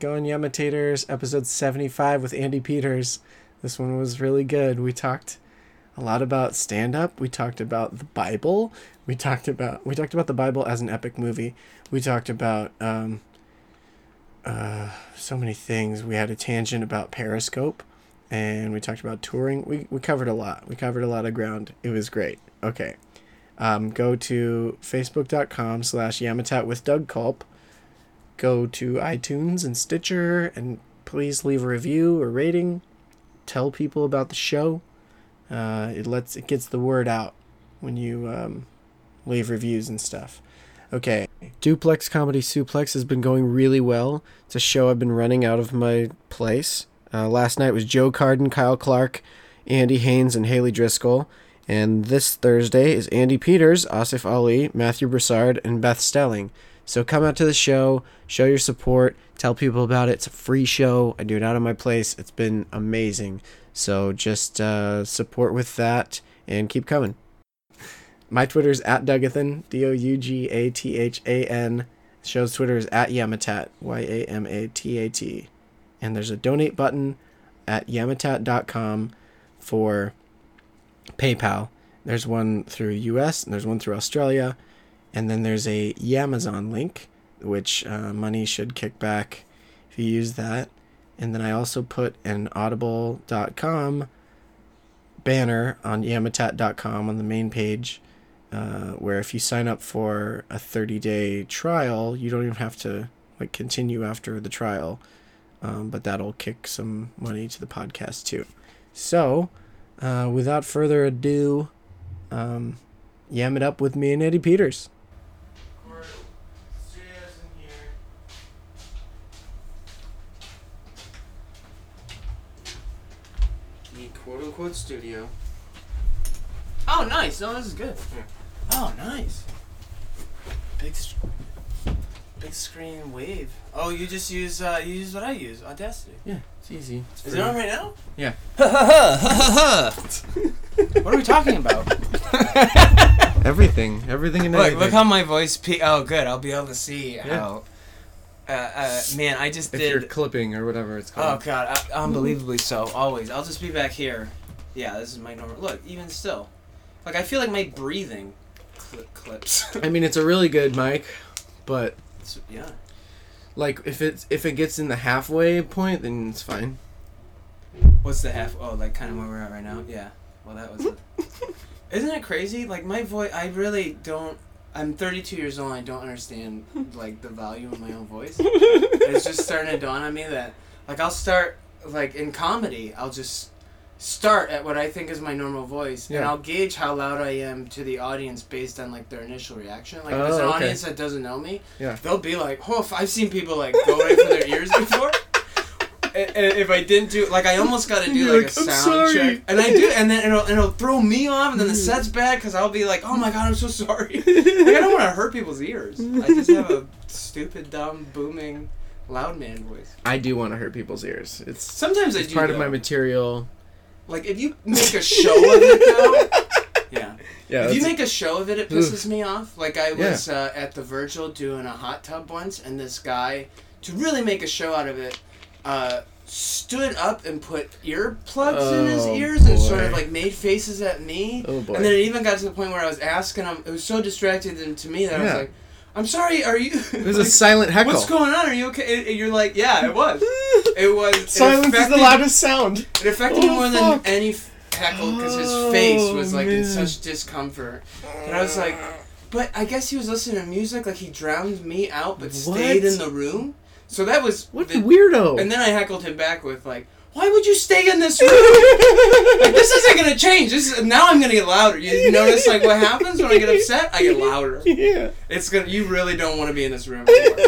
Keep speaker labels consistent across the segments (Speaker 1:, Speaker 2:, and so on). Speaker 1: Going Yemitators, episode 75 with Andy Peters. This one was really good. We talked a lot about stand up. We talked about the Bible. We talked about we talked about the Bible as an epic movie. We talked about um, uh, so many things. We had a tangent about Periscope and we talked about touring. We, we covered a lot. We covered a lot of ground. It was great. Okay. Um, go to facebook.com slash yamatat with Doug Culp. Go to iTunes and Stitcher and please leave a review or rating. Tell people about the show. Uh, it lets it gets the word out when you um, leave reviews and stuff. Okay. Duplex Comedy Suplex has been going really well. It's a show I've been running out of my place. Uh, last night was Joe Carden, Kyle Clark, Andy Haynes, and Haley Driscoll. And this Thursday is Andy Peters, Asif Ali, Matthew Broussard, and Beth Stelling. So come out to the show, show your support, tell people about it. It's a free show. I do it out of my place. It's been amazing. So just uh, support with that and keep coming. My Twitter's at Dougathan, D O U G A T H A N. Show's Twitter is at Yamatat, Y A M A T A T. And there's a donate button at yamatat.com for PayPal. There's one through US and there's one through Australia. And then there's a Yamazon link, which uh, money should kick back if you use that. And then I also put an audible.com banner on yamatat.com on the main page uh, where if you sign up for a 30 day trial, you don't even have to like continue after the trial. Um, but that'll kick some money to the podcast too. So, uh, without further ado, um, yam it up with me and Eddie Peters.
Speaker 2: The quote unquote studio.
Speaker 3: Oh, nice. No, this is good. Oh, nice. Big, s- big screen wave. Oh, you just use uh, you use what I use, Audacity.
Speaker 1: Yeah, it's easy.
Speaker 3: Is it on right now?
Speaker 1: Yeah.
Speaker 3: What are we talking about?
Speaker 1: Everything, everything and
Speaker 3: look,
Speaker 1: everything.
Speaker 3: look how my voice. Pe- oh, good. I'll be able to see
Speaker 1: Yeah.
Speaker 3: how. Uh, uh, man, I just
Speaker 1: if
Speaker 3: did.
Speaker 1: you're clipping or whatever it's
Speaker 3: Oh
Speaker 1: called.
Speaker 3: god, I, unbelievably so. Always, I'll just be back here. Yeah, this is my normal. Look, even still, like I feel like my breathing cli clips.
Speaker 1: I mean, it's a really good mic, but
Speaker 3: It's- yeah.
Speaker 1: like if it's if it gets in the halfway point, then it's fine.
Speaker 3: What's the half? Oh, like kind of where we're at right
Speaker 1: Mm-hmm.
Speaker 3: now. Yeah. Well, that was. A, isn't it crazy? Like my voice, I really don't. I'm 32 years old. I don't understand like the value of my own voice. it's just starting to dawn on me that like I'll start like in comedy. I'll just start at what I think is my normal voice, and
Speaker 1: Yeah.
Speaker 3: I'll gauge how loud I am to the audience based on like their initial reaction. Like if there's
Speaker 1: Oh,
Speaker 3: an
Speaker 1: okay.
Speaker 3: audience that doesn't know me,
Speaker 1: Yeah.
Speaker 3: they'll be like, "Oh, I've seen people like go right for their ears before." I- I- if I didn't do like I almost got to do
Speaker 1: You're
Speaker 3: like, a
Speaker 1: like, "I'm
Speaker 3: sound
Speaker 1: sorry." Mm.
Speaker 3: check, and I do, and then it'll it'll throw me off, and then the set's bad because I'll be like, oh my god, I'm so sorry. like, I don't want to hurt people's ears. I just have a stupid, dumb, booming, loud man voice.
Speaker 1: I do want to hurt people's ears. It's
Speaker 3: Sometimes I
Speaker 1: it's
Speaker 3: do.
Speaker 1: part
Speaker 3: though.
Speaker 1: of my material.
Speaker 3: like if you make a show of it though. Yeah.
Speaker 1: Yeah.
Speaker 3: if you
Speaker 1: that's-
Speaker 3: make a show of it, it pisses me off. Like I
Speaker 1: Yeah.
Speaker 3: was uh, at the Virgil doing a hot tub once, and this guy, to really make a show out of it, uh, stood up and put earplugs in his
Speaker 1: Oh,
Speaker 3: ears and sort of
Speaker 1: boy.
Speaker 3: like made faces at me.
Speaker 1: Oh, boy.
Speaker 3: And then it even got to the point where I was asking him. It was so distracting to- to me that I was
Speaker 1: Yeah.
Speaker 3: like, "I'm sorry, are you?"
Speaker 1: it was a silent heckle.
Speaker 3: What's going on? Are you okay? And- and you're like, "Yeah, it was. It was." it
Speaker 1: Silence is the
Speaker 3: affected-
Speaker 1: loudest sound.
Speaker 3: it affected
Speaker 1: Oh,
Speaker 3: him more
Speaker 1: fuck.
Speaker 3: than any f- heckle because his face was
Speaker 1: Oh,
Speaker 3: like in
Speaker 1: man.
Speaker 3: such discomfort. And I was like, but I guess he was listening to music. Like he drowned me out, but stayed
Speaker 1: What?
Speaker 3: in the room. So that was
Speaker 1: What
Speaker 3: the-
Speaker 1: a weirdo.
Speaker 3: And then I heckled him back with like, why would you stay in this room? like this isn't gonna change. This is, now I'm gonna get louder. You notice like what happens when I get upset? I get louder.
Speaker 1: yeah.
Speaker 3: It's gonna. You really don't want to be in this room. anymore.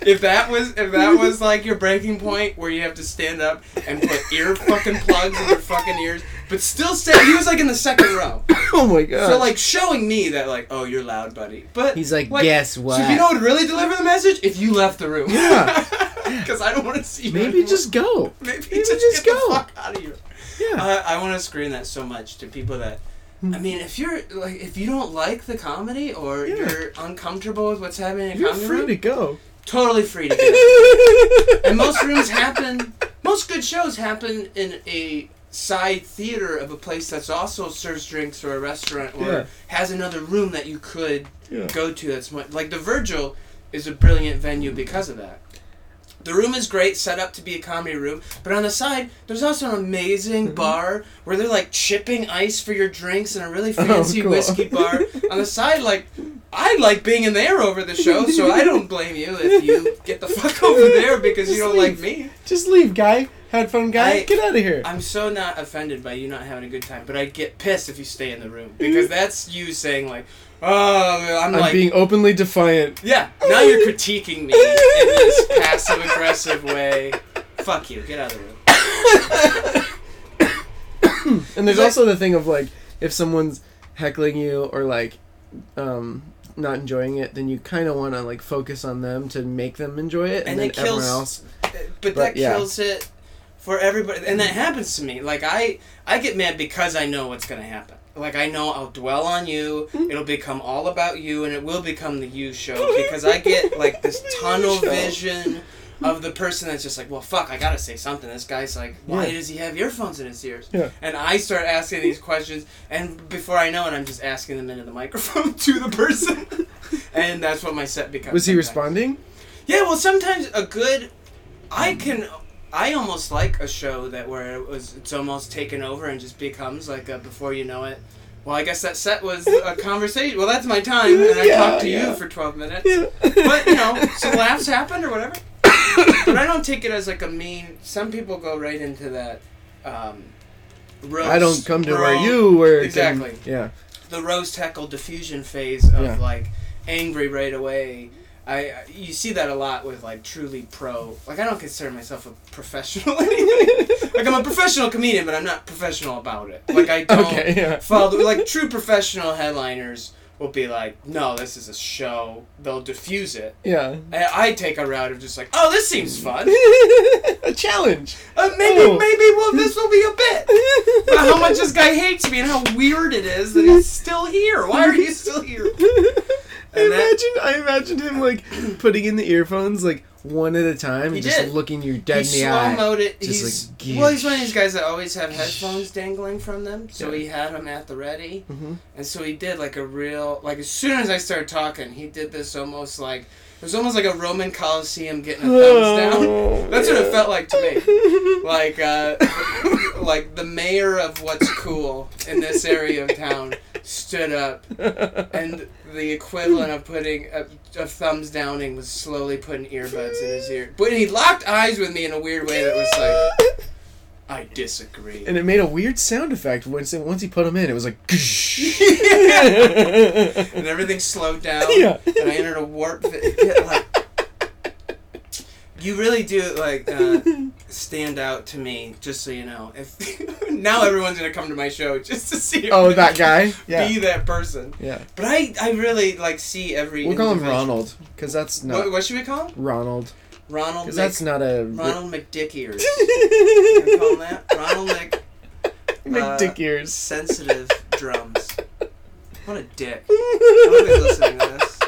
Speaker 3: if that was if that was like your breaking point where you have to stand up and put ear fucking plugs in your fucking ears, but still stay. He was like in the second row,
Speaker 1: Oh my god.
Speaker 3: so like showing me that like oh you're loud, buddy. But
Speaker 1: He's like, guess
Speaker 3: So
Speaker 1: what?
Speaker 3: if you know what would really deliver the message if you left the room.
Speaker 1: Yeah.
Speaker 3: Because I don't want to see you.
Speaker 1: maybe
Speaker 3: anymore.
Speaker 1: just go.
Speaker 3: maybe,
Speaker 1: just
Speaker 3: just get
Speaker 1: go.
Speaker 3: the fuck out of here.
Speaker 1: Yeah.
Speaker 3: I, I want to scream that so much to people that. I mean, if you're like, if you don't like the comedy or
Speaker 1: Yeah.
Speaker 3: you're uncomfortable with what's happening in
Speaker 1: You're
Speaker 3: comedy,
Speaker 1: free
Speaker 3: room,
Speaker 1: to go.
Speaker 3: Totally free to do. and most rooms happen. Most good shows happen in a side theater of a place that's also serves drinks or a restaurant or
Speaker 1: Yeah.
Speaker 3: has another room that you could
Speaker 1: Yeah.
Speaker 3: go to. That's much, like the Virgil is a brilliant venue because of that. The room is great, set up to be a comedy room, but on the side, there's also an amazing
Speaker 1: Mm-hmm.
Speaker 3: bar where they're like chipping ice for your drinks and a really fancy
Speaker 1: Oh, cool.
Speaker 3: whiskey bar. on the side, like, I like being in there over the show, so I don't blame you if you get the fuck over there because you
Speaker 1: Just
Speaker 3: don't like
Speaker 1: leave.
Speaker 3: me.
Speaker 1: Just leave, guy. Headphone guy,
Speaker 3: I-
Speaker 1: get out of here.
Speaker 3: I'm so not offended by you not having a good time, but I get pissed if you stay in the room because that's you saying, like, oh, I'm
Speaker 1: I'm
Speaker 3: like,
Speaker 1: being openly defiant.
Speaker 3: Yeah, now you're critiquing me in this passive aggressive way. Fuck you, get out of the room.
Speaker 1: And there's
Speaker 3: Like-
Speaker 1: also the thing of like if someone's heckling you or like um not enjoying it, then you kind of want to like focus on them to make them enjoy it, and,
Speaker 3: And
Speaker 1: then
Speaker 3: it kills-
Speaker 1: everyone else.
Speaker 3: But,
Speaker 1: But,
Speaker 3: that
Speaker 1: yeah.
Speaker 3: kills it for everybody, and that happens to me. Like I, I get mad because I know what's gonna happen. Like I know I'll dwell on you.
Speaker 1: Mm-hmm.
Speaker 3: It'll become all about you, and it will become the you show because I get like this
Speaker 1: The you
Speaker 3: tunnel
Speaker 1: show.
Speaker 3: vision of the person that's just like, well, fuck, I gotta say something. This guy's like, why
Speaker 1: Yeah.
Speaker 3: does he have earphones in his ears?
Speaker 1: Yeah.
Speaker 3: And I start asking these questions, and before I know it, I'm just asking them into the microphone to the person, and that's what my set becomes.
Speaker 1: Was he
Speaker 3: sometimes.
Speaker 1: responding?
Speaker 3: Yeah, well, sometimes a good, I can, I almost like a show that where it was it's almost taken over and just becomes like a before you know it. Well, I guess that set was a conversation. Well, that's my time, and I
Speaker 1: Yeah,
Speaker 3: talked to
Speaker 1: yeah.
Speaker 3: you for twelve minutes.
Speaker 1: but
Speaker 3: But you know, some laughs happened or whatever. But I don't take it as like a mean. Some people go right into that. Um, roast,
Speaker 1: I don't come to where
Speaker 3: bro-
Speaker 1: you were.
Speaker 3: Exactly.
Speaker 1: yeah.
Speaker 3: the rose tackle diffusion phase of
Speaker 1: Yeah.
Speaker 3: like angry right away. I I- you see that a lot with like truly pro. Like I don't consider myself a professional. anything. like I'm a professional comedian, but I'm not professional about it. Like I don't
Speaker 1: Okay. Yeah.
Speaker 3: follow. Like true professional headliners will be like, no, this is a show. They'll diffuse it.
Speaker 1: Yeah.
Speaker 3: And I take a route of just like, oh, this seems fun.
Speaker 1: a challenge.
Speaker 3: Uh, maybe
Speaker 1: Oh.
Speaker 3: maybe well this will be a bit. About how much this guy hates me and how weird it is that he's still here. Why are you still here?
Speaker 1: I
Speaker 3: And that-
Speaker 1: imagine I imagined him like putting in the earphones like one at a time
Speaker 3: He
Speaker 1: and just
Speaker 3: did.
Speaker 1: looking you dead
Speaker 3: he
Speaker 1: in the eye.
Speaker 3: slow-moed it.
Speaker 1: Just
Speaker 3: he's
Speaker 1: like,
Speaker 3: well, he's one of these guys that always have headphones dangling from them, so
Speaker 1: Yeah.
Speaker 3: he had them at the ready,
Speaker 1: Mhm.
Speaker 3: and so he did like a real like as soon as I started talking, he did this almost like it was almost like a Roman Colosseum getting a thumbs
Speaker 1: Oh.
Speaker 3: down. That's what it felt like to me. Like uh, like the mayor of what's cool in this area of town stood up and the equivalent of putting a, a thumbs downing was slowly putting earbuds in his ear. But he locked eyes with me in a weird way that was like, I disagree.
Speaker 1: and it made a weird sound effect once once he put him in. It was like.
Speaker 3: And everything slowed down.
Speaker 1: Yeah.
Speaker 3: And I entered a warp. vi- yeah, like, you really do like uh, stand out to me. Just so you know, if now everyone's gonna come to my show just to see. if
Speaker 1: oh,
Speaker 3: they
Speaker 1: that
Speaker 3: can
Speaker 1: guy. Yeah.
Speaker 3: Be that person.
Speaker 1: Yeah.
Speaker 3: But I, I really like see every.
Speaker 1: We'll call him
Speaker 3: individual-
Speaker 1: Ronald because that's not
Speaker 3: What, what should we call him?
Speaker 1: Ronald
Speaker 3: Ronald.
Speaker 1: because
Speaker 3: Mc-
Speaker 1: that's not a.
Speaker 3: Ronald McDick ears. Can we call him that? Ronald Mc
Speaker 1: McDick ears.
Speaker 3: Uh, sensitive drums. What a dick. Nobody's listening to this.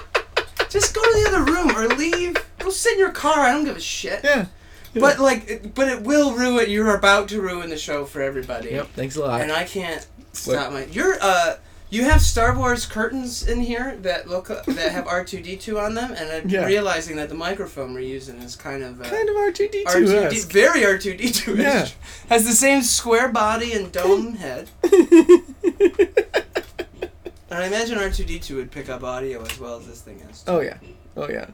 Speaker 3: Just go to the other room or leave. Go sit in your car. I don't give a shit.
Speaker 1: Yeah.
Speaker 3: But like, it, but it will ruin. You're about to ruin the show for everybody.
Speaker 1: Yep. Thanks a lot.
Speaker 3: And uh, I can't stop my. You're uh. You have Star Wars curtains in here that look that have R two D two on them, and I'm
Speaker 1: Yeah.
Speaker 3: realizing that the microphone we're using is kind of uh,
Speaker 1: kind of R two D
Speaker 3: R two D
Speaker 1: two.
Speaker 3: very R two D two
Speaker 1: Yeah.
Speaker 3: has the same square body and dome head. And I imagine R two D two would pick up audio as well as this thing has.
Speaker 1: Oh yeah. Oh yeah.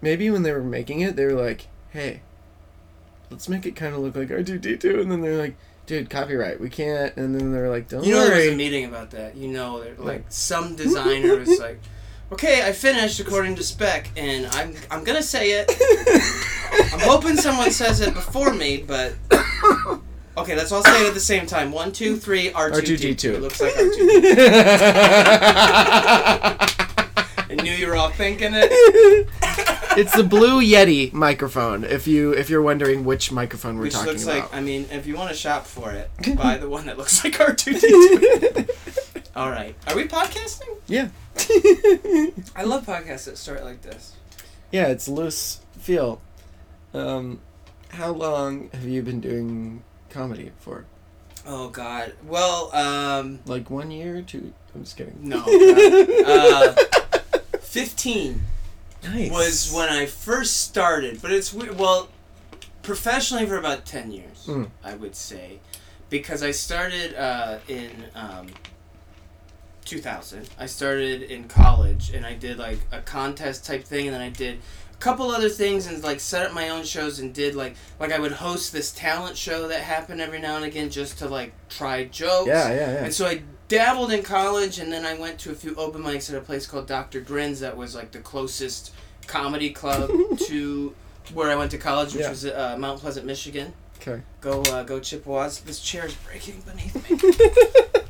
Speaker 1: Maybe when they were making it, they were like, "Hey, let's make it kind of look like R two D 2 and then they're like, "Dude, copyright. We can't." And then they're like, "Don't
Speaker 3: You know there was a
Speaker 1: worry."
Speaker 3: meeting about that. You know, there- like some designer was like, "Okay, I finished according to spec, and I'm I'm gonna say it. I'm hoping someone says it before me, but okay, let's all say it at the same time. One, two, three. R two D
Speaker 1: R2D2.
Speaker 3: two. Looks like R two. I knew you were all thinking it.
Speaker 1: it's the blue Yeti microphone. If you if you're wondering which microphone we're
Speaker 3: Which
Speaker 1: talking
Speaker 3: looks
Speaker 1: about.
Speaker 3: like, I mean, if you want to shop for it, buy the one that looks like R2D2. All right. Are we podcasting?
Speaker 1: yeah.
Speaker 3: I love podcasts that start like this.
Speaker 1: yeah, it's loose feel. Um, how long have you been doing comedy for?
Speaker 3: Oh God. Well, um,
Speaker 1: Like one year or two? I'm just kidding.
Speaker 3: no. God. Uh, Fifteen
Speaker 1: Nice.
Speaker 3: was when I first started, but it's weird. Well, professionally for about ten years,
Speaker 1: Mm.
Speaker 3: I would say, because I started uh, in um, 2000. I started in college, and I did like a contest type thing, and then I did a couple other things, and like set up my own shows, and did like like I would host this talent show that happened every now and again just to like try jokes.
Speaker 1: Yeah, yeah, yeah.
Speaker 3: And so I dabbled in college, and then I went to a few open mics at a place called Dr. Grins that was like the closest comedy club to where I went to college, which
Speaker 1: Yeah.
Speaker 3: was uh, Mount Pleasant, Michigan.
Speaker 1: Okay.
Speaker 3: Go, uh, go, Chippewas. This chair's breaking beneath me.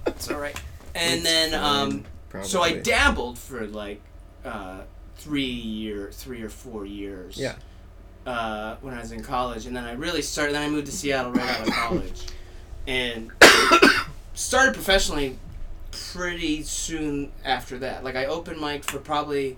Speaker 3: it's all right. And then, um, so I
Speaker 1: Probably.
Speaker 3: dabbled for like uh, three year, three or four years.
Speaker 1: Yeah.
Speaker 3: Uh, when I was in college, and then I really started. Then I moved to Seattle right out of college, and started professionally pretty soon after that. Like I opened mic for probably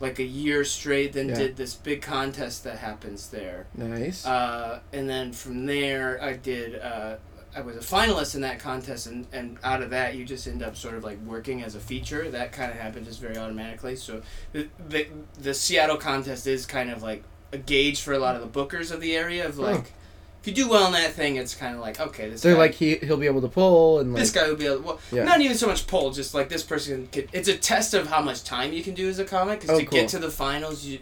Speaker 3: like a year straight. Then
Speaker 1: Yeah.
Speaker 3: did this big contest that happens there.
Speaker 1: Nice.
Speaker 3: Uh, and then from there, I did. Uh, I was a finalist in that contest, and, and out of that, you just end up sort of like working as a feature. That kind of happened just very automatically. So the, the the Seattle contest is kind of like a gauge for a lot of the bookers of the area of like. If you do well in that thing, it's kind of like okay, this
Speaker 1: Oh. They're
Speaker 3: guy,
Speaker 1: like he he'll be able to pull and like
Speaker 3: this guy would be able. Well,
Speaker 1: Yeah.
Speaker 3: not even so much poll, just like this person could. It's a test of how much time you can do as a comic. 'cause
Speaker 1: Oh,
Speaker 3: to
Speaker 1: cool.
Speaker 3: get to the finals, you,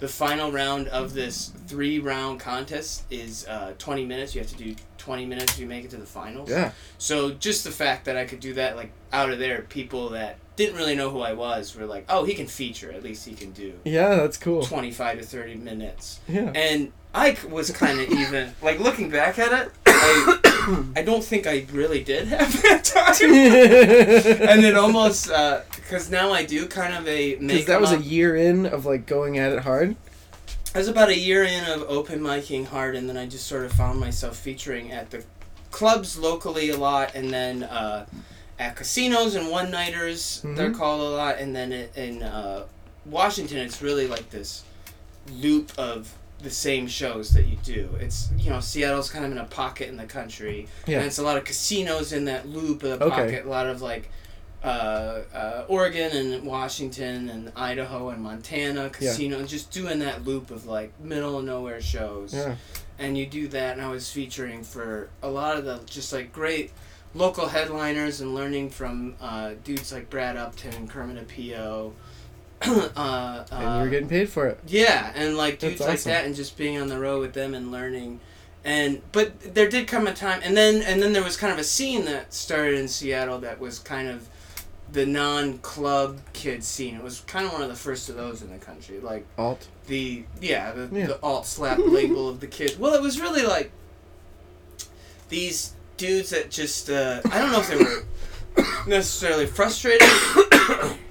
Speaker 3: the final round of this three round contest is uh, twenty minutes. You have to do twenty minutes if you make it to the finals.
Speaker 1: yeah.
Speaker 3: So just the fact that I could do that, like out of there, people that didn't really know who I was were like, "Oh, he can feature. At least he can do
Speaker 1: Yeah, that's cool.
Speaker 3: twenty five to thirty minutes."
Speaker 1: Yeah.
Speaker 3: And I c- was kind of even like looking back at it. I, I don't think I really did have that time. and it almost because now I do kind of a
Speaker 1: because
Speaker 3: make.
Speaker 1: that was a
Speaker 3: up-
Speaker 1: year in of like going at it hard.
Speaker 3: I was about a year in of open micing hard, and then I just sort of found myself featuring at the clubs locally a lot, and then uh, at casinos and one nighters they're
Speaker 1: Mhm.
Speaker 3: called a lot, and then it, in uh, Washington it's really like this loop of the same shows that you do. It's you know Seattle's kind of in a pocket in the country,
Speaker 1: Yeah.
Speaker 3: and it's a lot of casinos in that loop of the
Speaker 1: Okay.
Speaker 3: pocket. A lot of like uh, uh, Oregon and Washington and Idaho and Montana casino, just doing that loop of like middle of nowhere shows.
Speaker 1: Yeah.
Speaker 3: And you do that, and I was featuring for a lot of the just like great local headliners and learning from uh, dudes like Brad Upton, Kermit Apio. uh,
Speaker 1: And you were
Speaker 3: uh,
Speaker 1: getting paid for it.
Speaker 3: yeah, and like
Speaker 1: That's
Speaker 3: dudes like
Speaker 1: awesome.
Speaker 3: that, and just being on the road with them and learning, and but there did come a time, and then and then there was kind of a scene that started in Seattle that was kind of the non-club kid scene. It was kind of one of the first of those in the country, like
Speaker 1: Alt.
Speaker 3: the yeah the,
Speaker 1: Yeah.
Speaker 3: the alt slap label of the kids. Well, it was really like these dudes that just uh, I don't know if they were necessarily frustrated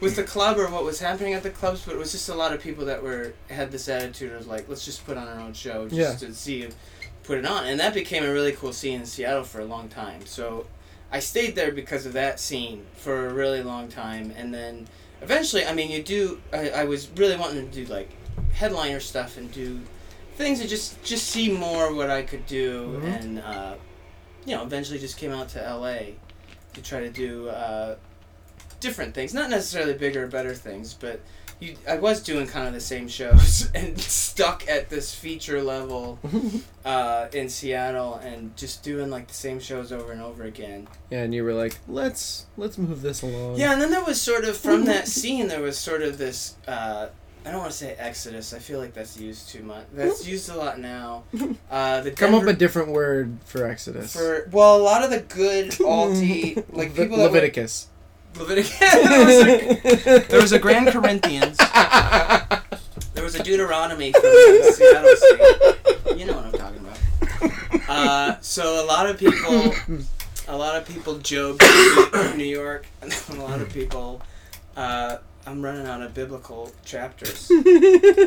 Speaker 3: with the club or what was happening at the clubs, but it was just a lot of people that were had this attitude of like let's just put on our own show just
Speaker 1: Yeah.
Speaker 3: to see if put it on, and that became a really cool scene in Seattle for a long time. So I stayed there because of that scene for a really long time, and then eventually, I mean, you do. I, I was really wanting to do like headliner stuff and do things and just just see more what I could do,
Speaker 1: Mhm.
Speaker 3: and uh, you know, eventually just came out to L.A. to try to do uh, different things, not necessarily bigger, or better things, but. You, I was doing kind of the same shows and stuck at this feature level uh, in Seattle and just doing like the same shows over and over again.
Speaker 1: Yeah, and you were like, let's let's move this along.
Speaker 3: Yeah, and then there was sort of from that scene there was sort of this uh, I don't want to say exodus. I feel like that's used too much. That's used a lot now. Uh, the
Speaker 1: Come up
Speaker 3: Denver-
Speaker 1: a different word for Exodus.
Speaker 3: for well, a lot of the good alti like
Speaker 1: Le-
Speaker 3: people that were-
Speaker 1: Leviticus.
Speaker 3: Leviticus. there, was a, there was a Grand Corinthians. There was a Deuteronomy from the Seattle scene. You know what I'm talking about. Uh, so a lot of people, a lot of people joke in New York, and a lot of people. Uh, I'm running out of biblical chapters.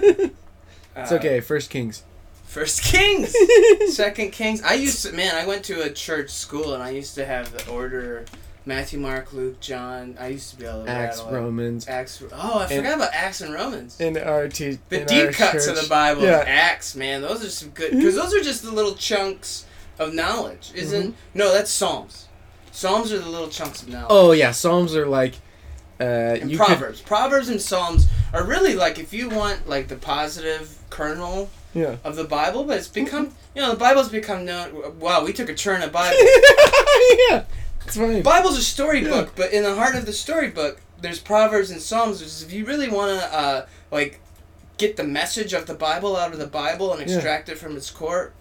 Speaker 1: It's okay. First Kings.
Speaker 3: Uh, First Kings, Second Kings. I used to, man, I went to a church school and I used to have the order Matthew, Mark, Luke, John. I used to be able to
Speaker 1: Acts,
Speaker 3: rattle it.
Speaker 1: Romans,
Speaker 3: Acts. Oh, I
Speaker 1: And-
Speaker 3: forgot about Acts and Romans.
Speaker 1: in our te-
Speaker 3: the
Speaker 1: in
Speaker 3: deep
Speaker 1: our
Speaker 3: cuts
Speaker 1: church.
Speaker 3: of the Bible,
Speaker 1: Yeah. Mm-hmm.
Speaker 3: Acts, man, those are some good because those are just the little chunks of knowledge. Isn't
Speaker 1: Mm-hmm.
Speaker 3: no, that's Psalms. Psalms are the little chunks of knowledge.
Speaker 1: Oh yeah, Psalms are like uh,
Speaker 3: and
Speaker 1: you could
Speaker 3: Proverbs, Proverbs and Psalms are really like if you want like the positive kernel
Speaker 1: yeah.
Speaker 3: of the Bible, but it's become you know the Bible's become known. Wow, we took a turn of Bible.
Speaker 1: yeah, it's fine.
Speaker 3: Bible's a storybook, but in the heart of the storybook, there's Proverbs and Psalms. Which is if you really want to, uh, like, get the message of the Bible out of the Bible and
Speaker 1: Yeah.
Speaker 3: extract it from its core,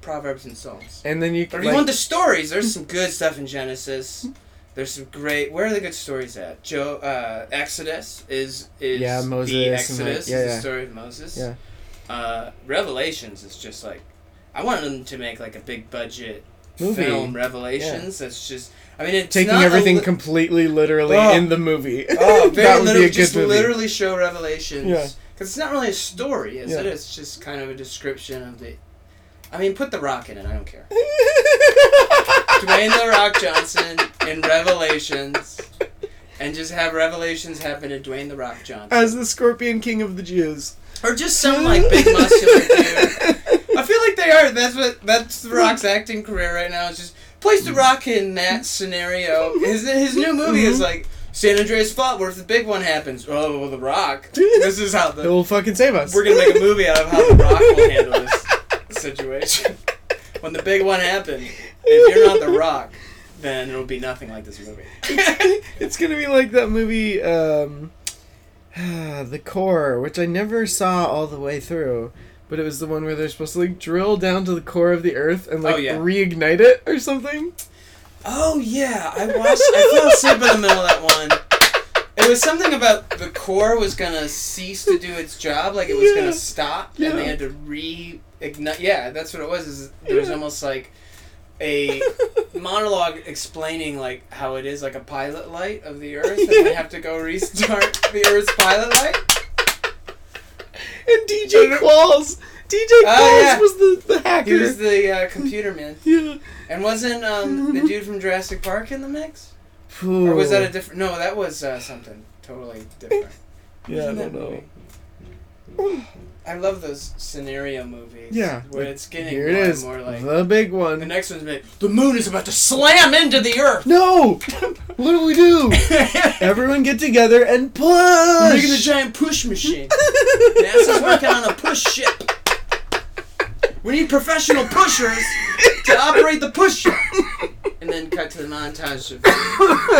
Speaker 3: Proverbs and Psalms.
Speaker 1: and then you
Speaker 3: But
Speaker 1: can
Speaker 3: if you want the stories, there's some good stuff in Genesis. There's some great. Where are the good stories at? Joe uh, Exodus is is
Speaker 1: Yeah, Moses
Speaker 3: the
Speaker 1: and, like,
Speaker 3: Exodus
Speaker 1: yeah,
Speaker 3: is
Speaker 1: yeah.
Speaker 3: the story of Moses.
Speaker 1: Yeah.
Speaker 3: Uh, Revelations is just like I want them to make like a big budget
Speaker 1: Movie.
Speaker 3: film Revelations. That's just I mean it's
Speaker 1: taking
Speaker 3: not a
Speaker 1: everything
Speaker 3: li-
Speaker 1: completely literally
Speaker 3: Oh.
Speaker 1: in the movie.
Speaker 3: oh
Speaker 1: that
Speaker 3: very
Speaker 1: would
Speaker 3: little
Speaker 1: be a good
Speaker 3: just
Speaker 1: movie.
Speaker 3: literally show Revelations
Speaker 1: Yeah.
Speaker 3: because it's not really a story is
Speaker 1: Yeah.
Speaker 3: it it's just kind of a description of the I mean put the Rock in it I don't care Dwayne the Rock Johnson in Revelations and just have Revelations happen to Dwayne the Rock Johnson
Speaker 1: As the Scorpion King of the Jews.
Speaker 3: or just some like big muscular dude. I feel like they are. That's what that's the Rock's acting career right now. Is just place the Rock in that scenario. His his new movie is like San Andreas Fault. Where if the big one happens, oh well, the Rock. This is how
Speaker 1: It
Speaker 3: the
Speaker 1: will fucking save us.
Speaker 3: we're gonna make a movie out of how the Rock will handle this situation. When the big one happens, if you're not the Rock, then it'll be nothing like this movie.
Speaker 1: It's gonna be like that movie, um, The Core, which I never saw all the way through. But it was the one where they're supposed to like drill down to the core of the earth and like
Speaker 3: Oh, yeah.
Speaker 1: reignite it or something.
Speaker 3: Oh yeah, I watched. I fell asleep in the middle of that one. It was something about the core was gonna cease to do its job, like it was
Speaker 1: Yeah.
Speaker 3: gonna stop, and
Speaker 1: Yeah.
Speaker 3: they had to reignite. Yeah, that's what it was. Is there was
Speaker 1: Yeah.
Speaker 3: almost like a monologue explaining like how it is like a pilot light of the Earth, and they
Speaker 1: Yeah.
Speaker 3: have to go restart the Earth's pilot light.
Speaker 1: And DJ Qualls, DJ Qualls
Speaker 3: Oh, yeah.
Speaker 1: was the, the hacker.
Speaker 3: He was the uh, computer man,
Speaker 1: yeah.
Speaker 3: and wasn't um, the dude from Jurassic Park in the mix, or was that a different? No, that was uh, something totally different.
Speaker 1: yeah? I
Speaker 3: Isn't
Speaker 1: don't
Speaker 3: that
Speaker 1: know.
Speaker 3: movie? I love those scenario movies.
Speaker 1: Yeah,
Speaker 3: where
Speaker 1: like,
Speaker 3: it's getting
Speaker 1: Here
Speaker 3: more
Speaker 1: it
Speaker 3: and
Speaker 1: is,
Speaker 3: more like
Speaker 1: the big one.
Speaker 3: the next one's been the moon is about to slam into the earth.
Speaker 1: no, what do we do?
Speaker 3: We're
Speaker 1: Everyone get together and push.
Speaker 3: making a giant push machine. NASA's working on a push ship. We need professional pushers to operate the push ship. And then cut to the montage of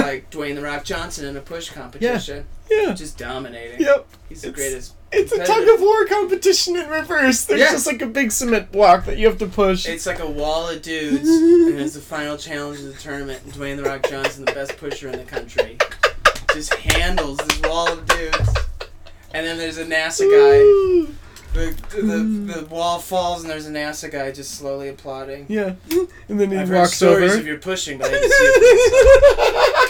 Speaker 3: like Dwayne the Rock Johnson in a push competition,
Speaker 1: yeah.
Speaker 3: just dominating.
Speaker 1: Yep.
Speaker 3: He's the
Speaker 1: It's-
Speaker 3: greatest.
Speaker 1: It's a tug
Speaker 3: competitive.
Speaker 1: of war competition in reverse. There's
Speaker 3: Yeah.
Speaker 1: just like a big cement block that you have to push.
Speaker 3: It's like a wall of dudes, and it's the final challenge of the tournament. And Dwayne the Rock Johnson, the best pusher in the country, just handles this wall of dudes. And then there's a NASA guy.
Speaker 1: Ooh.
Speaker 3: The, the, the wall falls, and there's a NASA guy just slowly applauding.
Speaker 1: Yeah. And then he
Speaker 3: I've heard
Speaker 1: walks
Speaker 3: stories
Speaker 1: over.
Speaker 3: of your pushing, but I didn't see it.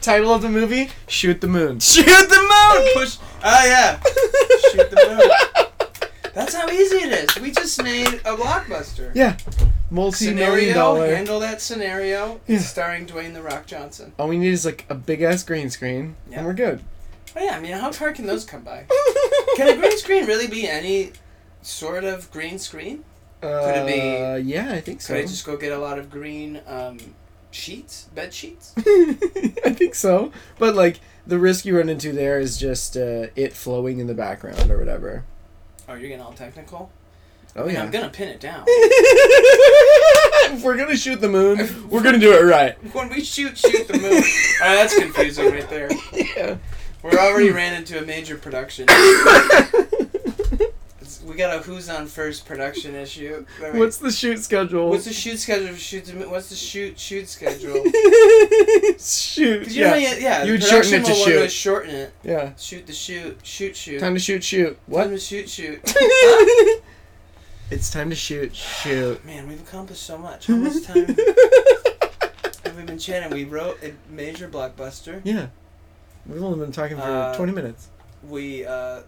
Speaker 1: Title of the movie: Shoot the Moon.
Speaker 3: Shoot the moon! Push. Oh yeah. Shoot the moon. That's how easy it is. We just made a blockbuster.
Speaker 1: Yeah. Multi-million
Speaker 3: Scenario.
Speaker 1: dollar.
Speaker 3: Handle that scenario.
Speaker 1: Yeah.
Speaker 3: Starring Dwayne the Rock Johnson.
Speaker 1: All we need is like a big ass green screen,
Speaker 3: Yeah.
Speaker 1: and we're good.
Speaker 3: Oh, yeah, I mean, how far can those come by? Can a green screen really be any sort of green screen?
Speaker 1: Uh,
Speaker 3: Could it
Speaker 1: Yeah, I think so.
Speaker 3: Could I just go get a lot of green um, sheets, bed sheets?
Speaker 1: I think so. But like the risk you run into there is just uh, it flowing in the background or whatever.
Speaker 3: Oh, you're getting all technical.
Speaker 1: Oh
Speaker 3: I mean,
Speaker 1: yeah.
Speaker 3: I'm gonna pin it down.
Speaker 1: if we're gonna shoot the moon, we're gonna do it right.
Speaker 3: when we shoot, shoot the moon. oh, that's confusing right there.
Speaker 1: Yeah.
Speaker 3: We're already ran into a major production. It's- we got a who's on first production issue. All right.
Speaker 1: What's the shoot schedule?
Speaker 3: What's the shoot schedule? For shoot the, Moon? what's the shoot shoot schedule?
Speaker 1: shoot.
Speaker 3: 'Cause you know,
Speaker 1: Yeah.
Speaker 3: yeah, yeah.
Speaker 1: You would
Speaker 3: the
Speaker 1: shorten it
Speaker 3: production
Speaker 1: to
Speaker 3: will wanna
Speaker 1: shoot.
Speaker 3: Shorten it.
Speaker 1: yeah.
Speaker 3: Shoot the shoot. Shoot shoot.
Speaker 1: Time to shoot. Shoot.
Speaker 3: Time
Speaker 1: What?
Speaker 3: to shoot shoot.
Speaker 1: it's time to shoot. Shoot.
Speaker 3: Man, we've accomplished so much. How much time have we been chatting? We wrote a major blockbuster.
Speaker 1: yeah. We've only been talking for
Speaker 3: Uh,
Speaker 1: 20 minutes.
Speaker 3: We uh,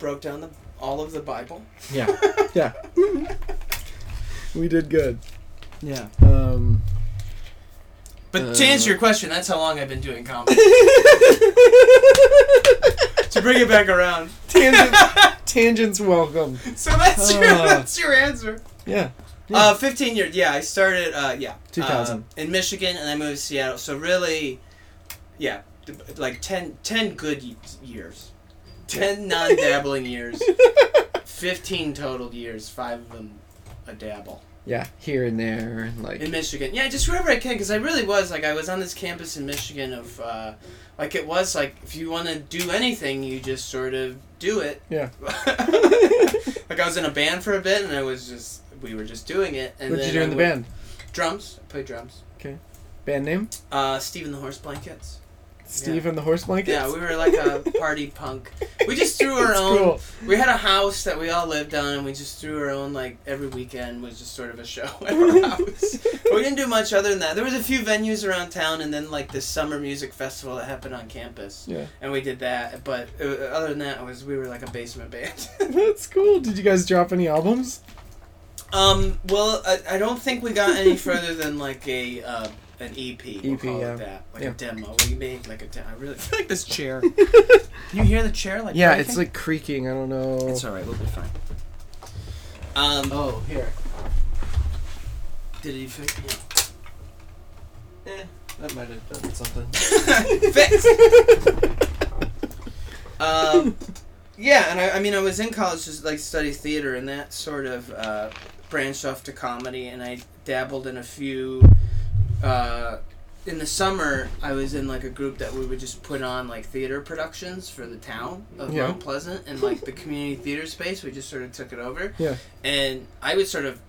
Speaker 3: broke down the all of the Bible.
Speaker 1: Yeah. Yeah. we did good.
Speaker 3: Yeah.
Speaker 1: Um,
Speaker 3: But
Speaker 1: Uh.
Speaker 3: to answer your question, that's how long I've been doing comedy. to bring it back around.
Speaker 1: Tangent, tangents welcome.
Speaker 3: So that's your
Speaker 1: Uh.
Speaker 3: that's your answer.
Speaker 1: Yeah.
Speaker 3: Uh, 15 years. Yeah, I started. Uh, yeah,
Speaker 1: 2000.
Speaker 3: uh, in Michigan, and I moved to Seattle. So really, yeah, th- like 10, 10 good y- years, ten non-dabbling years, 15 total years. Five of them a dabble.
Speaker 1: yeah, here and there and like
Speaker 3: in Michigan. Yeah, just wherever I can, because I really was like I was on this campus in Michigan of, uh, like it was like if you want to do anything, you just sort of do it.
Speaker 1: Yeah.
Speaker 3: like I was in a band for a bit, and I was just we were just doing it. And
Speaker 1: What did you
Speaker 3: then
Speaker 1: do
Speaker 3: I
Speaker 1: in the
Speaker 3: would-
Speaker 1: band?
Speaker 3: Drums. I played drums.
Speaker 1: Band name?
Speaker 3: Uh, Steve and the Horse Blankets.
Speaker 1: Steve and the Horse Blankets?
Speaker 3: Yeah, we were like a party punk. We just threw our
Speaker 1: It's
Speaker 3: own.
Speaker 1: cool.
Speaker 3: We had a house that we all lived on, and we just threw our own like every weekend was just sort of a show at our house. But we didn't do much other than that. There was a few venues around town, and then like this summer music festival that happened on campus,
Speaker 1: Yeah.
Speaker 3: and we did that. But uh, other than that, it was we were like a basement band.
Speaker 1: That's cool. Did you guys drop any albums?
Speaker 3: um, well, I, I don't think we got any further than like a uh, an EP. We'll
Speaker 1: EP,
Speaker 3: call
Speaker 1: E yeah.
Speaker 3: it that, like
Speaker 1: Yeah.
Speaker 3: a demo. We made like a demo. I really feel like this chair. you hear the chair? Like
Speaker 1: Yeah, it's
Speaker 3: breaking?
Speaker 1: like creaking. I don't know.
Speaker 3: It's alright, we'll be fine. Um, oh, here. Did he fix it?
Speaker 2: Eh, that might have done something.
Speaker 3: fix! um, yeah, and I, I mean, I was in college to like study theater, and that sort of uh, branched off to comedy, and I dabbled in a few. Uh, in the summer, I was in like a group that we would just put on like theater productions for the town of
Speaker 1: Yeah.
Speaker 3: Mount Pleasant, and like the community theater space. We just sort of took it over.
Speaker 1: Yeah.
Speaker 3: And I would sort of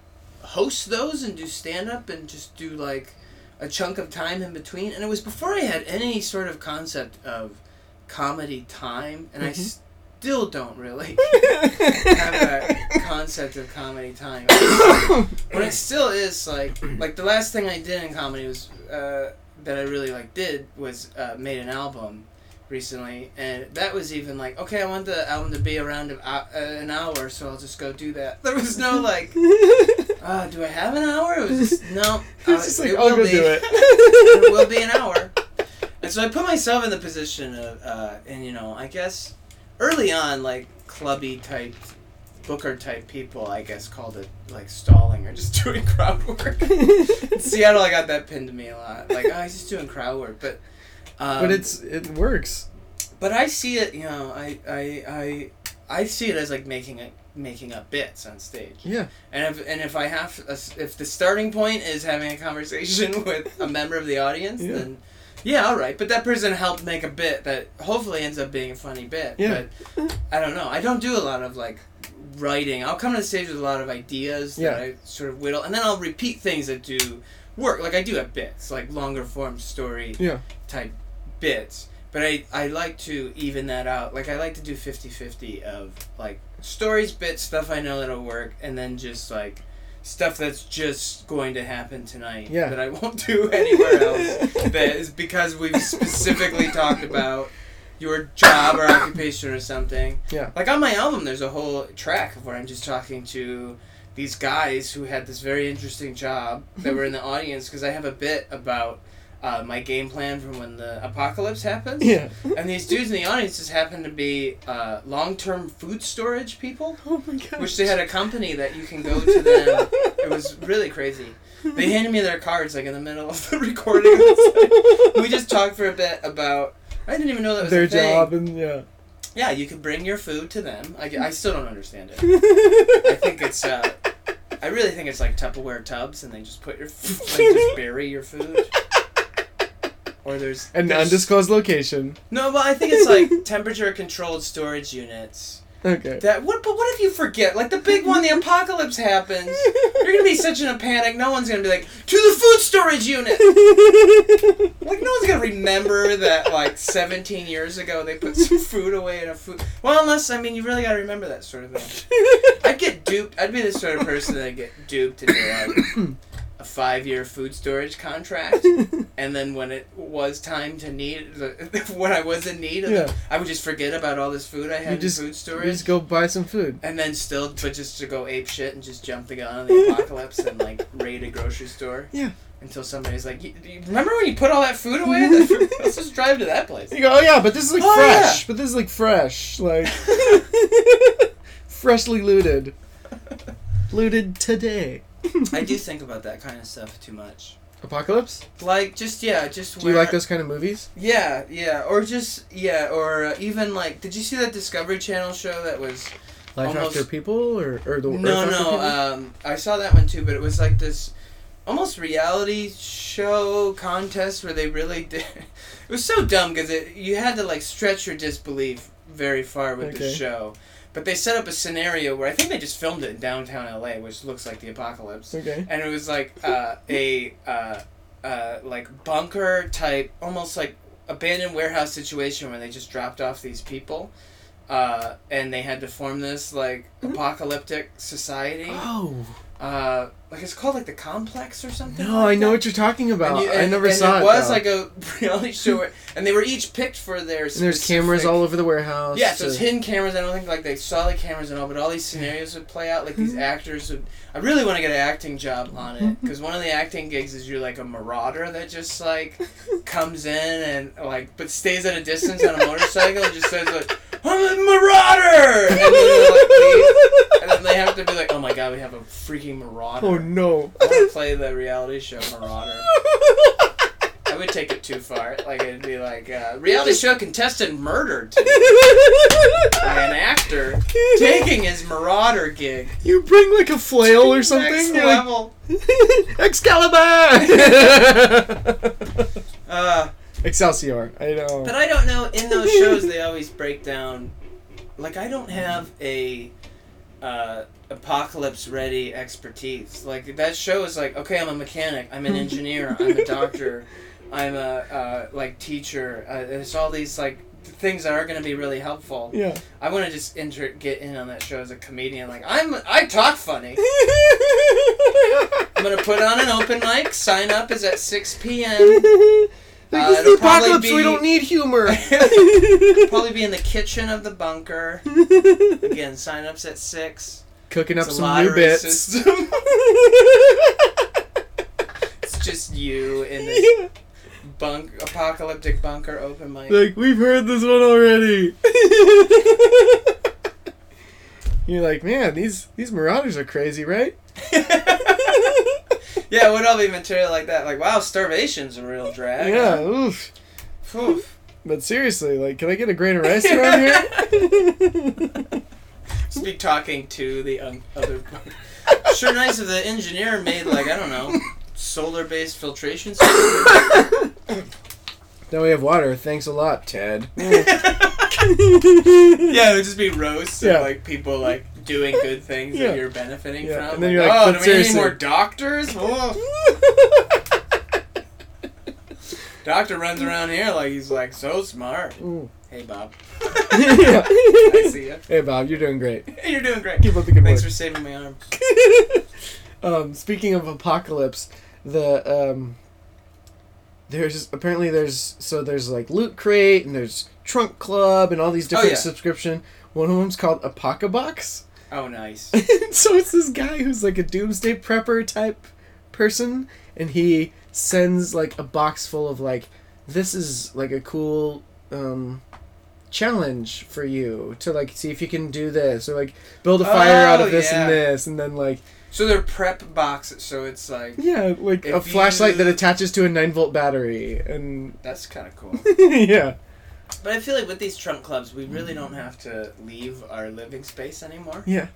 Speaker 3: host those and do stand up and just do like a chunk of time in between. And it was before I had any sort of concept of comedy time, and I
Speaker 1: Mhm.
Speaker 3: still don't really have a concept of comedy time. but it still is like like the last thing I did in comedy was uh, that I really like did was uh, made an album recently, and that was even like okay, I want the album to be around an hou- uh, an hour, so I'll just go do that. There was no like. Uh, do I have an hour? It was just, no.
Speaker 1: It's
Speaker 3: uh,
Speaker 1: just like,
Speaker 3: it
Speaker 1: I'll
Speaker 3: will
Speaker 1: go
Speaker 3: be.
Speaker 1: do it.
Speaker 3: it will be an hour. And so I put myself in the position of, uh, and you know, I guess early on, like clubby type, booker type people, I guess called it like stalling or just doing crowd work. In Seattle, I got that pinned to me a lot. Like, oh, he's just doing crowd work, but. Um,
Speaker 1: but it's it works.
Speaker 3: but I see it, you know, I, I, I, I see it as like making a, making up bits on stage.
Speaker 1: Yeah.
Speaker 3: And if and if I have a s if the starting point is having a conversation with a member of the audience,
Speaker 1: Yeah.
Speaker 3: then yeah, all right. But that person helped make a bit that hopefully ends up being a funny bit.
Speaker 1: Yeah.
Speaker 3: But I don't know. I don't do a lot of like writing. I'll come to the stage with a lot of ideas that
Speaker 1: Yeah.
Speaker 3: I sort of whittle, and then I'll repeat things that do work. Like I do have bits, like longer form story
Speaker 1: Yeah.
Speaker 3: type bits. But I, I like to even that out. Like, I like to do 50 50 of, like, stories, bits, stuff I know that'll work, and then just, like, stuff that's just going to happen tonight
Speaker 1: Yeah.
Speaker 3: that I won't do anywhere else. that is because we've specifically talked about your job or occupation or something.
Speaker 1: Yeah.
Speaker 3: Like, on my album, there's a whole track where I'm just talking to these guys who had this very interesting job that were in the audience because I have a bit about uh, my game plan from when the apocalypse happens.
Speaker 1: Yeah.
Speaker 3: And these dudes in the audience just happen to be uh, long term food storage people,
Speaker 1: Oh my god.
Speaker 3: which they had a company that you can go to them. It was really crazy. They handed me their cards like in the middle of the recording. we just talked for a bit about. I didn't even know that was
Speaker 1: their
Speaker 3: a thing.
Speaker 1: job and yeah.
Speaker 3: Yeah, you could bring your food to them. I, I still don't understand it. I think it's. Uh, I really think it's like Tupperware tubs, and they just put your, f- like just bury your food. Or there's
Speaker 1: An
Speaker 3: there's-
Speaker 1: undisclosed location.
Speaker 3: No, but I think it's like temperature controlled storage units.
Speaker 1: Okay.
Speaker 3: That what? But what if you forget? Like the big one, the apocalypse happens. You're gonna be such in a panic. No one's gonna be like to the food storage unit. Like no one's gonna remember that like 17 years ago they put some food away in a food. Well, unless I mean you really gotta remember that sort of thing. I'd get duped. I'd be the sort of person that get duped into like a five-year food storage contract, and then when it was time to need, when I was in need of,
Speaker 1: Yeah.
Speaker 3: it, I would just forget about all this food I had
Speaker 1: You just-
Speaker 3: in food
Speaker 1: You
Speaker 3: storage.
Speaker 1: just go buy some food.
Speaker 3: And then still, but just to go ape shit and just jump the gun on the apocalypse and like raid a grocery store.
Speaker 1: Yeah.
Speaker 3: Until somebody's like, "You- you remember when you put all that food away? Let's just drive to that place.
Speaker 1: You go, oh yeah, but this is like
Speaker 3: Oh,
Speaker 1: fresh.
Speaker 3: yeah.
Speaker 1: But this is like fresh, like freshly looted, looted today.
Speaker 3: I do think about that kind of stuff too much.
Speaker 1: Apocalypse?
Speaker 3: Like, just yeah, just.
Speaker 1: Do you
Speaker 3: where-
Speaker 1: like those kind of movies?
Speaker 3: Yeah, yeah, or just yeah, or uh, even like, did you see that Discovery Channel show that was?
Speaker 1: Life
Speaker 3: Almost-
Speaker 1: After People or or the Earth
Speaker 3: No,
Speaker 1: After
Speaker 3: no,
Speaker 1: People?
Speaker 3: um, I saw that one too, but it was like this almost reality show contest where they really did. It was so dumb because it you had to like stretch your disbelief very far with the
Speaker 1: Okay.
Speaker 3: show. But they set up a scenario where I think they just filmed it in downtown LA, which looks like the apocalypse
Speaker 1: okay.
Speaker 3: and it was like uh, a uh, uh, like bunker type, almost like abandoned warehouse situation where they just dropped off these people, uh, and they had to form this like
Speaker 1: Mm-hmm.
Speaker 3: apocalyptic society.
Speaker 1: Oh
Speaker 3: Uh, like it's called like the complex or something.
Speaker 1: no,
Speaker 3: like
Speaker 1: I know
Speaker 3: that.
Speaker 1: what you're talking about.
Speaker 3: And you-
Speaker 1: I
Speaker 3: and-
Speaker 1: never
Speaker 3: and
Speaker 1: saw it.
Speaker 3: It was
Speaker 1: though.
Speaker 3: like a reality show, where, and they were each picked for their.
Speaker 1: and there's cameras
Speaker 3: specific-
Speaker 1: all over the warehouse.
Speaker 3: yeah, so it's
Speaker 1: uh,
Speaker 3: hidden cameras. I don't think like they saw the cameras and all, but all these scenarios would play out. Like
Speaker 1: Mm-hmm.
Speaker 3: these actors would. I really want to get an acting job on it because one of the acting gigs is you're like a marauder that just like comes in and like but stays at a distance on a motorcycle and just says like I'm a marauder. And then, they're like, "Wait." And then they have to be like, oh my god, we have a freaking marauder.
Speaker 1: oh no.
Speaker 3: I want to play the reality show marauder. I would take it too far. Like it'd be like uh, reality show contestant murdered by an actor taking his marauder gig.
Speaker 1: You bring like a flail or something.
Speaker 3: Next
Speaker 1: you're like,
Speaker 3: level.
Speaker 1: Excalibur!
Speaker 3: Uh,
Speaker 1: Excelsior. I know.
Speaker 3: but uh, I don't know. In those shows, they always break down. Like I don't have a uh, apocalypse ready expertise. Like that show is like, okay, I'm a mechanic. I'm an engineer. I'm a doctor. I'm a uh, like teacher. Uh, it's all these like things that are going to be really helpful.
Speaker 1: yeah.
Speaker 3: I want to just enter get in on that show as a comedian. Like I'm, I talk funny. I'm gonna put on an open mic. Sign up is at 6 p.m.
Speaker 1: Like,
Speaker 3: Uh,
Speaker 1: this is the
Speaker 3: it'll probably
Speaker 1: apocalypse. We
Speaker 3: be-
Speaker 1: don't need humor.
Speaker 3: Probably be in the kitchen of the bunker. Again, sign ups at six.
Speaker 1: Cooking up
Speaker 3: It's a
Speaker 1: some new
Speaker 3: lottery
Speaker 1: bits.
Speaker 3: system. it's just you in this
Speaker 1: Yeah.
Speaker 3: bunk apocalyptic bunker open mic.
Speaker 1: Like we've heard this one already. You're like, man, these these marauders are crazy, right?
Speaker 3: yeah, it would all be material like that. Like, wow, starvation's a real drag.
Speaker 1: yeah. Oof.
Speaker 3: Phew.
Speaker 1: But seriously, like, can I get a grain of rice around here?
Speaker 3: Just be talking to the un- other. sure, nice if the engineer made like I don't know, solar-based filtration. System.
Speaker 1: now we have water. Thanks a lot, Ted.
Speaker 3: Yeah, it would just be roasts
Speaker 1: Yeah.
Speaker 3: and like people like doing good things
Speaker 1: Yeah.
Speaker 3: that you're benefiting
Speaker 1: Yeah,
Speaker 3: from.
Speaker 1: and then you're like,
Speaker 3: oh,
Speaker 1: but
Speaker 3: do we need any
Speaker 1: seriously-
Speaker 3: more doctors? Oh. Doctor runs around here like he's like so smart.
Speaker 1: Ooh.
Speaker 3: Hey Bob,
Speaker 1: Yeah.
Speaker 3: I see you.
Speaker 1: Hey, Bob, you're doing great.
Speaker 3: You're doing great.
Speaker 1: Keep up the good work.
Speaker 3: Thanks for saving my arm.
Speaker 1: um, speaking of apocalypse, the um, there's apparently there's so there's like loot crate and there's trunk club and all these different
Speaker 3: Oh, yeah.
Speaker 1: subscription. One of them's called Apocabox.
Speaker 3: Oh, nice.
Speaker 1: so it's this guy who's like a doomsday prepper type person, and he sends like a box full of like this is like a cool um challenge for you to like see if you can do this or like build a fire out
Speaker 3: Oh,
Speaker 1: of this
Speaker 3: yeah.
Speaker 1: and this and then like
Speaker 3: So they're prep boxes. So it's like
Speaker 1: yeah, like a
Speaker 3: If
Speaker 1: flashlight that
Speaker 3: you-
Speaker 1: attaches to a nine volt battery, and
Speaker 3: that's kind of cool.
Speaker 1: yeah,
Speaker 3: But I feel like with these Trump clubs, we really don't have to leave our living space anymore.
Speaker 1: yeah.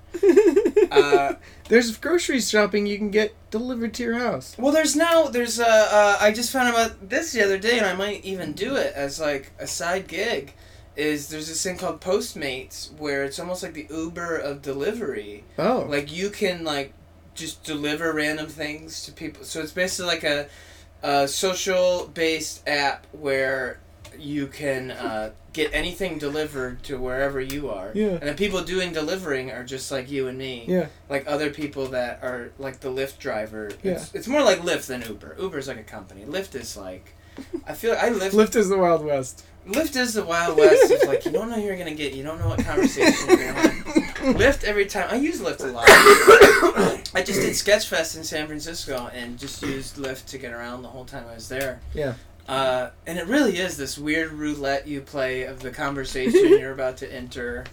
Speaker 3: Uh,
Speaker 1: There's grocery shopping you can get delivered to your house.
Speaker 3: well, there's now there's uh, uh, I just found out about this the other day, and I might even do it as like a side gig. Is there's this thing called Postmates where it's almost like the Uber of delivery.
Speaker 1: Oh,
Speaker 3: Like you can like just deliver random things to people. So it's basically like a, a social based app where you can uh, get anything delivered to wherever you are.
Speaker 1: Yeah.
Speaker 3: And the people doing delivering are just like you and me.
Speaker 1: Yeah.
Speaker 3: Like other people that are like the Lyft driver.
Speaker 1: Yeah.
Speaker 3: It's, it's more like Lyft than Uber. Uber's like a company. Lyft is like, I feel I Lyft.
Speaker 1: Lyft is the Wild West.
Speaker 3: Lyft is the Wild West. It's like you don't know who you're gonna get. You don't know what conversation you're gonna have. Lyft every time. I use Lyft a lot. I just did Sketchfest in San Francisco and just used Lyft to get around the whole time I was there.
Speaker 1: Yeah.
Speaker 3: Uh, and it really is this weird roulette you play of the conversation you're about to enter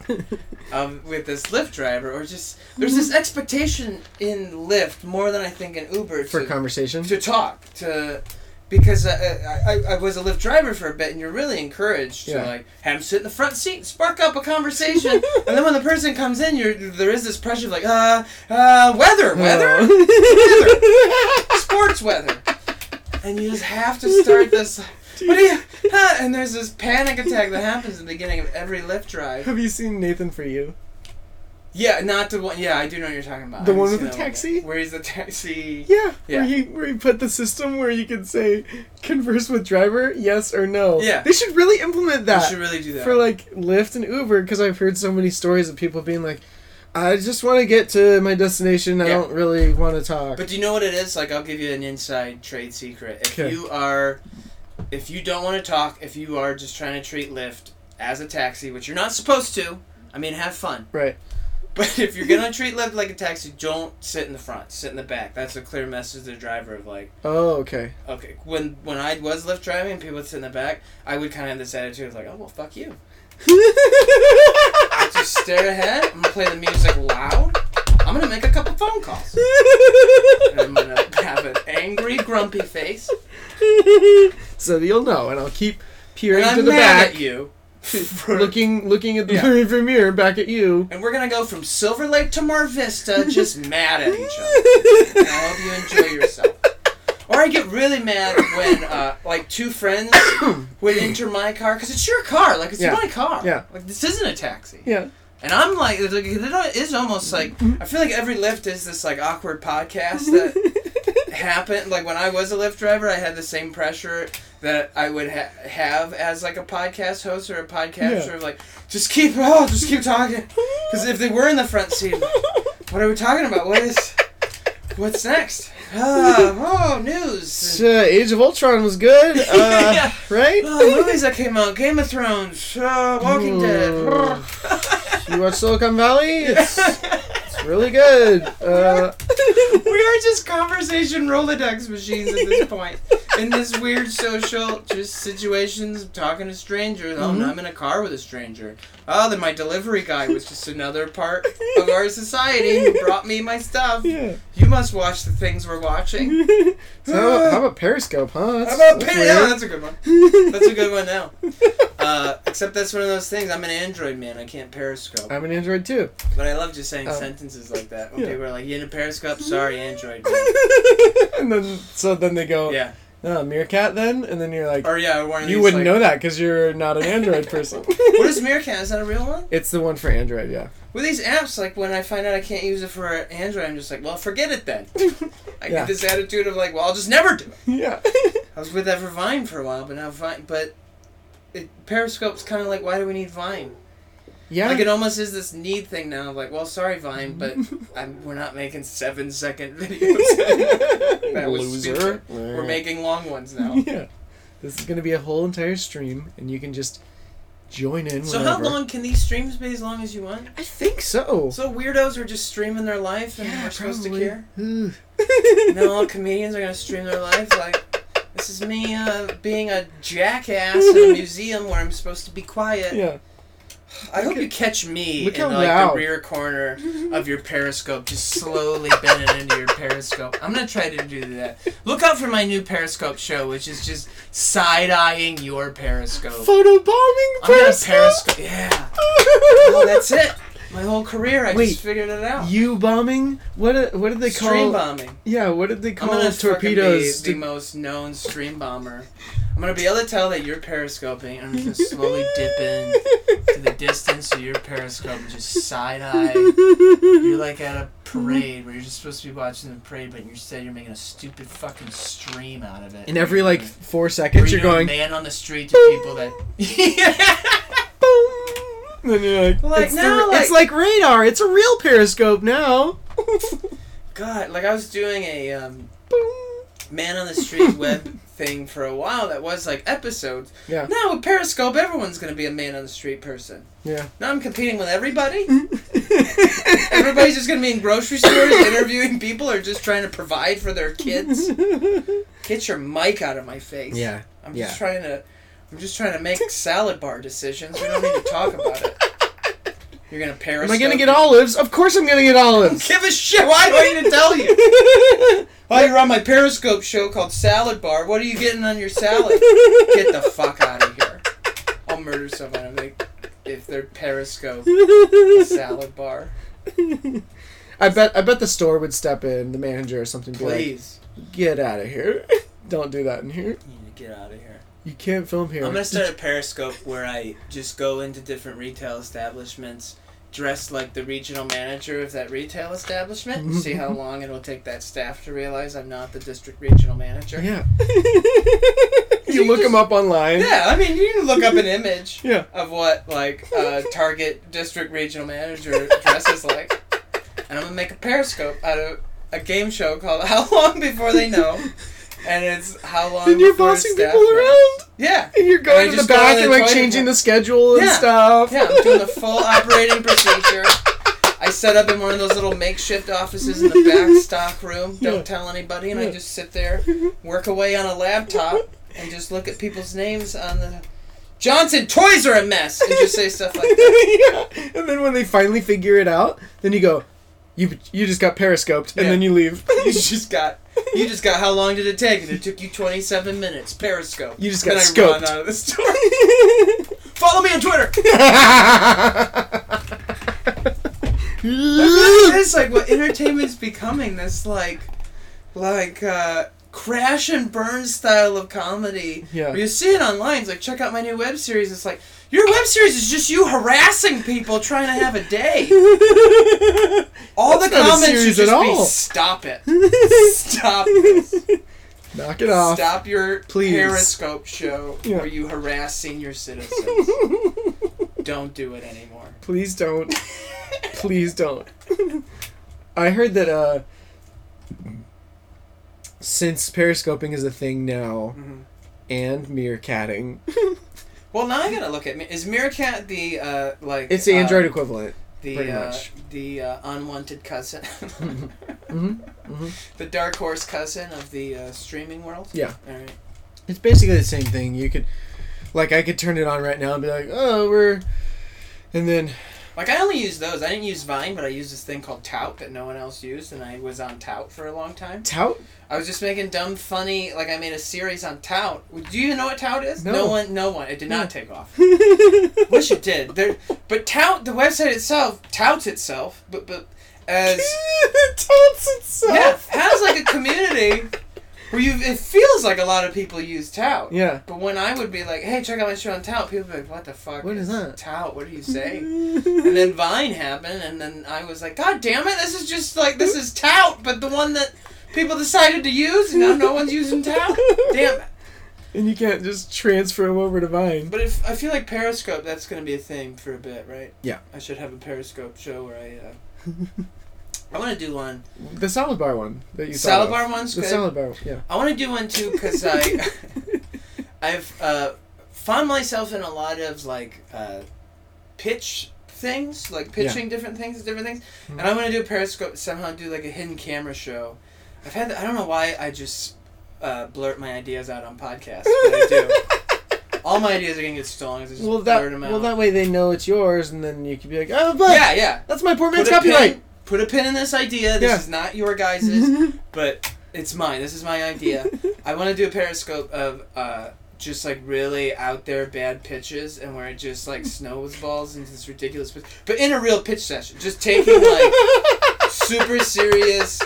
Speaker 3: um, with this Lyft driver, or just there's this expectation in Lyft more than I think in Uber
Speaker 1: For
Speaker 3: to
Speaker 1: conversation.
Speaker 3: to talk to because I, I, I- I was a Lyft driver for a bit and you're really encouraged
Speaker 1: Yeah.
Speaker 3: to like have them sit in the front seat spark up a conversation and then when the person comes in you're there is this pressure of like uh uh
Speaker 1: Oh.
Speaker 3: weather weather sports weather and you just have to start this what do you huh? and there's this panic attack that happens at the beginning of every Lyft drive
Speaker 1: Have you seen Nathan for You?
Speaker 3: yeah not the one yeah I do know what you're talking about
Speaker 1: The
Speaker 3: I haven't
Speaker 1: one with
Speaker 3: seen
Speaker 1: the
Speaker 3: that one yet.
Speaker 1: taxi?
Speaker 3: where he's the taxi
Speaker 1: Yeah. Where
Speaker 3: Yeah.
Speaker 1: he where he put the system where you can say converse with driver, yes or no.
Speaker 3: Yeah.
Speaker 1: They should really implement
Speaker 3: you
Speaker 1: that.
Speaker 3: should really do that
Speaker 1: for like Lyft and Uber because I've heard so many stories of people being like, I just want to get to my destination. I
Speaker 3: Yeah.
Speaker 1: don't really want to talk.
Speaker 3: But do you know what it is? Like, I'll give you an inside trade secret. If
Speaker 1: Okay.
Speaker 3: you are, if you don't want to talk, if you are just trying to treat Lyft as a taxi, which you're not supposed to, I mean, have fun.
Speaker 1: right.
Speaker 3: But if you're gonna treat Lyft like a taxi, don't sit in the front, sit in the back. That's a clear message to the driver of like,
Speaker 1: Oh, okay.
Speaker 3: okay, when when I was Lyft driving, and people would sit in the back. I would kind of have this attitude of like, oh well, fuck you. I just stare ahead. I'm gonna play the music loud. I'm gonna make a couple phone calls. And I'm gonna have an angry, grumpy face.
Speaker 1: so you'll know, and I'll keep peering
Speaker 3: and
Speaker 1: to
Speaker 3: I'm
Speaker 1: the
Speaker 3: mad
Speaker 1: back,
Speaker 3: at you. for-
Speaker 1: looking looking at the
Speaker 3: Yeah.
Speaker 1: rearview mirror back at you.
Speaker 3: and we're gonna go from Silver Lake to Mar Vista, just mad at each other. And I hope you enjoy yourself. Or I get really mad when, uh, like, two friends would enter my car because it's your car. Like, it's
Speaker 1: Yeah.
Speaker 3: my car.
Speaker 1: Yeah.
Speaker 3: Like, this isn't a taxy.
Speaker 1: yeah.
Speaker 3: And I'm like, it it is almost like I feel like every Lyft is this like awkward podcast that happened. Like when I was a Lyft driver, I had the same pressure that I would ha- have as like a podcast host or a podcaster.
Speaker 1: Yeah.
Speaker 3: Of like, just keep oh, just keep talking. Because if they were in the front seat, what are we talking about? What is what's next? Ah, oh, news.
Speaker 1: So, uh, Age of Ultron was good, uh,
Speaker 3: Yeah.
Speaker 1: right?
Speaker 3: Oh, movies that came out, Game of Thrones, uh, Walking Dead.
Speaker 1: you watch Silicon Valley? It's, it's really good. Uh,
Speaker 3: we are just conversation Rolodex machines at this point. In this weird social just situations of talking to strangers. Oh, no, I'm in a car with a stranger. Oh, then my delivery guy was just another part of our society who brought me my stuff.
Speaker 1: yeah.
Speaker 3: You must watch the things we're watching.
Speaker 1: So how about, how about Periscope, huh? That's,
Speaker 3: How about
Speaker 1: that's
Speaker 3: Pan-
Speaker 1: weird.
Speaker 3: Yeah, that's a good one. That's a good one now. Uh, except that's one of those things. I'm an Android man. I can't Periscope.
Speaker 1: I'm an Android too.
Speaker 3: But I love just saying
Speaker 1: Um,
Speaker 3: sentences like that. When
Speaker 1: yeah.
Speaker 3: people are like, "You in a Periscope? Sorry, Android." Man.
Speaker 1: and then so then they go,
Speaker 3: Yeah.
Speaker 1: "Oh, Meerkat then, and then you're like,
Speaker 3: Or yeah, one of
Speaker 1: you
Speaker 3: these,
Speaker 1: wouldn't
Speaker 3: like,
Speaker 1: know that because you're not an Android person.
Speaker 3: what is Meerkat? Is that a real one?
Speaker 1: it's the one for Android, yeah.
Speaker 3: With these apps, like when I find out I can't use it for Android, I'm just like, well, forget it then. I
Speaker 1: Yeah.
Speaker 3: get this attitude of like, well, I'll just never do it.
Speaker 1: Yeah.
Speaker 3: I was with that for Vine for a while, but now Vine, but it, Periscope's kind of like, why do we need Vine?
Speaker 1: yeah.
Speaker 3: Like it almost is this need thing now. Like, well, sorry Vine, but I'm, we're not making seven second videos. that was
Speaker 1: Loser.
Speaker 3: stupid. we're making long ones now.
Speaker 1: Yeah. This is gonna be a whole entire stream, and you can just join in.
Speaker 3: So how
Speaker 1: whenever.
Speaker 3: long can these streams be? As long as you want.
Speaker 1: I think so.
Speaker 3: So weirdos are just streaming their life, and
Speaker 1: yeah,
Speaker 3: we're supposed
Speaker 1: probably.
Speaker 3: to care.
Speaker 1: Ooh.
Speaker 3: now all comedians are gonna stream their life like this is me uh, being a jackass in a museum where I'm supposed to be quiet.
Speaker 1: yeah.
Speaker 3: I hope you catch me
Speaker 1: Look
Speaker 3: in
Speaker 1: how
Speaker 3: like
Speaker 1: loud.
Speaker 3: the rear corner of your periscope, just slowly bending into your periscope. I'm gonna try to do that. Look out for my new periscope show, which is just side eyeing your periscope.
Speaker 1: Photo bombing
Speaker 3: I'm gonna
Speaker 1: Periscope.
Speaker 3: periscope. Yeah. Well, that's it. My whole career, I
Speaker 1: Wait.
Speaker 3: just figured it out.
Speaker 1: U bombing? What a- what did they call?
Speaker 3: stream bombing.
Speaker 1: Yeah, what did they
Speaker 3: I'm
Speaker 1: call
Speaker 3: gonna
Speaker 1: torpedoes?
Speaker 3: torpedoes be the most known stream bomber. I'm gonna be able to tell that you're periscoping. and I'm just gonna slowly dip in to the distance of your periscope and just side eye.
Speaker 1: Mm-hmm.
Speaker 3: You're like at a parade where you're just supposed to be watching the parade, but instead you're making a stupid fucking stream out of it.
Speaker 1: And every like four
Speaker 3: Where
Speaker 1: seconds, you're
Speaker 3: doing
Speaker 1: going.
Speaker 3: man on the street to people that.
Speaker 1: Boom. And you're like,
Speaker 3: Like,
Speaker 1: it's, the-
Speaker 3: no,
Speaker 1: it's like radar. It's a real periscope now.
Speaker 3: God, like I was doing a um,
Speaker 1: Boom.
Speaker 3: man on the street web thing for a while that was like episodes.
Speaker 1: Yeah.
Speaker 3: Now with Periscope, everyone's gonna be a man on the street person.
Speaker 1: Yeah.
Speaker 3: Now I'm competing with everybody. Everybody's just gonna be in grocery stores interviewing people or just trying to provide for their kids. Get your mic out of my face.
Speaker 1: yeah.
Speaker 3: I'm
Speaker 1: yeah.
Speaker 3: just trying to. I'm just trying to make salad bar decisions. We don't need to talk about it. You're gonna
Speaker 1: Am
Speaker 3: Periscope.
Speaker 1: I gonna get olives? Of course I'm gonna get olives.
Speaker 3: Give a shit. Why do I need to tell you? While you're on my Periscope show called Salad Bar, what are you getting on your salad? Get the fuck out of here. I'll murder someone if they, if they're Periscope Salad Bar.
Speaker 1: I bet I bet the store would step in, the manager or something. be like,
Speaker 3: Please.
Speaker 1: get out of here. Don't do that in here.
Speaker 3: You need to get out of here.
Speaker 1: You can't film here.
Speaker 3: I'm going to start a Periscope where I just go into different retail establishments dressed like the regional manager of that retail establishment and see how long it'll take that staff to realize I'm not the district regional manager.
Speaker 1: Yeah. you
Speaker 3: You
Speaker 1: look
Speaker 3: just-
Speaker 1: them up online.
Speaker 3: Yeah, I mean, you can look up an image
Speaker 1: Yeah.
Speaker 3: of what, like, uh, Target district regional manager dresses like. And I'm going to make a Periscope out of a game show called How Long Before They Know. And it's how long
Speaker 1: And you're
Speaker 3: before
Speaker 1: bossing
Speaker 3: staff
Speaker 1: people
Speaker 3: knows.
Speaker 1: around.
Speaker 3: Yeah.
Speaker 1: And you're
Speaker 3: I
Speaker 1: going to the
Speaker 3: just go to
Speaker 1: back
Speaker 3: the
Speaker 1: and like
Speaker 3: toilet
Speaker 1: changing
Speaker 3: and-
Speaker 1: the schedule and
Speaker 3: Yeah.
Speaker 1: stuff.
Speaker 3: Yeah, I'm doing the full operating procedure. I set up in one of those little makeshift offices in the back stock room. Don't
Speaker 1: Yeah.
Speaker 3: tell anybody, and
Speaker 1: Yeah.
Speaker 3: I just sit there, work away on a laptop, and just look at people's names on the Johnson toys are a mess, and just say stuff like that.
Speaker 1: yeah. And then when they finally figure it out, then you go, you you just got periscoped, and
Speaker 3: Yeah.
Speaker 1: then you leave.
Speaker 3: You just got. You just got how long did it take? And it took you 27 minutes. Periscope.
Speaker 1: You just
Speaker 3: Then
Speaker 1: got
Speaker 3: I
Speaker 1: scoped.
Speaker 3: run out of the store. Follow me on Twitter. It's like what entertainment's becoming this like like uh crash and burn style of comedy
Speaker 1: Yeah.
Speaker 3: Where you see it online it's like check out my new web series it's like your web series is just you harassing people trying to have a day all
Speaker 1: That's
Speaker 3: the
Speaker 1: not a
Speaker 3: comments should
Speaker 1: series
Speaker 3: just
Speaker 1: at
Speaker 3: be
Speaker 1: all.
Speaker 3: stop it stop this
Speaker 1: Knock it off.
Speaker 3: stop your
Speaker 1: Please.
Speaker 3: periscope show
Speaker 1: Yeah.
Speaker 3: where you harass senior citizens don't do it anymore
Speaker 1: Please don't. Please don't. I heard that uh since periscoping is a thing now
Speaker 3: Mhm.
Speaker 1: and meerkatting,
Speaker 3: well now i'm gonna look at me is meerkat the uh like
Speaker 1: it's the
Speaker 3: uh,
Speaker 1: Android equivalent.
Speaker 3: the
Speaker 1: Pretty
Speaker 3: uh,
Speaker 1: much.
Speaker 3: the uh, unwanted cousin,
Speaker 1: Mhm. Mhm.
Speaker 3: the dark horse cousin of the uh, streaming world.
Speaker 1: Yeah.
Speaker 3: All right.
Speaker 1: It's basically the same thing. You could like I could turn it on right now and be like, "Oh, we're and then
Speaker 3: Like I only use those. I didn't use Vine, but I used this thing called Tout that no one else used, and I was on Tout for a long time.
Speaker 1: tout
Speaker 3: I was just making dumb, funny. Like I made a series on Tout. Do you know what Tout is?
Speaker 1: No.
Speaker 3: one. No one. It did not take off. Wish it did. There, but Tout, the website itself, touts itself, but but as
Speaker 1: touts
Speaker 3: yeah,
Speaker 1: itself.
Speaker 3: has like a community where you. It feels like a lot of people use Tout.
Speaker 1: Yeah.
Speaker 3: But when I would be like, "Hey, check out my show on Tout," people would be like, "What the fuck?
Speaker 1: What is that?"
Speaker 3: Tout? What are you saying?" and then Vine happened, and then I was like, "God damn it! This is just like this is Tout, but the one that people decided to use, and now no one's using Tout. Damn it!"
Speaker 1: And you can't just transfer them over to Vine.
Speaker 3: But if I feel like Periscope, that's gonna be a thing for a bit, right?
Speaker 1: Yeah.
Speaker 3: I should have a Periscope show where I. Uh, I want to do one.
Speaker 1: The salad bar one that you thought
Speaker 3: Salad
Speaker 1: of.
Speaker 3: bar one's
Speaker 1: The
Speaker 3: good.
Speaker 1: salad bar, yeah.
Speaker 3: I want to do one too because I, I've uh, found myself in a lot of like uh, pitch things, like pitching different things, different things,
Speaker 1: Hmm.
Speaker 3: and I want to do a Periscope somehow do like a hidden camera show. I've had I don't know why I just uh, blurt my ideas out on podcasts, but I do. All my ideas are gonna get stolen. 'cause I just
Speaker 1: Well, that
Speaker 3: blurt 'em out.
Speaker 1: well that way they know it's yours, and then you can be like, oh, but
Speaker 3: yeah, yeah.
Speaker 1: that's my poor man's
Speaker 3: Put a pin-
Speaker 1: copyright.
Speaker 3: Put a pin in this idea. This
Speaker 1: Yeah. Mm-hmm.
Speaker 3: is not your guys's, but it's mine. This is my idea. I want to do a periscope of uh, just like really out there bad pitches and where it just like snows balls into this ridiculous pitch. But in a real pitch session, just taking like super serious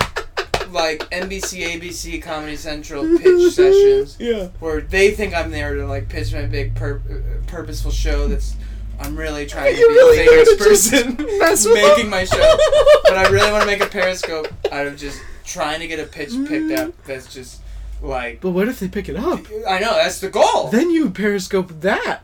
Speaker 3: like NBC, ABC, Comedy Central pitch sessions
Speaker 1: Yeah.
Speaker 3: where they think I'm there to like pitch my big pur- uh, purposeful show that's I'm really trying to
Speaker 1: You
Speaker 3: be
Speaker 1: really
Speaker 3: the
Speaker 1: there
Speaker 3: biggest
Speaker 1: to just
Speaker 3: person
Speaker 1: mess with
Speaker 3: making
Speaker 1: them?
Speaker 3: my show. But I really want to make a periscope out of just trying to get a pitch picked up that's just like
Speaker 1: But what if they pick it up?
Speaker 3: I know that's the goal.
Speaker 1: Then you periscope that.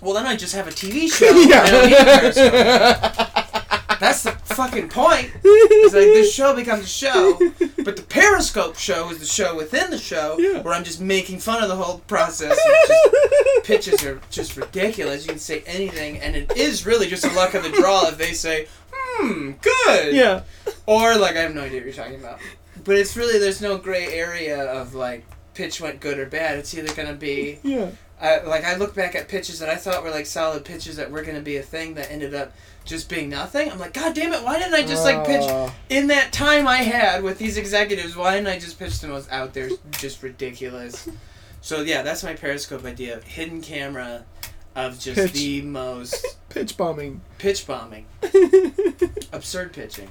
Speaker 3: Well, then I just have a TV show. yeah. And I don't need a periscope. That's the fucking point. It's like this show becomes a show, but the Periscope show is the show within the show
Speaker 1: Yeah.
Speaker 3: where I'm just making fun of the whole process. and just- pitches are just ridiculous. You can say anything, and it is really just a luck of the draw if they say, hmm, good.
Speaker 1: yeah.
Speaker 3: Or, like, I have no idea what you're talking about. But it's really, there's no gray area of, like, pitch went good or bad. It's either going to be.
Speaker 1: Yeah.
Speaker 3: I, like I look back at pitches that I thought were like solid pitches that were going to be a thing that ended up just being nothing. I'm like, God damn it! Why didn't I just like pitch
Speaker 1: Uh,
Speaker 3: in that time I had with these executives? Why didn't I just pitch the most out there, just ridiculous? So yeah, that's my Periscope idea: hidden camera of just
Speaker 1: Pitch.
Speaker 3: the most
Speaker 1: pitch bombing.
Speaker 3: pitch bombing, absurd pitching,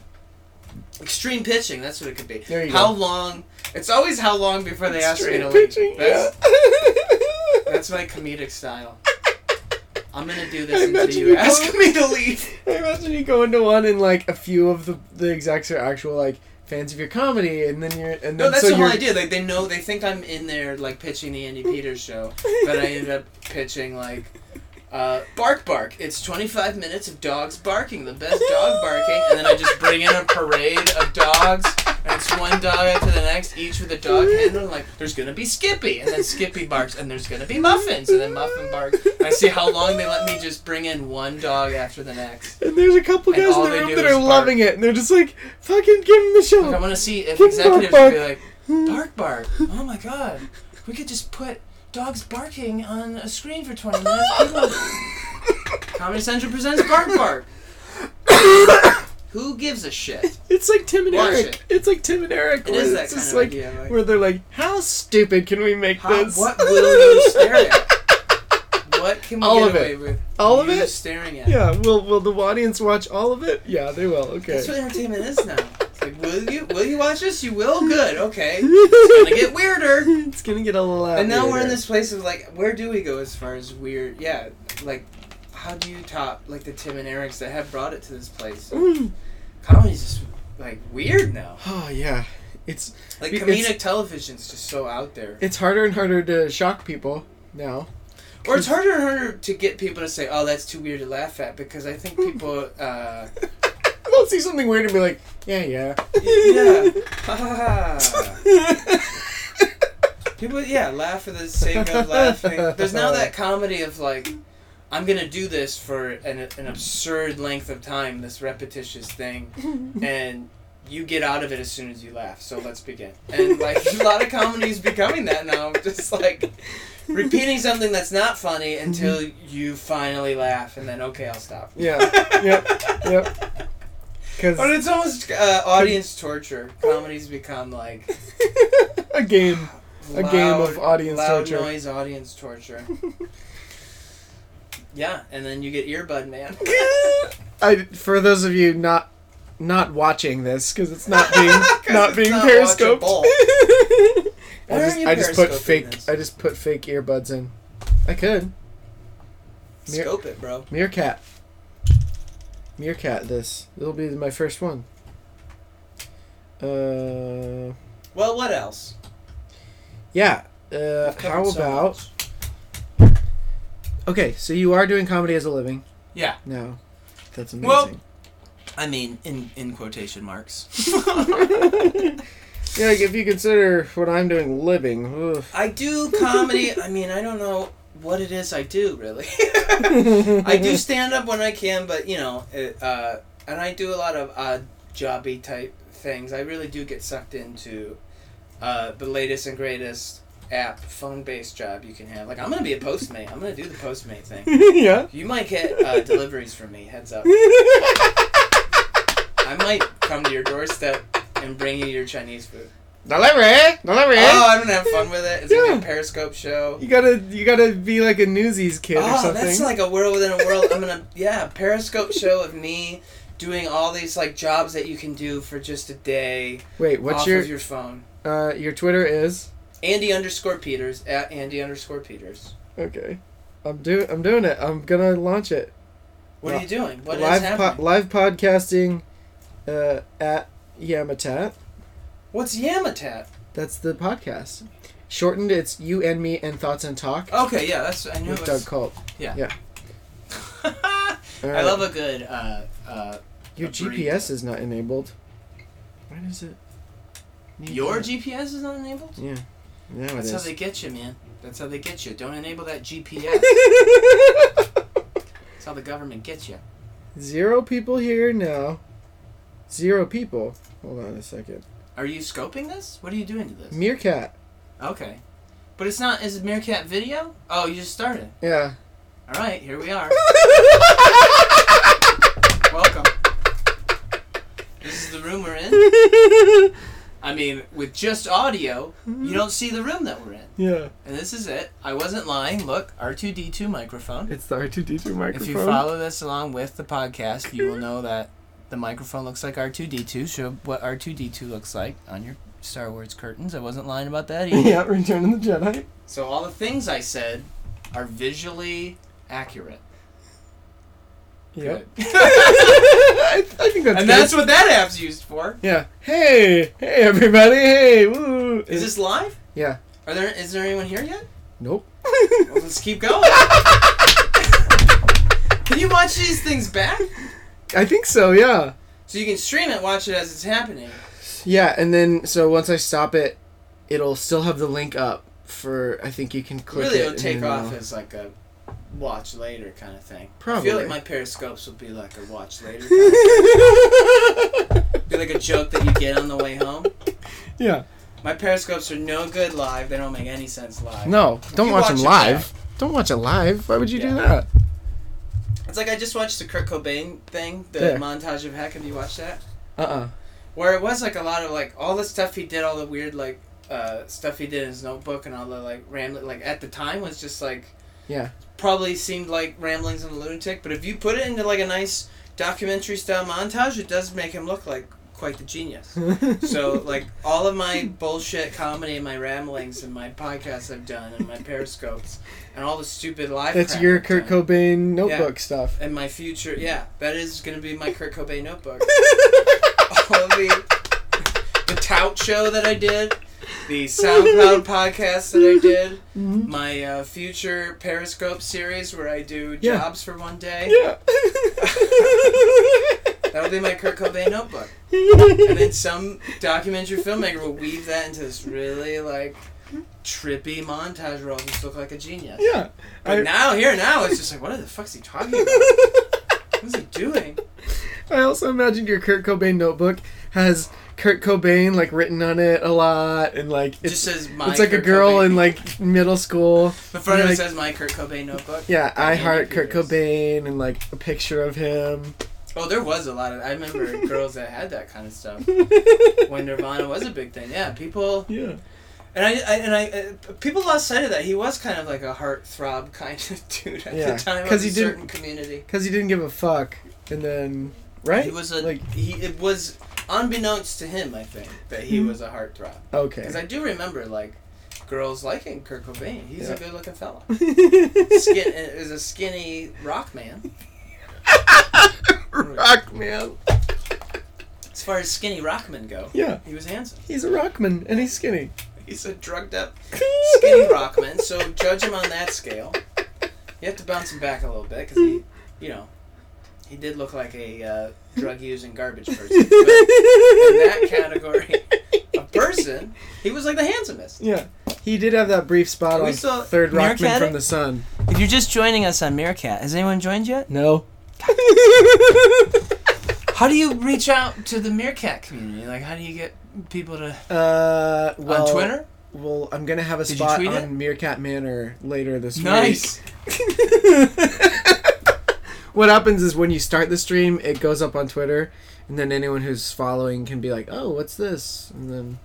Speaker 3: extreme pitching. That's what it could be.
Speaker 1: There you
Speaker 3: how
Speaker 1: go.
Speaker 3: long? It's always how long before they ask me to
Speaker 1: Straight
Speaker 3: leave.
Speaker 1: pitching.
Speaker 3: That's-
Speaker 1: yeah.
Speaker 3: that's my comedic style. I'm gonna do
Speaker 1: I
Speaker 3: this until
Speaker 1: imagine
Speaker 3: you
Speaker 1: you
Speaker 3: ask
Speaker 1: go-
Speaker 3: me to leave.
Speaker 1: I imagine you go into one and like a few of the the execs are actual like fans of your comedy, and then you're and then
Speaker 3: No, that's
Speaker 1: so
Speaker 3: the whole
Speaker 1: you're
Speaker 3: idea. Like they know, they think I'm in there like pitching the Andy Peters show, but I ended up pitching like uh, Bark Bark. It's 25 minutes of dogs barking, the best dog barking, and then I just bring in a parade of dogs. And it's one dog after the next, each with a dog handle. and, Like there's gonna be Skippy, and then Skippy barks, and there's gonna be Muffins, and then Muffin barks. And I see how long they let me just bring in one dog after the next.
Speaker 1: And there's a couple
Speaker 3: And
Speaker 1: guys in
Speaker 3: all
Speaker 1: the
Speaker 3: they
Speaker 1: room
Speaker 3: do
Speaker 1: that
Speaker 3: is
Speaker 1: are
Speaker 3: bark.
Speaker 1: loving it, and they're just like, "Fucking give him the show."
Speaker 3: Like, I want to see if
Speaker 1: Give
Speaker 3: executives
Speaker 1: bark,
Speaker 3: would be like, bark, bark. Oh my god, we could just put dogs barking on a screen for 20 minutes. People- Comedy Central presents Bark Bark. Who gives a shit?
Speaker 1: It's like Tim and
Speaker 3: Watch
Speaker 1: Eric.
Speaker 3: it.
Speaker 1: It's like Tim and Eric.
Speaker 3: It
Speaker 1: where
Speaker 3: is that
Speaker 1: it's
Speaker 3: kind
Speaker 1: just
Speaker 3: of
Speaker 1: like
Speaker 3: idea, like-
Speaker 1: where they're like, "How stupid can we make
Speaker 3: How,
Speaker 1: this?"
Speaker 3: what will you stare at? What can we
Speaker 1: All
Speaker 3: get
Speaker 1: of
Speaker 3: away
Speaker 1: it.
Speaker 3: with?
Speaker 1: All of
Speaker 3: you
Speaker 1: it?
Speaker 3: Staring at.
Speaker 1: Yeah. Will Will the audience watch all of it? Yeah, they will. Okay.
Speaker 3: That's what entertainment is now. It's like, will you? Will you watch this? You will. Good. Okay. It's gonna get weirder.
Speaker 1: it's gonna get a little. Out
Speaker 3: And now we're in
Speaker 1: later.
Speaker 3: this place of like, where do we go as far as weird? Yeah, like, how do you top like the Tim and Eric's that have brought it to this place?
Speaker 1: Mm.
Speaker 3: Comedy's just like weird now.
Speaker 1: Oh yeah, it's
Speaker 3: Like
Speaker 1: Be-
Speaker 3: comedic
Speaker 1: it's-
Speaker 3: television's just so out there.
Speaker 1: it's harder and harder to shock people now.
Speaker 3: Or it's harder and harder to get people to say, "Oh, that's too weird to laugh at," because I think people, uh,
Speaker 1: They'll see something weird and be like, "Yeah, yeah."
Speaker 3: yeah, Ha, ha, ha. People, yeah, laugh for the sake of laughing. There's now that comedy of like, I'm gonna do this for an, an absurd length of time, this repetitious thing, and you get out of it as soon as you laugh. So let's begin. And like a lot of comedy is becoming that now, just like repeating something that's not funny until you finally laugh, and then okay, I'll stop.
Speaker 1: yeah. Yep. Yep.
Speaker 3: But
Speaker 1: Because
Speaker 3: it's almost uh, audience torture. Comedy's become like
Speaker 1: a game. A game of audience
Speaker 3: loud
Speaker 1: torture.
Speaker 3: noise audience torture. yeah, and then you get earbud man.
Speaker 1: I for those of you not not watching this because it's not being
Speaker 3: 'Cause
Speaker 1: not
Speaker 3: it's
Speaker 1: being
Speaker 3: not
Speaker 1: periscoped.
Speaker 3: watchable.
Speaker 1: I
Speaker 3: Why
Speaker 1: just,
Speaker 3: are you
Speaker 1: I just put
Speaker 3: periscoping
Speaker 1: fake
Speaker 3: this?
Speaker 1: I just put fake earbuds in. I could Mir-
Speaker 3: Scope it, bro.
Speaker 1: meerkat meerkat this. It'll be my first one. Uh
Speaker 3: Well, what else?
Speaker 1: yeah. Uh,
Speaker 3: We've covered
Speaker 1: how
Speaker 3: so
Speaker 1: about
Speaker 3: much.
Speaker 1: okay? So you are doing comedy as a living.
Speaker 3: Yeah.
Speaker 1: No, that's amazing.
Speaker 3: Well- I mean, in in quotation marks.
Speaker 1: yeah, like if you consider what I'm doing living. oof.
Speaker 3: I do comedy. I mean, I don't know what it is I do really. I do stand up when I can, but you know, it, uh, and I do a lot of odd jobby type things. I really do get sucked into uh, the latest and greatest app phone based job you can have. Like I'm gonna be a postmate. I'm gonna do the postmate thing.
Speaker 1: yeah.
Speaker 3: You might get uh, deliveries from me. Heads up. I might come to your doorstep and bring you your Chinese food.
Speaker 1: Delivery, delivery.
Speaker 3: Oh, I'm gonna have fun with it. It's gonna
Speaker 1: Yeah.
Speaker 3: be a Periscope show.
Speaker 1: you gotta, you gotta be like a Newsies kid or
Speaker 3: Oh,
Speaker 1: something.
Speaker 3: that's like a world within a world. I'm gonna yeah, Periscope show of me doing all these like jobs that you can do for just a day
Speaker 1: Wait, what's
Speaker 3: off
Speaker 1: your,
Speaker 3: of your phone.
Speaker 1: uh, your Twitter is?
Speaker 3: Andy underscore Peters at Andy underscore Peters.
Speaker 1: Okay, I'm do, I'm doing it. I'm gonna launch it.
Speaker 3: What
Speaker 1: Well,
Speaker 3: are you doing? What is
Speaker 1: live,
Speaker 3: happening?
Speaker 1: po- live podcasting, uh, at Yamatat.
Speaker 3: What's Yamatat?
Speaker 1: That's the podcast. Shortened, it's you and me and thoughts and talk
Speaker 3: Okay, yeah, that's I knew
Speaker 1: with
Speaker 3: it
Speaker 1: Doug
Speaker 3: was.
Speaker 1: Culp.
Speaker 3: I love a good uh, uh,
Speaker 1: Your
Speaker 3: a
Speaker 1: GPS is not enabled. When is it? Need
Speaker 3: your
Speaker 1: that.
Speaker 3: GPS is not enabled.
Speaker 1: Yeah. Now it
Speaker 3: That's how
Speaker 1: is.
Speaker 3: they get you, man. That's how they get you. Don't enable that GPS. That's how the government gets you.
Speaker 1: Zero people here now. Zero people. Hold on a second.
Speaker 3: Are you scoping this? What are you doing to this?
Speaker 1: Meerkat.
Speaker 3: Okay. But it's not, is it Meerkat video? Oh, you just started.
Speaker 1: Yeah.
Speaker 3: Alright, here we are. Welcome. This is the room we're in. I mean, with just audio, you don't see the room that we're in.
Speaker 1: yeah.
Speaker 3: And this is it. I wasn't lying. Look, R2D2 microphone.
Speaker 1: It's the R2D2
Speaker 3: If
Speaker 1: microphone.
Speaker 3: you follow this along with the podcast, you will know that the microphone looks like R2D2. Show what R2D2 looks like on your Star Wars curtains. I wasn't lying about that either.
Speaker 1: yeah, Return of the Jedi.
Speaker 3: So all the things I said are visually accurate.
Speaker 1: Yep. I, I think that's
Speaker 3: And
Speaker 1: good.
Speaker 3: that's what that app's used for.
Speaker 1: Yeah. Hey, hey everybody. Hey. Woo.
Speaker 3: Is this live?
Speaker 1: Yeah.
Speaker 3: Are there is there anyone here yet?
Speaker 1: Nope.
Speaker 3: Well, let's keep going. can you watch these things back?
Speaker 1: I think so, yeah.
Speaker 3: So you can stream it, watch it as it's happening.
Speaker 1: Yeah, and then so once I stop it, it'll still have the link up for I think you can click
Speaker 3: really,
Speaker 1: it.
Speaker 3: it'll
Speaker 1: and uh,
Speaker 3: take
Speaker 1: then
Speaker 3: off
Speaker 1: it'll-
Speaker 3: as like a watch later kind of thing. I feel
Speaker 1: Probably.
Speaker 3: like my periscopes will be like a watch later. Kind of, be like a joke that you get on the way home.
Speaker 1: yeah.
Speaker 3: My periscopes are no good live. They don't make any sense live.
Speaker 1: No, don't
Speaker 3: you
Speaker 1: watch,
Speaker 3: watch
Speaker 1: them
Speaker 3: it
Speaker 1: live. Don't watch it live. Why would you do
Speaker 3: Yeah.
Speaker 1: that?
Speaker 3: It's like I just watched the Kurt Cobain thing, the
Speaker 1: Yeah.
Speaker 3: montage of Heck. Have you watched that?
Speaker 1: Uh
Speaker 3: Uh-uh.
Speaker 1: uh
Speaker 3: Where it was like a lot of like all the stuff he did, all the weird like uh, stuff he did in his notebook and all the like rambling. Like at the time was just like
Speaker 1: Yeah.
Speaker 3: probably seemed like ramblings of a lunatic. But if you put it into like a nice documentary style montage, it does make him look like quite the genius. so like all of my bullshit comedy and my ramblings and my podcasts I've done and my periscopes and all the stupid live.
Speaker 1: That's
Speaker 3: crap
Speaker 1: your
Speaker 3: I've
Speaker 1: Kurt
Speaker 3: done.
Speaker 1: Cobain notebook stuff.
Speaker 3: And my future, yeah, that is going to be my Kurt Cobain notebook. All the, the tout show that I did, the SoundCloud podcast that I did, my uh, future Periscope series where I do
Speaker 1: Yeah.
Speaker 3: jobs for one day.
Speaker 1: Yeah.
Speaker 3: That'll be my Kurt Cobain notebook. And then some documentary filmmaker will weave that into this really, like, trippy montage where I'll just look like a genius.
Speaker 1: yeah.
Speaker 3: But
Speaker 1: I-
Speaker 3: now, here now, it's just like, what the fuck's he talking about? What's he doing?
Speaker 1: I also imagined your Kurt Cobain notebook has Kurt Cobain like written on it a lot, and like
Speaker 3: It
Speaker 1: it's
Speaker 3: just says my
Speaker 1: it's like
Speaker 3: Kurt
Speaker 1: a girl
Speaker 3: Cobain.
Speaker 1: in like middle school.
Speaker 3: the front of
Speaker 1: like-
Speaker 3: it says my Kurt Cobain notebook.
Speaker 1: Yeah, I
Speaker 3: Andy
Speaker 1: heart Kurt
Speaker 3: Peters.
Speaker 1: Cobain, and like a picture of him.
Speaker 3: Oh, there was a lot of. I remember girls that had that kind of stuff when Nirvana was a big thing. Yeah, people
Speaker 1: yeah.
Speaker 3: and I, I and I uh, people lost sight of that. He was kind of like a heartthrob kind of dude at
Speaker 1: Yeah,
Speaker 3: the time because
Speaker 1: 'cause he
Speaker 3: he
Speaker 1: did-
Speaker 3: certain community.
Speaker 1: Because he didn't give a fuck, and then right?
Speaker 3: He was a
Speaker 1: like
Speaker 3: he. It was unbeknownst to him, I think, that
Speaker 1: Mm-hmm.
Speaker 3: he was a heartthrob. Because
Speaker 1: okay.
Speaker 3: I do remember like girls liking Kurt Cobain. He's
Speaker 1: Yeah.
Speaker 3: a good-looking fella. Skin uh, is a skinny rock man.
Speaker 1: rock man.
Speaker 3: As far as skinny rockmen go,
Speaker 1: Yeah,
Speaker 3: he was handsome.
Speaker 1: he's a rockman, and he's skinny.
Speaker 3: He's a drugged up skinny rockman, so judge him on that scale. You have to bounce him back a little bit because he, you know, he did look like a uh, drug using garbage person. But in that category of person, he was like the handsomest.
Speaker 1: Yeah, he did have that brief spot
Speaker 3: Are we
Speaker 1: on
Speaker 3: still
Speaker 1: third rockman
Speaker 3: meerkatting?
Speaker 1: from the sun.
Speaker 3: If you're just joining us on Meerkat, has anyone joined yet?
Speaker 1: No.
Speaker 3: How do you reach out to the Meerkat community? Like, how do you get people to
Speaker 1: uh, well,
Speaker 3: on Twitter?
Speaker 1: Well, I'm gonna have a
Speaker 3: Did you
Speaker 1: spot
Speaker 3: tweet
Speaker 1: on
Speaker 3: it?
Speaker 1: Meerkat Manor later this
Speaker 3: Nice.
Speaker 1: week. what happens is when you start the stream, it goes up on Twitter, and then anyone who's following can be like, "Oh, what's this?" And then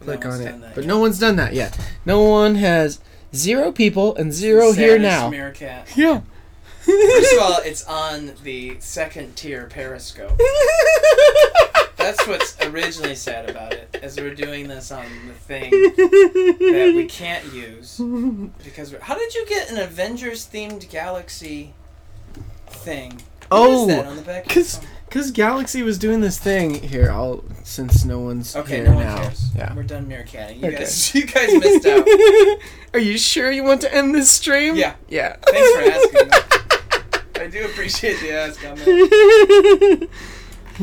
Speaker 1: click
Speaker 3: one's
Speaker 1: on
Speaker 3: done
Speaker 1: it.
Speaker 3: that
Speaker 1: But
Speaker 3: yet.
Speaker 1: no one's done that yet. No one has zero people and zero
Speaker 3: Saddest
Speaker 1: here now.
Speaker 3: smear cat.
Speaker 1: Yeah.
Speaker 3: First of all, it's on the second tier Periscope. That's what's originally sad about it, is we're doing this on the thing that we can't use because we're. How did you get an Avengers themed galaxy thing? What is
Speaker 1: Oh,
Speaker 3: that on the back? of your
Speaker 1: Cause,
Speaker 3: phone?
Speaker 1: cause Galaxy was doing this thing here. All since no one's
Speaker 3: okay,
Speaker 1: here
Speaker 3: no one
Speaker 1: now.
Speaker 3: cares.
Speaker 1: Yeah.
Speaker 3: We're done meerkatting. You
Speaker 1: Okay.
Speaker 3: guys, you guys missed out.
Speaker 1: Are you sure you want to end this stream?
Speaker 3: Yeah.
Speaker 1: Yeah.
Speaker 3: Thanks for asking. I do appreciate the ask, man.
Speaker 1: asking.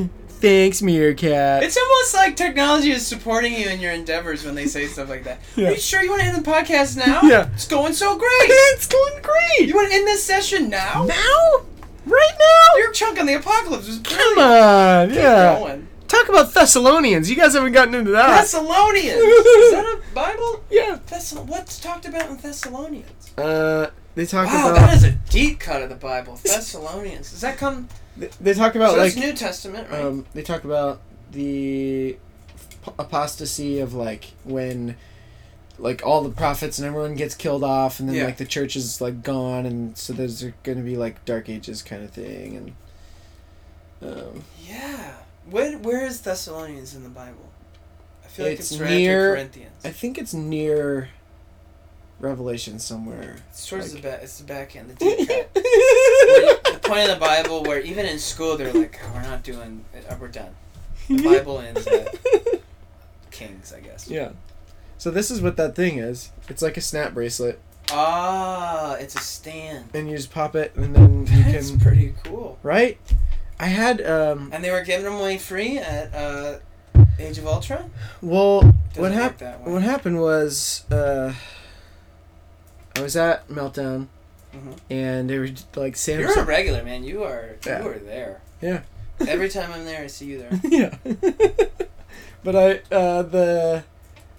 Speaker 1: Thanks, Meerkat.
Speaker 3: It's almost like technology is supporting you in your endeavors when they say stuff like that.
Speaker 1: Yeah.
Speaker 3: Are you sure you want to end the podcast now?
Speaker 1: Yeah.
Speaker 3: It's going so great.
Speaker 1: it's going great.
Speaker 3: You want to end this session now?
Speaker 1: now? Right now?
Speaker 3: Your chunk on the apocalypse was brilliant.
Speaker 1: Come on. Yeah.
Speaker 3: Going.
Speaker 1: Talk about Thessalonians. You guys haven't gotten into that.
Speaker 3: Thessalonians. is that a Bible?
Speaker 1: yeah.
Speaker 3: Thessal- what's talked about in Thessalonians?
Speaker 1: Uh, they talk
Speaker 3: Wow,
Speaker 1: about
Speaker 3: that is a deep cut of the Bible. Thessalonians. Does that come?
Speaker 1: they- they talk about
Speaker 3: So
Speaker 1: Oh, like
Speaker 3: that's New Testament, right?
Speaker 1: um, they talk about the p- apostasy of like when like all the prophets and everyone gets killed off and then
Speaker 3: Yeah.
Speaker 1: like the church is like gone and so there's going to be like dark ages kind of thing and um,
Speaker 3: yeah. Where, where is Thessalonians in the Bible? I feel like
Speaker 1: It's
Speaker 3: it's right after
Speaker 1: near-
Speaker 3: Corinthians.
Speaker 1: i think it's near revelation somewhere
Speaker 3: It's towards
Speaker 1: Like-
Speaker 3: the back. It's the back end. The deep cut. the point of the Bible where even in school they're like, "Oh, we're not doing. It. Uh, We're done. The Bible ends at Kings, I guess.
Speaker 1: yeah so this is what that thing is it's like a snap bracelet
Speaker 3: Ah, it's a stand.
Speaker 1: and you just pop it and then you
Speaker 3: That's
Speaker 1: can
Speaker 3: pretty cool.
Speaker 1: right i had um
Speaker 3: And they were giving them away free at uh, Age of Ultron.
Speaker 1: well
Speaker 3: Doesn't
Speaker 1: what
Speaker 3: work
Speaker 1: happened
Speaker 3: that way.
Speaker 1: What happened was uh, I was at Meltdown
Speaker 3: Mhm.
Speaker 1: and they were like
Speaker 3: You're a
Speaker 1: Samsung.
Speaker 3: regular man. You are.
Speaker 1: Yeah.
Speaker 3: You are there.
Speaker 1: Yeah.
Speaker 3: Every time I'm there, I see you there.
Speaker 1: yeah. but I uh, the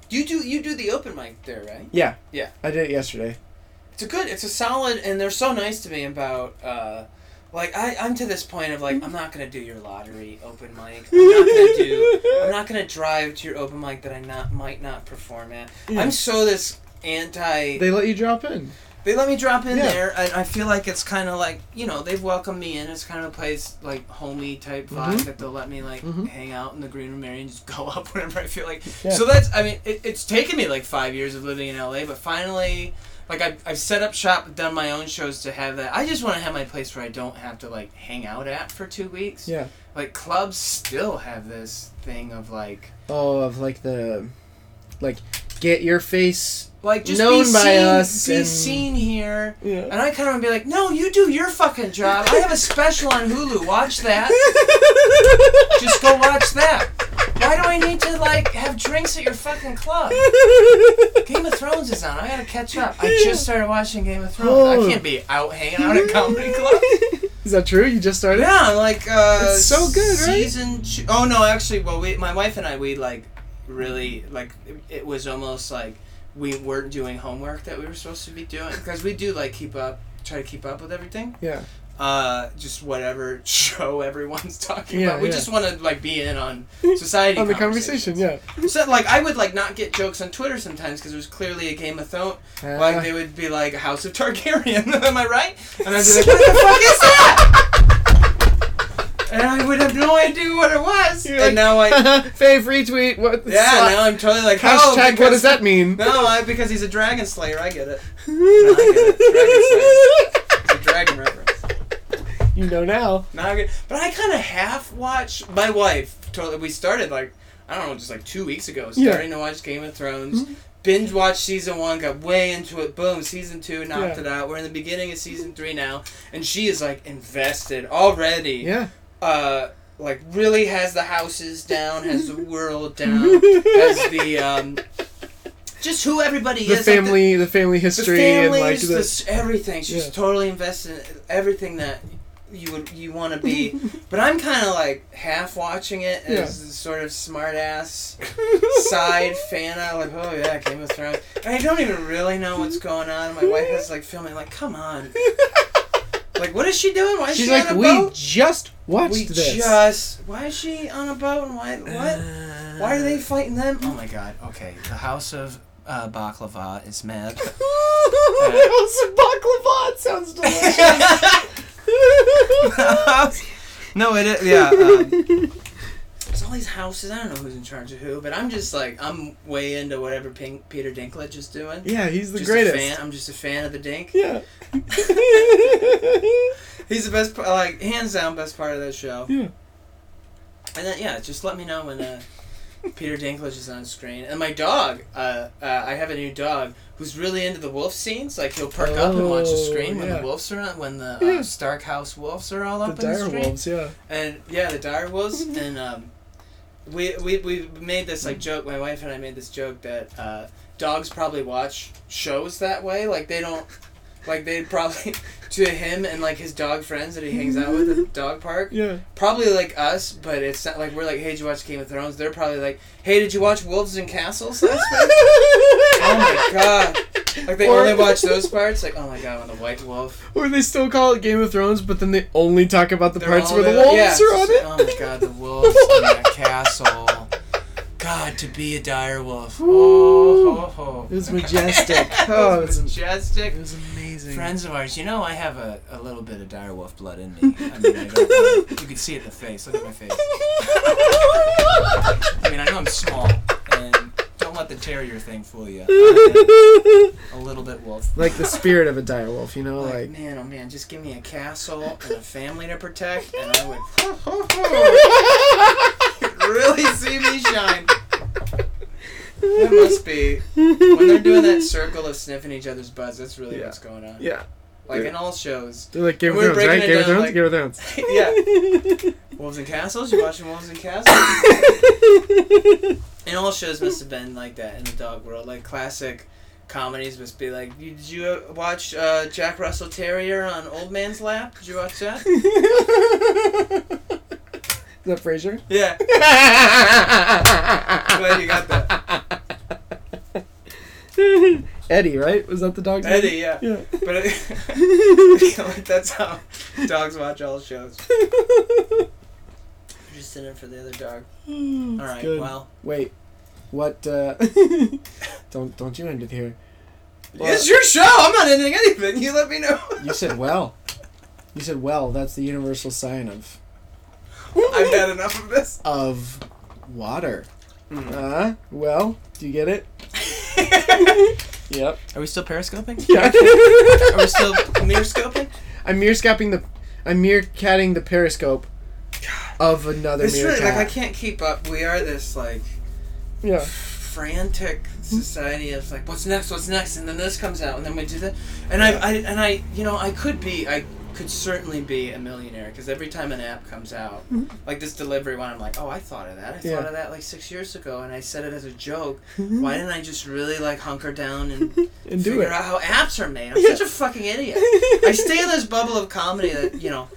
Speaker 3: You do. You do the open mic there, right?
Speaker 1: yeah
Speaker 3: Yeah.
Speaker 1: I did it yesterday.
Speaker 3: it's a good it's a solid and they're so nice to me about uh like I, I'm to this point of like I'm not gonna do your lottery open mic. I'm not gonna do I'm not gonna drive to your open mic that I not might not perform at.
Speaker 1: Yeah.
Speaker 3: I'm so this anti
Speaker 1: They let you drop in.
Speaker 3: they let me drop in
Speaker 1: Yeah.
Speaker 3: there and I feel like it's kinda like you know, they've welcomed me in, it's kind of a place like homey type vibe
Speaker 1: Mhm.
Speaker 3: that they'll let me like
Speaker 1: Mhm.
Speaker 3: hang out in the green room area and just go up whenever I feel like
Speaker 1: Yeah.
Speaker 3: so that's I mean it, it's taken me like five years of living in LA, but finally, like I've, I've set up shop, done my own shows to have that. I just want to have my place where I don't have to like hang out at for two weeks.
Speaker 1: Yeah.
Speaker 3: Like clubs still have this thing of like
Speaker 1: Oh, of like the like get your face.
Speaker 3: like just
Speaker 1: Known
Speaker 3: be
Speaker 1: by
Speaker 3: seen,
Speaker 1: us
Speaker 3: be
Speaker 1: and-
Speaker 3: seen here.
Speaker 1: Yeah.
Speaker 3: And I kind of want to be like, no, you do your fucking job. I have a special on Hulu. Watch that. Just go watch that. Why do I need to like have drinks at your fucking club? Game of Thrones is on. I gotta catch up. I just started watching Game of Thrones.
Speaker 1: Oh.
Speaker 3: I can't be out hanging out at comedy club.
Speaker 1: Is that true? You just started?
Speaker 3: Yeah, I'm like uh,
Speaker 1: It's so good, right?
Speaker 3: Season. Two, oh no, actually, well, we, my wife and I, we like really like it, it was almost like we weren't doing homework that we were supposed to be doing because we do like keep up, try to keep up with everything.
Speaker 1: Yeah.
Speaker 3: Uh, just whatever show everyone's talking
Speaker 1: Yeah,
Speaker 3: about. We
Speaker 1: yeah.
Speaker 3: just want to like be in on society
Speaker 1: On the conversation, yeah.
Speaker 3: So like I would like not get jokes on Twitter sometimes because there's clearly a Game of Thrones.
Speaker 1: Uh,
Speaker 3: Like they would be like House of Targaryen, am I right? And I'd be like, what the fuck is that? And I would have no idea what it was.
Speaker 1: You're
Speaker 3: and
Speaker 1: like,
Speaker 3: now I,
Speaker 1: fave retweet. What?
Speaker 3: yeah,
Speaker 1: slap.
Speaker 3: now I'm totally like, oh,
Speaker 1: Hashtag. what does
Speaker 3: because-
Speaker 1: that mean?
Speaker 3: No, I, because he's a dragon slayer. I get it. It's a
Speaker 1: you
Speaker 3: dragon reference.
Speaker 1: know now.
Speaker 3: Now I get, but I kind of half watch. My wife totally. We started like I don't know, just like two weeks ago,
Speaker 1: Yeah. Mm-hmm.
Speaker 3: starting to watch Game of Thrones. Binge watched season one, got way into it. Boom, season two knocked
Speaker 1: Yeah.
Speaker 3: it out. We're in the beginning of season three now, and she is like invested already.
Speaker 1: Yeah.
Speaker 3: Uh, like really has the houses down, has the world down, has the um, just who everybody
Speaker 1: The
Speaker 3: is. like, the-
Speaker 1: family, the family history, and like
Speaker 3: families,
Speaker 1: the,
Speaker 3: this everything. She's
Speaker 1: Yeah.
Speaker 3: totally invested in everything that you would you want to be. but I'm kind of like half watching it as
Speaker 1: Yeah.
Speaker 3: this sort of smart ass side fan. I like, oh yeah, Game of Thrones. And I don't even really know what's going on. My wife is like filming, like, come on. Like, what is she doing? Why is
Speaker 1: She's
Speaker 3: she
Speaker 1: like,
Speaker 3: on a
Speaker 1: we
Speaker 3: boat?
Speaker 1: just watched
Speaker 3: we
Speaker 1: this.
Speaker 3: just. Why is she on a boat and why? What?
Speaker 1: Uh,
Speaker 3: Why are they fighting them? Oh my god. Okay, the House of uh, Baklava is mad.
Speaker 1: Some baklava. It sounds delicious.
Speaker 3: no, it is. Yeah. Um, there's all these houses. I don't know who's in charge of who, but I'm just like I'm way into whatever Pink, Peter Dinklage is doing.
Speaker 1: yeah, he's the
Speaker 3: just
Speaker 1: greatest.
Speaker 3: A fan. I'm just a fan of the Dink.
Speaker 1: Yeah.
Speaker 3: He's the best, part- like hands down, best part of that show.
Speaker 1: yeah.
Speaker 3: And then yeah, just let me know when uh, Peter Dinklage is on screen. And my dog, uh, uh, I have a new dog who's really into the wolf scenes. Like he'll perk up and watch the
Speaker 1: Oh,
Speaker 3: screen when
Speaker 1: yeah.
Speaker 3: the wolves are on, when the
Speaker 1: Yeah.
Speaker 3: uh, Stark House wolves are all up
Speaker 1: the
Speaker 3: in the
Speaker 1: dire
Speaker 3: screen.
Speaker 1: wolves. Yeah.
Speaker 3: And yeah, the dire wolves. and um, we we we made this like joke. My wife and I made this joke that uh, dogs probably watch shows that way. Like they don't. Like they probably to him and like his dog friends that he hangs out with at the dog park
Speaker 1: Yeah.
Speaker 3: probably like us, but it's not like we're like, hey, did you watch Game of Thrones? They're probably like, hey, did you watch Wolves and Castles last week? oh my god! Like they
Speaker 1: Or-
Speaker 3: only watch those parts. Like oh my god, when the White Wolf.
Speaker 1: Or they still call it Game of Thrones, but then they only talk about the
Speaker 3: They're
Speaker 1: parts
Speaker 3: all
Speaker 1: where the
Speaker 3: there-
Speaker 1: wolves
Speaker 3: yeah, it's
Speaker 1: are on
Speaker 3: just
Speaker 1: it.
Speaker 3: like, Oh my god, the wolves in the castle. God, to be a dire wolf. Oh ho ho.
Speaker 1: It was majestic. Oh,
Speaker 3: It was majestic.
Speaker 1: It was amazing.
Speaker 3: Friends of ours, you know I have a, a little bit of dire wolf blood in me. I mean, I don't, you can see it in the face. Look at my face. I mean, I know I'm small, and don't let the terrier thing fool you. I'm A little bit wolf.
Speaker 1: like the spirit of a dire wolf, you know,
Speaker 3: Like,
Speaker 1: like.
Speaker 3: man, oh man, just give me a castle and a family to protect, and I would really see me shine. That must be when they're doing that circle of sniffing each other's butts. That's really
Speaker 1: Yeah.
Speaker 3: what's going on.
Speaker 1: yeah.
Speaker 3: Like in all shows.
Speaker 1: They're like Game of
Speaker 3: We're
Speaker 1: Thrones,
Speaker 3: breaking
Speaker 1: right?
Speaker 3: it
Speaker 1: Game of
Speaker 3: down,
Speaker 1: Thrones,
Speaker 3: like-
Speaker 1: Game of Thrones.
Speaker 3: yeah. Wolves and Castles. You watching Wolves and Castles? And all shows must have been like that in the dog world. Like classic comedies must be like, you, did you uh, watch uh, Jack Russell Terrier on Old Man's Lap? Did you watch that?
Speaker 1: Is that Frasier?
Speaker 3: yeah.
Speaker 1: Glad
Speaker 3: you got
Speaker 1: that. Eddie, right? Was that the dog's name?
Speaker 3: Eddie, yeah.
Speaker 1: Yeah.
Speaker 3: But it, like, that's how dogs watch all shows. They're just in it for the other dog. All right.
Speaker 1: good.
Speaker 3: Well,
Speaker 1: Wait, what? Uh, don't don't you end it here? Well-
Speaker 3: it's your show. I'm not ending anything. You let me know.
Speaker 1: You said well. You said well. That's the universal sign of
Speaker 3: I've had enough of this.
Speaker 1: of water.
Speaker 3: Mm.
Speaker 1: Uh, well, do you get it? Yep.
Speaker 3: Are we still periscoping?
Speaker 1: Yeah.
Speaker 3: Are we still mirror scoping?
Speaker 1: I'm meerskapping the. I'm meerkatting the periscope of another
Speaker 3: It's really like I
Speaker 1: meerkat.
Speaker 3: can't keep up. We are this like
Speaker 1: yeah.
Speaker 3: frantic society of like what's next what's next and then this comes out and then we do that and I, I and I you know I could be I could certainly be a millionaire because every time an app comes out like this delivery one I'm like oh I thought of that I
Speaker 1: Yeah.
Speaker 3: thought of that like six years ago and I said it as a joke why didn't I just really like hunker down and
Speaker 1: And do
Speaker 3: figure
Speaker 1: it.
Speaker 3: out how apps are made I'm
Speaker 1: Yeah.
Speaker 3: such a fucking idiot I stay in this bubble of comedy that you know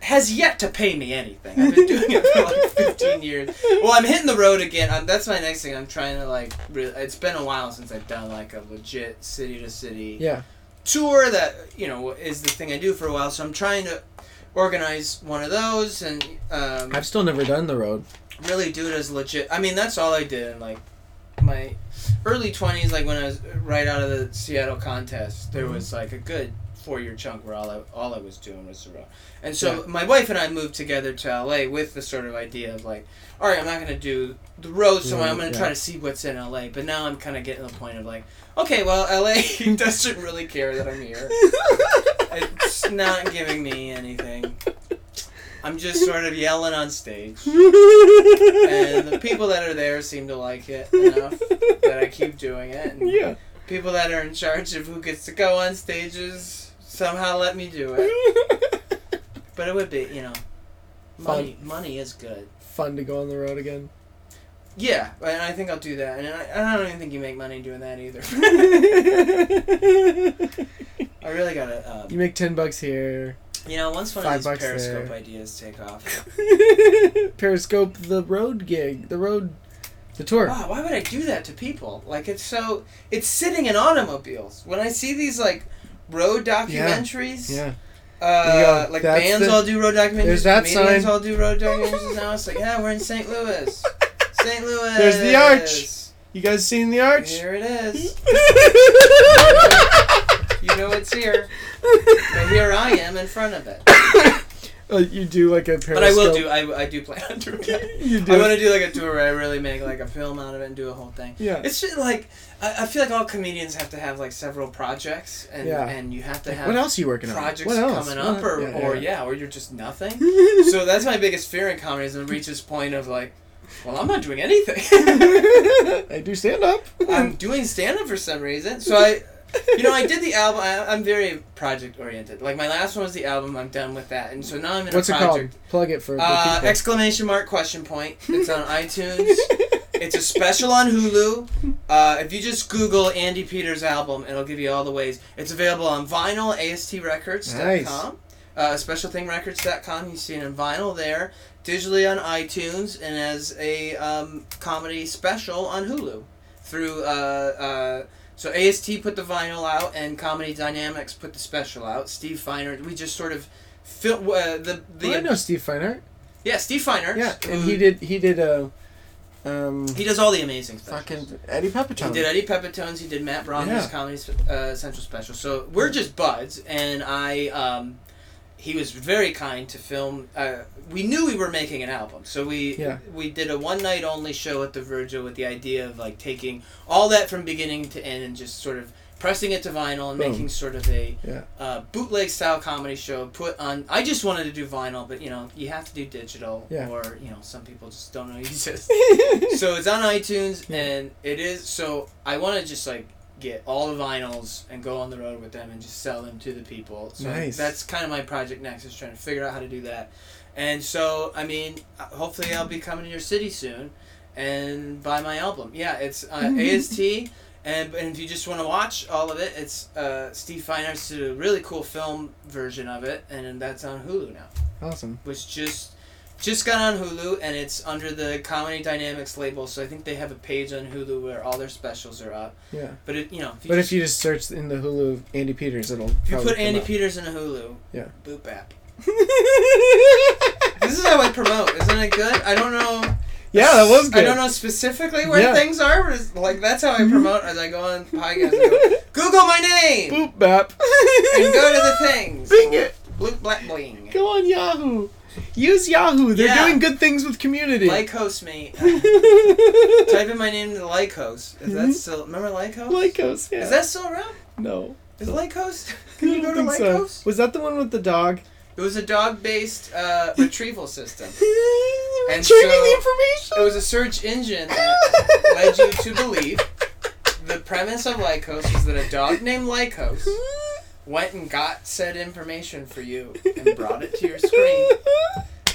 Speaker 3: has yet to pay me anything. I've been doing it for like 15 years. Well, I'm hitting the road again. Um that's my next thing. I'm trying to like. Re- it's been a while since I've done like a legit city to city
Speaker 1: Yeah.
Speaker 3: tour. That you know is the thing I do for a while. So I'm trying to organize one of those and um,
Speaker 1: I've still never done the road.
Speaker 3: really do it as legit. I mean, that's all I did in like my early 20s. Like when I was right out of the Seattle contest, there
Speaker 1: Mm-hmm.
Speaker 3: was like a good four year chunk where all I, all I was doing was the road. And so
Speaker 1: Yeah.
Speaker 3: my wife and I moved together to LA with the sort of idea of like, all right, I'm not going to do the road so
Speaker 1: Road,
Speaker 3: I'm going to
Speaker 1: Mm-hmm, yeah.
Speaker 3: try to see what's in LA. But now I'm kind of getting to the point of like, okay, well, LA doesn't really care that I'm here. It's not giving me anything. I'm just sort of yelling on stage and the people that are there seem to like it enough that I keep doing it. And
Speaker 1: Yeah.
Speaker 3: People that are in charge of who gets to go on stages somehow let me do it. But it would be, you know, money. Money is good.
Speaker 1: Fun to go on the road again.
Speaker 3: Yeah, and I think I'll do that. And I, I don't even think you make money doing that either. I really gotta, um,
Speaker 1: you make ten bucks here.
Speaker 3: you know, once one of
Speaker 1: Five
Speaker 3: these
Speaker 1: bucks
Speaker 3: Periscope
Speaker 1: there.
Speaker 3: ideas take off.
Speaker 1: Periscope the road gig, the road, the tour.
Speaker 3: Wow, why would I do that to people? Like it's so, it's sitting in automobiles. When I see these like road documentaries,
Speaker 1: Yeah.
Speaker 3: Uh,
Speaker 1: You go,
Speaker 3: like
Speaker 1: that's
Speaker 3: bands
Speaker 1: the-
Speaker 3: all do road documentaries.
Speaker 1: there's that
Speaker 3: comedians
Speaker 1: sign.
Speaker 3: all do road documentaries now. It's like, yeah, we're in St. Louis. St. Louis.
Speaker 1: There's the arch. You guys seen the arch?
Speaker 3: Here it is. You know it's here, but here I am in front of it.
Speaker 1: Uh, you do like a periscope.
Speaker 3: But I will do. I, I do plan on doing it.
Speaker 1: You do.
Speaker 3: I want to do like a tour where I really make like a film out of it and do a whole thing.
Speaker 1: Yeah.
Speaker 3: It's just like I, I feel like all comedians have to have like several projects and
Speaker 1: Yeah.
Speaker 3: and you have to have
Speaker 1: what else are you working on?
Speaker 3: projects
Speaker 1: what else?
Speaker 3: coming
Speaker 1: What
Speaker 3: up
Speaker 1: el-
Speaker 3: or
Speaker 1: yeah,
Speaker 3: or
Speaker 1: yeah.
Speaker 3: yeah or you're just nothing. so that's my biggest fear in comedy is to reach this point of like, well, I'm not doing anything.
Speaker 1: I do stand up.
Speaker 3: I'm doing stand up for some reason. So I, Um, you know, I did the album. I, I'm very project oriented. Like my last one was the album. I'm done with that, and so now I'm in
Speaker 1: What's
Speaker 3: a
Speaker 1: it called?
Speaker 3: project.
Speaker 1: Plug it for. the
Speaker 3: Uh,
Speaker 1: people.
Speaker 3: exclamation mark question point. It's on iTunes. It's a special on Hulu. Uh, if you just Google Andy Peters album, it'll give you all the ways. It's available on vinyl, astrecords.com,
Speaker 1: Nice.
Speaker 3: uh, specialthingrecords.com. You see it on vinyl there, digitally on iTunes, and as a um, comedy special on Hulu. Through uh, uh, so AST put the vinyl out, and Comedy Dynamics put the special out. Steve Finer, we just sort of fil- uh, the the
Speaker 1: Oh, I know Steve Feinert.
Speaker 3: yeah Steve Finer.
Speaker 1: Yeah, and
Speaker 3: who-
Speaker 1: he did. He did a. Um,
Speaker 3: he does all the amazing stuff.
Speaker 1: fucking Eddie
Speaker 3: He
Speaker 1: Pepitone.
Speaker 3: did Eddie Pepitone's. He did Matt Bromley's
Speaker 1: Yeah.
Speaker 3: Comedy uh, Central special. So we're just buds, and I. Um, he was very kind to film. Uh, we knew we were making an album, so we
Speaker 1: Yeah.
Speaker 3: we did a one night only show at the Virgil with the idea of like taking all that from beginning to end and just sort of pressing it to vinyl and
Speaker 1: Boom.
Speaker 3: making sort of a
Speaker 1: Yeah.
Speaker 3: uh, bootleg style comedy show put on. I just wanted to do vinyl, but you know you have to do digital,
Speaker 1: Yeah.
Speaker 3: or you know some people just don't know you exist so it's on iTunes and it is so I want to just like get all the vinyls and go on the road with them and just sell them to the people. So
Speaker 1: Nice.
Speaker 3: that's kind of my project next is trying to figure out how to do that. And so I mean, uh, hopefully I'll be coming to your city soon and buy my album. Yeah, it's uh, AST. And, and if you just want to watch all of it, it's uh, Steve Feiner's did a really cool film version of it, and that's on Hulu now
Speaker 1: Awesome.
Speaker 3: was just just got on Hulu and it's under the Comedy Dynamics label, so I think they have a page on Hulu where all their specials are up.
Speaker 1: Yeah.
Speaker 3: But it, you know, if you,
Speaker 1: But
Speaker 3: just,
Speaker 1: if you just search in the Hulu Andy Peters, it'll.
Speaker 3: if you
Speaker 1: probably
Speaker 3: put
Speaker 1: come
Speaker 3: Andy
Speaker 1: up.
Speaker 3: Peters in a Hulu,
Speaker 1: Yeah.
Speaker 3: boop app. This is how I promote, isn't it good? I don't know.
Speaker 1: yeah, that was good.
Speaker 3: I don't know specifically where
Speaker 1: Yeah. Mm-hmm.
Speaker 3: things are, but it's, like that's how I promote as I go on podcasts. I go, Google my name
Speaker 1: Boop bap.
Speaker 3: and go to the things.
Speaker 1: Bing it.
Speaker 3: Bloop black bling.
Speaker 1: Go on Yahoo. Use Yahoo. They're
Speaker 3: Yeah.
Speaker 1: doing good things with community.
Speaker 3: Like host me. Type in my name to Lycos. Is that still remember Lycos?
Speaker 1: Lycos. Mm-hmm. Yeah.
Speaker 3: Is that still around?
Speaker 1: no?
Speaker 3: Is Lycos?
Speaker 1: I
Speaker 3: Can you go
Speaker 1: don't
Speaker 3: to
Speaker 1: think so.
Speaker 3: Lycos?
Speaker 1: Was that the one with the dog?
Speaker 3: It was a dog-based uh, retrieval system.
Speaker 1: Retrieving
Speaker 3: And so-
Speaker 1: the
Speaker 3: It
Speaker 1: information.
Speaker 3: was a search engine that led you to believe the premise of Lycos is that a dog named Lycos went and got said information for you and brought it to your screen.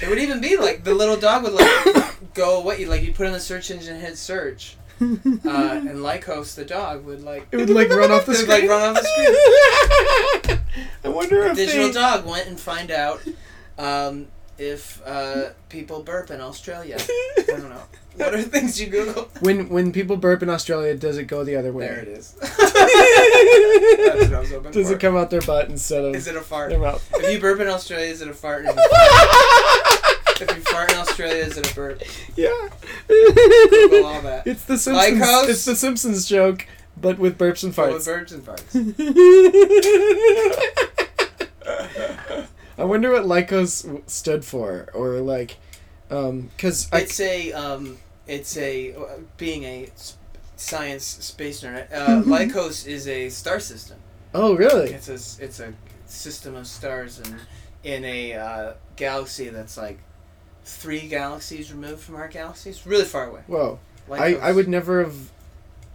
Speaker 3: It would even be like the little dog would like go away. Like you put in the search engine, hit search, uh, and Lycos the dog would like
Speaker 1: It would like run off the
Speaker 3: It would,
Speaker 1: screen.
Speaker 3: like, run off the
Speaker 1: screen. I wonder if
Speaker 3: digital
Speaker 1: they.
Speaker 3: dog went and find out um, if uh, people burp in Australia. I don't know. What are things you Google?
Speaker 1: When when people burp in Australia, does it go the other way?
Speaker 3: There it is. That's what I was hoping
Speaker 1: Does
Speaker 3: for.
Speaker 1: it come out their butt instead of
Speaker 3: Is it a fart?
Speaker 1: their mouth?
Speaker 3: If you burp in Australia, is it a fart? If you- If you fart in Australia, is it a burp?
Speaker 1: yeah.
Speaker 3: Google all that.
Speaker 1: it's the Simpsons.
Speaker 3: Lycos?
Speaker 1: It's the Simpsons joke, but with burps and
Speaker 3: Full of burps
Speaker 1: farts.
Speaker 3: and farts.
Speaker 1: I wonder what Lycos w- stood for, or like, um, cause I c-
Speaker 3: It's a um, it's a uh, being a s- science space nerd. Uh,
Speaker 1: Mm-hmm.
Speaker 3: Lycos is a star system.
Speaker 1: oh really?
Speaker 3: It's a s- it's a system of stars and in a uh, galaxy that's like three galaxies removed from our galaxy. It's really far away.
Speaker 1: Whoa,
Speaker 3: Like
Speaker 1: I,
Speaker 3: those-
Speaker 1: I would never have.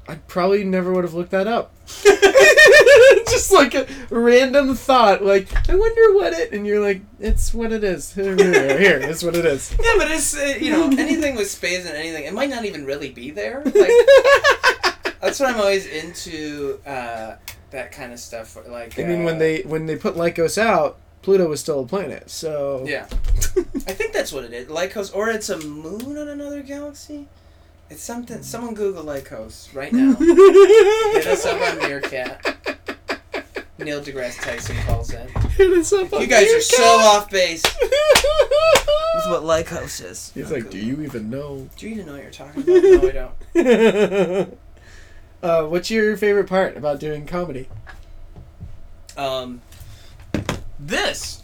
Speaker 1: I probably never would have looked that up. Just like a random thought, like I wonder what it, and you're like, it's what it is. Here, here, here it's what it is.
Speaker 3: Yeah, but it's uh, you know anything with space and anything, it might not even really be there. Like that's what I'm always into. Uh, that kind of stuff. Like
Speaker 1: I mean,
Speaker 3: uh,
Speaker 1: when they when they put Lycos out, Pluto was still a planet. So
Speaker 3: yeah, I think that's what it is. Lycos, or it's a moon on another galaxy. It's something. Someone Google Lycos right now. Hit us up on Meerkat. Neil deGrasse Tyson calls it.
Speaker 1: Hit us up on
Speaker 3: You guys are so
Speaker 1: Beercast.
Speaker 3: off base. That's what Lycos is.
Speaker 1: He's like, do you even know?
Speaker 3: Do you even know what you're talking about? No, I don't.
Speaker 1: uh, what's your favorite part about doing comedy?
Speaker 3: Um, this.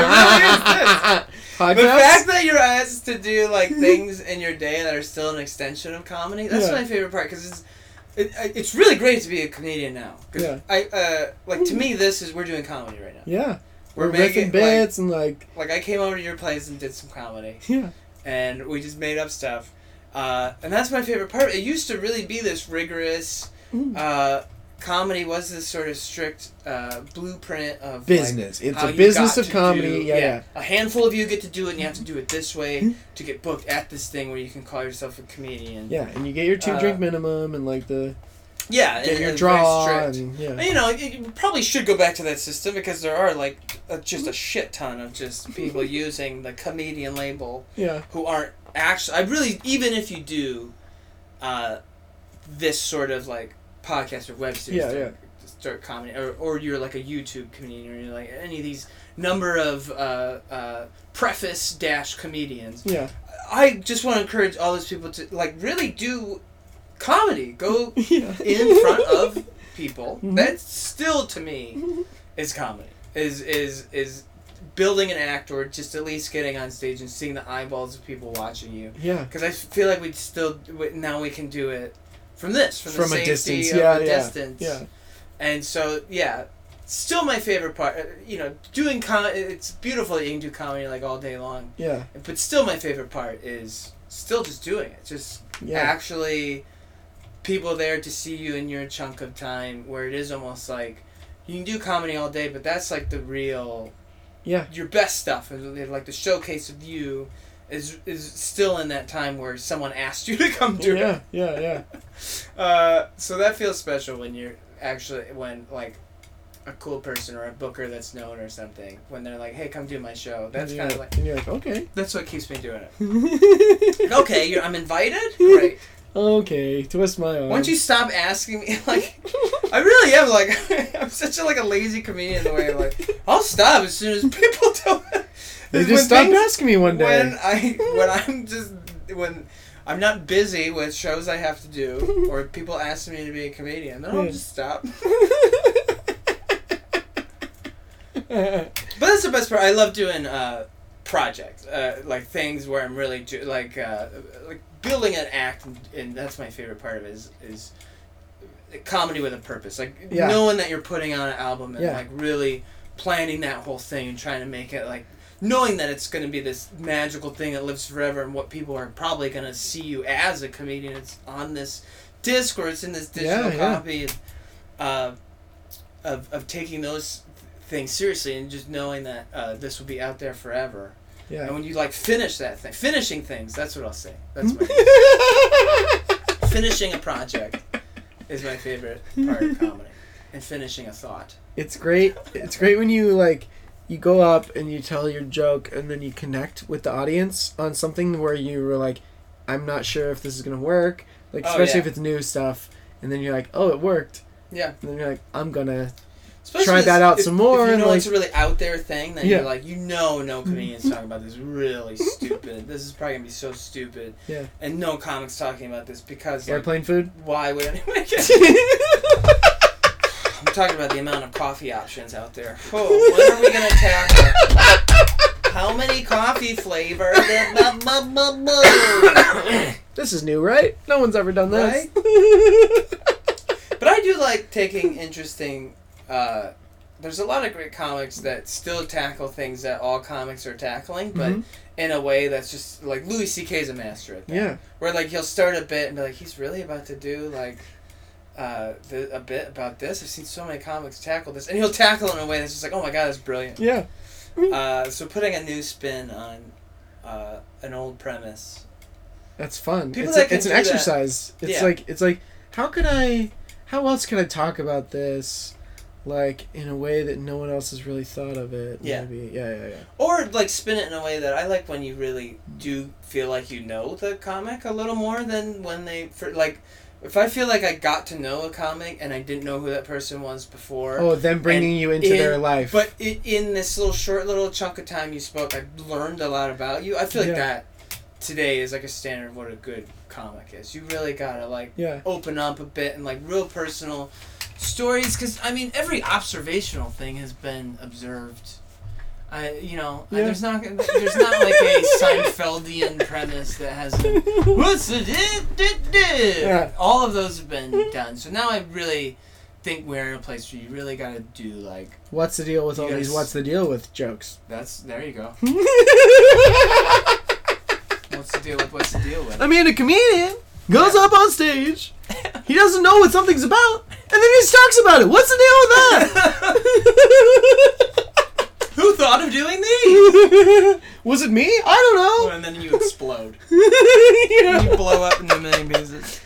Speaker 1: Podcasts?
Speaker 3: The fact that you're asked to do like things in your day that are still an extension of comedy—that's
Speaker 1: Yeah.
Speaker 3: my favorite part because it's it, I- it's really great to be a comedian now. 'Cause
Speaker 1: Yeah.
Speaker 3: I uh, like to me this is we're doing comedy right now.
Speaker 1: Yeah, we're,
Speaker 3: making
Speaker 1: riffing bits and like
Speaker 3: Like, like I came over to your place and did some comedy,
Speaker 1: yeah,
Speaker 3: and we just made up stuff. Uh, and that's my favorite part. It used to really be this rigorous.
Speaker 1: Mm.
Speaker 3: Uh, comedy was this sort of strict uh, blueprint of like,
Speaker 1: business. it's
Speaker 3: how
Speaker 1: a
Speaker 3: you
Speaker 1: business
Speaker 3: got
Speaker 1: of
Speaker 3: to
Speaker 1: comedy.
Speaker 3: do-
Speaker 1: yeah, yeah, Hmm?
Speaker 3: A handful of you get to do it, and you have to do it this way to get booked at this thing where you can call yourself a comedian.
Speaker 1: yeah, and you get your two
Speaker 3: Uh,
Speaker 1: drink minimum and like the
Speaker 3: yeah, and-
Speaker 1: get your
Speaker 3: and
Speaker 1: draw
Speaker 3: very strict.
Speaker 1: and uh, yeah.
Speaker 3: And, You know, you you probably should go back to that system because there are like uh, just a shit ton of just people using the comedian label
Speaker 1: Yeah,
Speaker 3: who aren't actually. I really, even if you do, uh, this sort of like podcast or web series,
Speaker 1: Yeah,
Speaker 3: start, start comedy, or, or you're like a YouTube comedian, or you're like any of these number of uh, uh, preface dash comedians.
Speaker 1: yeah,
Speaker 3: I just want to encourage all those people to like really do comedy. Go
Speaker 1: yeah.
Speaker 3: in front of people.
Speaker 1: Mhm.
Speaker 3: That's still to me is comedy. Is is is building an act or just at least getting on stage and seeing the eyeballs of people watching you.
Speaker 1: yeah,
Speaker 3: Because I feel like we still we- now we can do it from this from,
Speaker 1: From a
Speaker 3: the safety
Speaker 1: distance,
Speaker 3: of
Speaker 1: yeah,
Speaker 3: a
Speaker 1: yeah,
Speaker 3: distance.
Speaker 1: yeah.
Speaker 3: And so yeah. Still my favorite part, Uh, you know, doing com. It's beautiful that you can do comedy like all day long,
Speaker 1: yeah,
Speaker 3: but still, my favorite part is still just doing it. Just
Speaker 1: Yeah.
Speaker 3: actually people there to see you in your chunk of time where it is almost like you can do comedy all day, but that's like the real,
Speaker 1: yeah,
Speaker 3: your best stuff. is Like the showcase of you is, is still in that time where someone asked you to come do
Speaker 1: yeah, yeah, yeah.
Speaker 3: it. Uh, so that feels special when you're actually, when like, a cool person or a booker that's known or something when they're like, "Hey, come do my show." That's
Speaker 1: And
Speaker 3: kind of
Speaker 1: you're-
Speaker 3: like
Speaker 1: and you're like okay,
Speaker 3: that's what keeps me doing it. Okay, you're, I'm invited. Great.
Speaker 1: okay, twist my arm.
Speaker 3: Why don't you stop asking me? Like, I really am like, I'm such a, like a lazy comedian in the way. I'm like, I'll stop as soon as people tell.
Speaker 1: They
Speaker 3: When
Speaker 1: just stopped
Speaker 3: things-
Speaker 1: asking me one day.
Speaker 3: When I when I'm just when I'm not busy with shows I have to do or people ask me to be a comedian, then I'll
Speaker 1: Yeah.
Speaker 3: just stop. But that's the best part. I love doing uh, projects, uh, like things where I'm really do- like uh, like building an act, and, and that's my favorite part of it is is uh, comedy with a purpose. Like
Speaker 1: Yeah.
Speaker 3: knowing that you're putting on an album and
Speaker 1: Yeah.
Speaker 3: like really planning that whole thing and trying to make it like knowing that it's going to be this magical thing that lives forever and what people are probably going to see you as a comedian it's on this disc or it's in this digital
Speaker 1: Yeah, yeah.
Speaker 3: copy uh, of, of taking those things seriously and just knowing that uh, this will be out there forever and
Speaker 1: yeah.
Speaker 3: when you like finish that thing finishing things that's what i'll say that's my finishing a project is my favorite part of comedy and finishing a thought
Speaker 1: It's great. It's great when you like you go up and you tell your joke and then you connect with the audience on something where you were like, I'm not sure if this is gonna work. Like
Speaker 3: Oh,
Speaker 1: especially
Speaker 3: yeah.
Speaker 1: if it's new stuff, and then you're like, oh, it worked.
Speaker 3: yeah
Speaker 1: And then you're like, I'm gonna.
Speaker 3: Especially
Speaker 1: Try
Speaker 3: if-
Speaker 1: that out
Speaker 3: if-
Speaker 1: some more
Speaker 3: if you
Speaker 1: and,
Speaker 3: know
Speaker 1: like-
Speaker 3: it's a really out there thing then
Speaker 1: Yeah.
Speaker 3: you're like you know no comedians talking about this really stupid this is probably gonna be so stupid
Speaker 1: Yeah.
Speaker 3: and no comics talking about this because like,
Speaker 1: Airplane food.
Speaker 3: why would anyone I'm talking about the amount of coffee options out there. Oh, when are we gonna tackle? How many coffee flavors?
Speaker 1: this is new, right? No one's ever done this.
Speaker 3: But I do like taking interesting. Uh, there's a lot of great comics that still tackle things that all comics are tackling, but
Speaker 1: Mhm.
Speaker 3: in a way that's just like Louis C.K. is a master at that.
Speaker 1: yeah.
Speaker 3: Where like he'll start a bit and be like, he's really about to do like uh, th- a bit about this. I've seen so many comics tackle this, and he'll tackle it in a way that's just like, oh my god, that's brilliant.
Speaker 1: Yeah.
Speaker 3: Uh, so putting a new spin on uh, an old premise.
Speaker 1: That's fun.
Speaker 3: People
Speaker 1: it's
Speaker 3: that
Speaker 1: a-
Speaker 3: can
Speaker 1: it's an
Speaker 3: do that-
Speaker 1: exercise. It's
Speaker 3: Yeah.
Speaker 1: like it's like how could I how else could I talk about this like in a way that no one else has really thought of it?
Speaker 3: Yeah.
Speaker 1: Maybe. Yeah, yeah, yeah.
Speaker 3: Or like spin it in a way that I like when you really do feel like you know the comic a little more than when they for like If I feel like I got to know a comic and I didn't know who that person was before,
Speaker 1: Oh, them bringing you into
Speaker 3: in-
Speaker 1: their life.
Speaker 3: but i in this little short little chunk of time you spoke, I learned a lot about you. I feel like
Speaker 1: Yeah.
Speaker 3: that today is like a standard of what a good comic is. You really gotta like
Speaker 1: yeah,
Speaker 3: open up a bit and like real personal stories because i mean every observational thing has been observed i you know I-
Speaker 1: Yeah.
Speaker 3: there's not there's not like a seinfeldian premise that has a, what's the did did did
Speaker 1: Yeah.
Speaker 3: all of those have been done so now i really think we're in a place where you really gotta do like
Speaker 1: what's the deal with
Speaker 3: You
Speaker 1: all
Speaker 3: gotta
Speaker 1: these?
Speaker 3: s-
Speaker 1: What's the deal with jokes?
Speaker 3: that's there you go
Speaker 1: I
Speaker 3: what's the deal with what's the deal with
Speaker 1: mean, a comedian goes up on stage, he doesn't know what something's about, and then he just talks about it. What's the deal with that?
Speaker 3: who thought of doing these
Speaker 1: Was it me? I
Speaker 3: and then you explode
Speaker 1: don't know.
Speaker 3: you blow up into a million pieces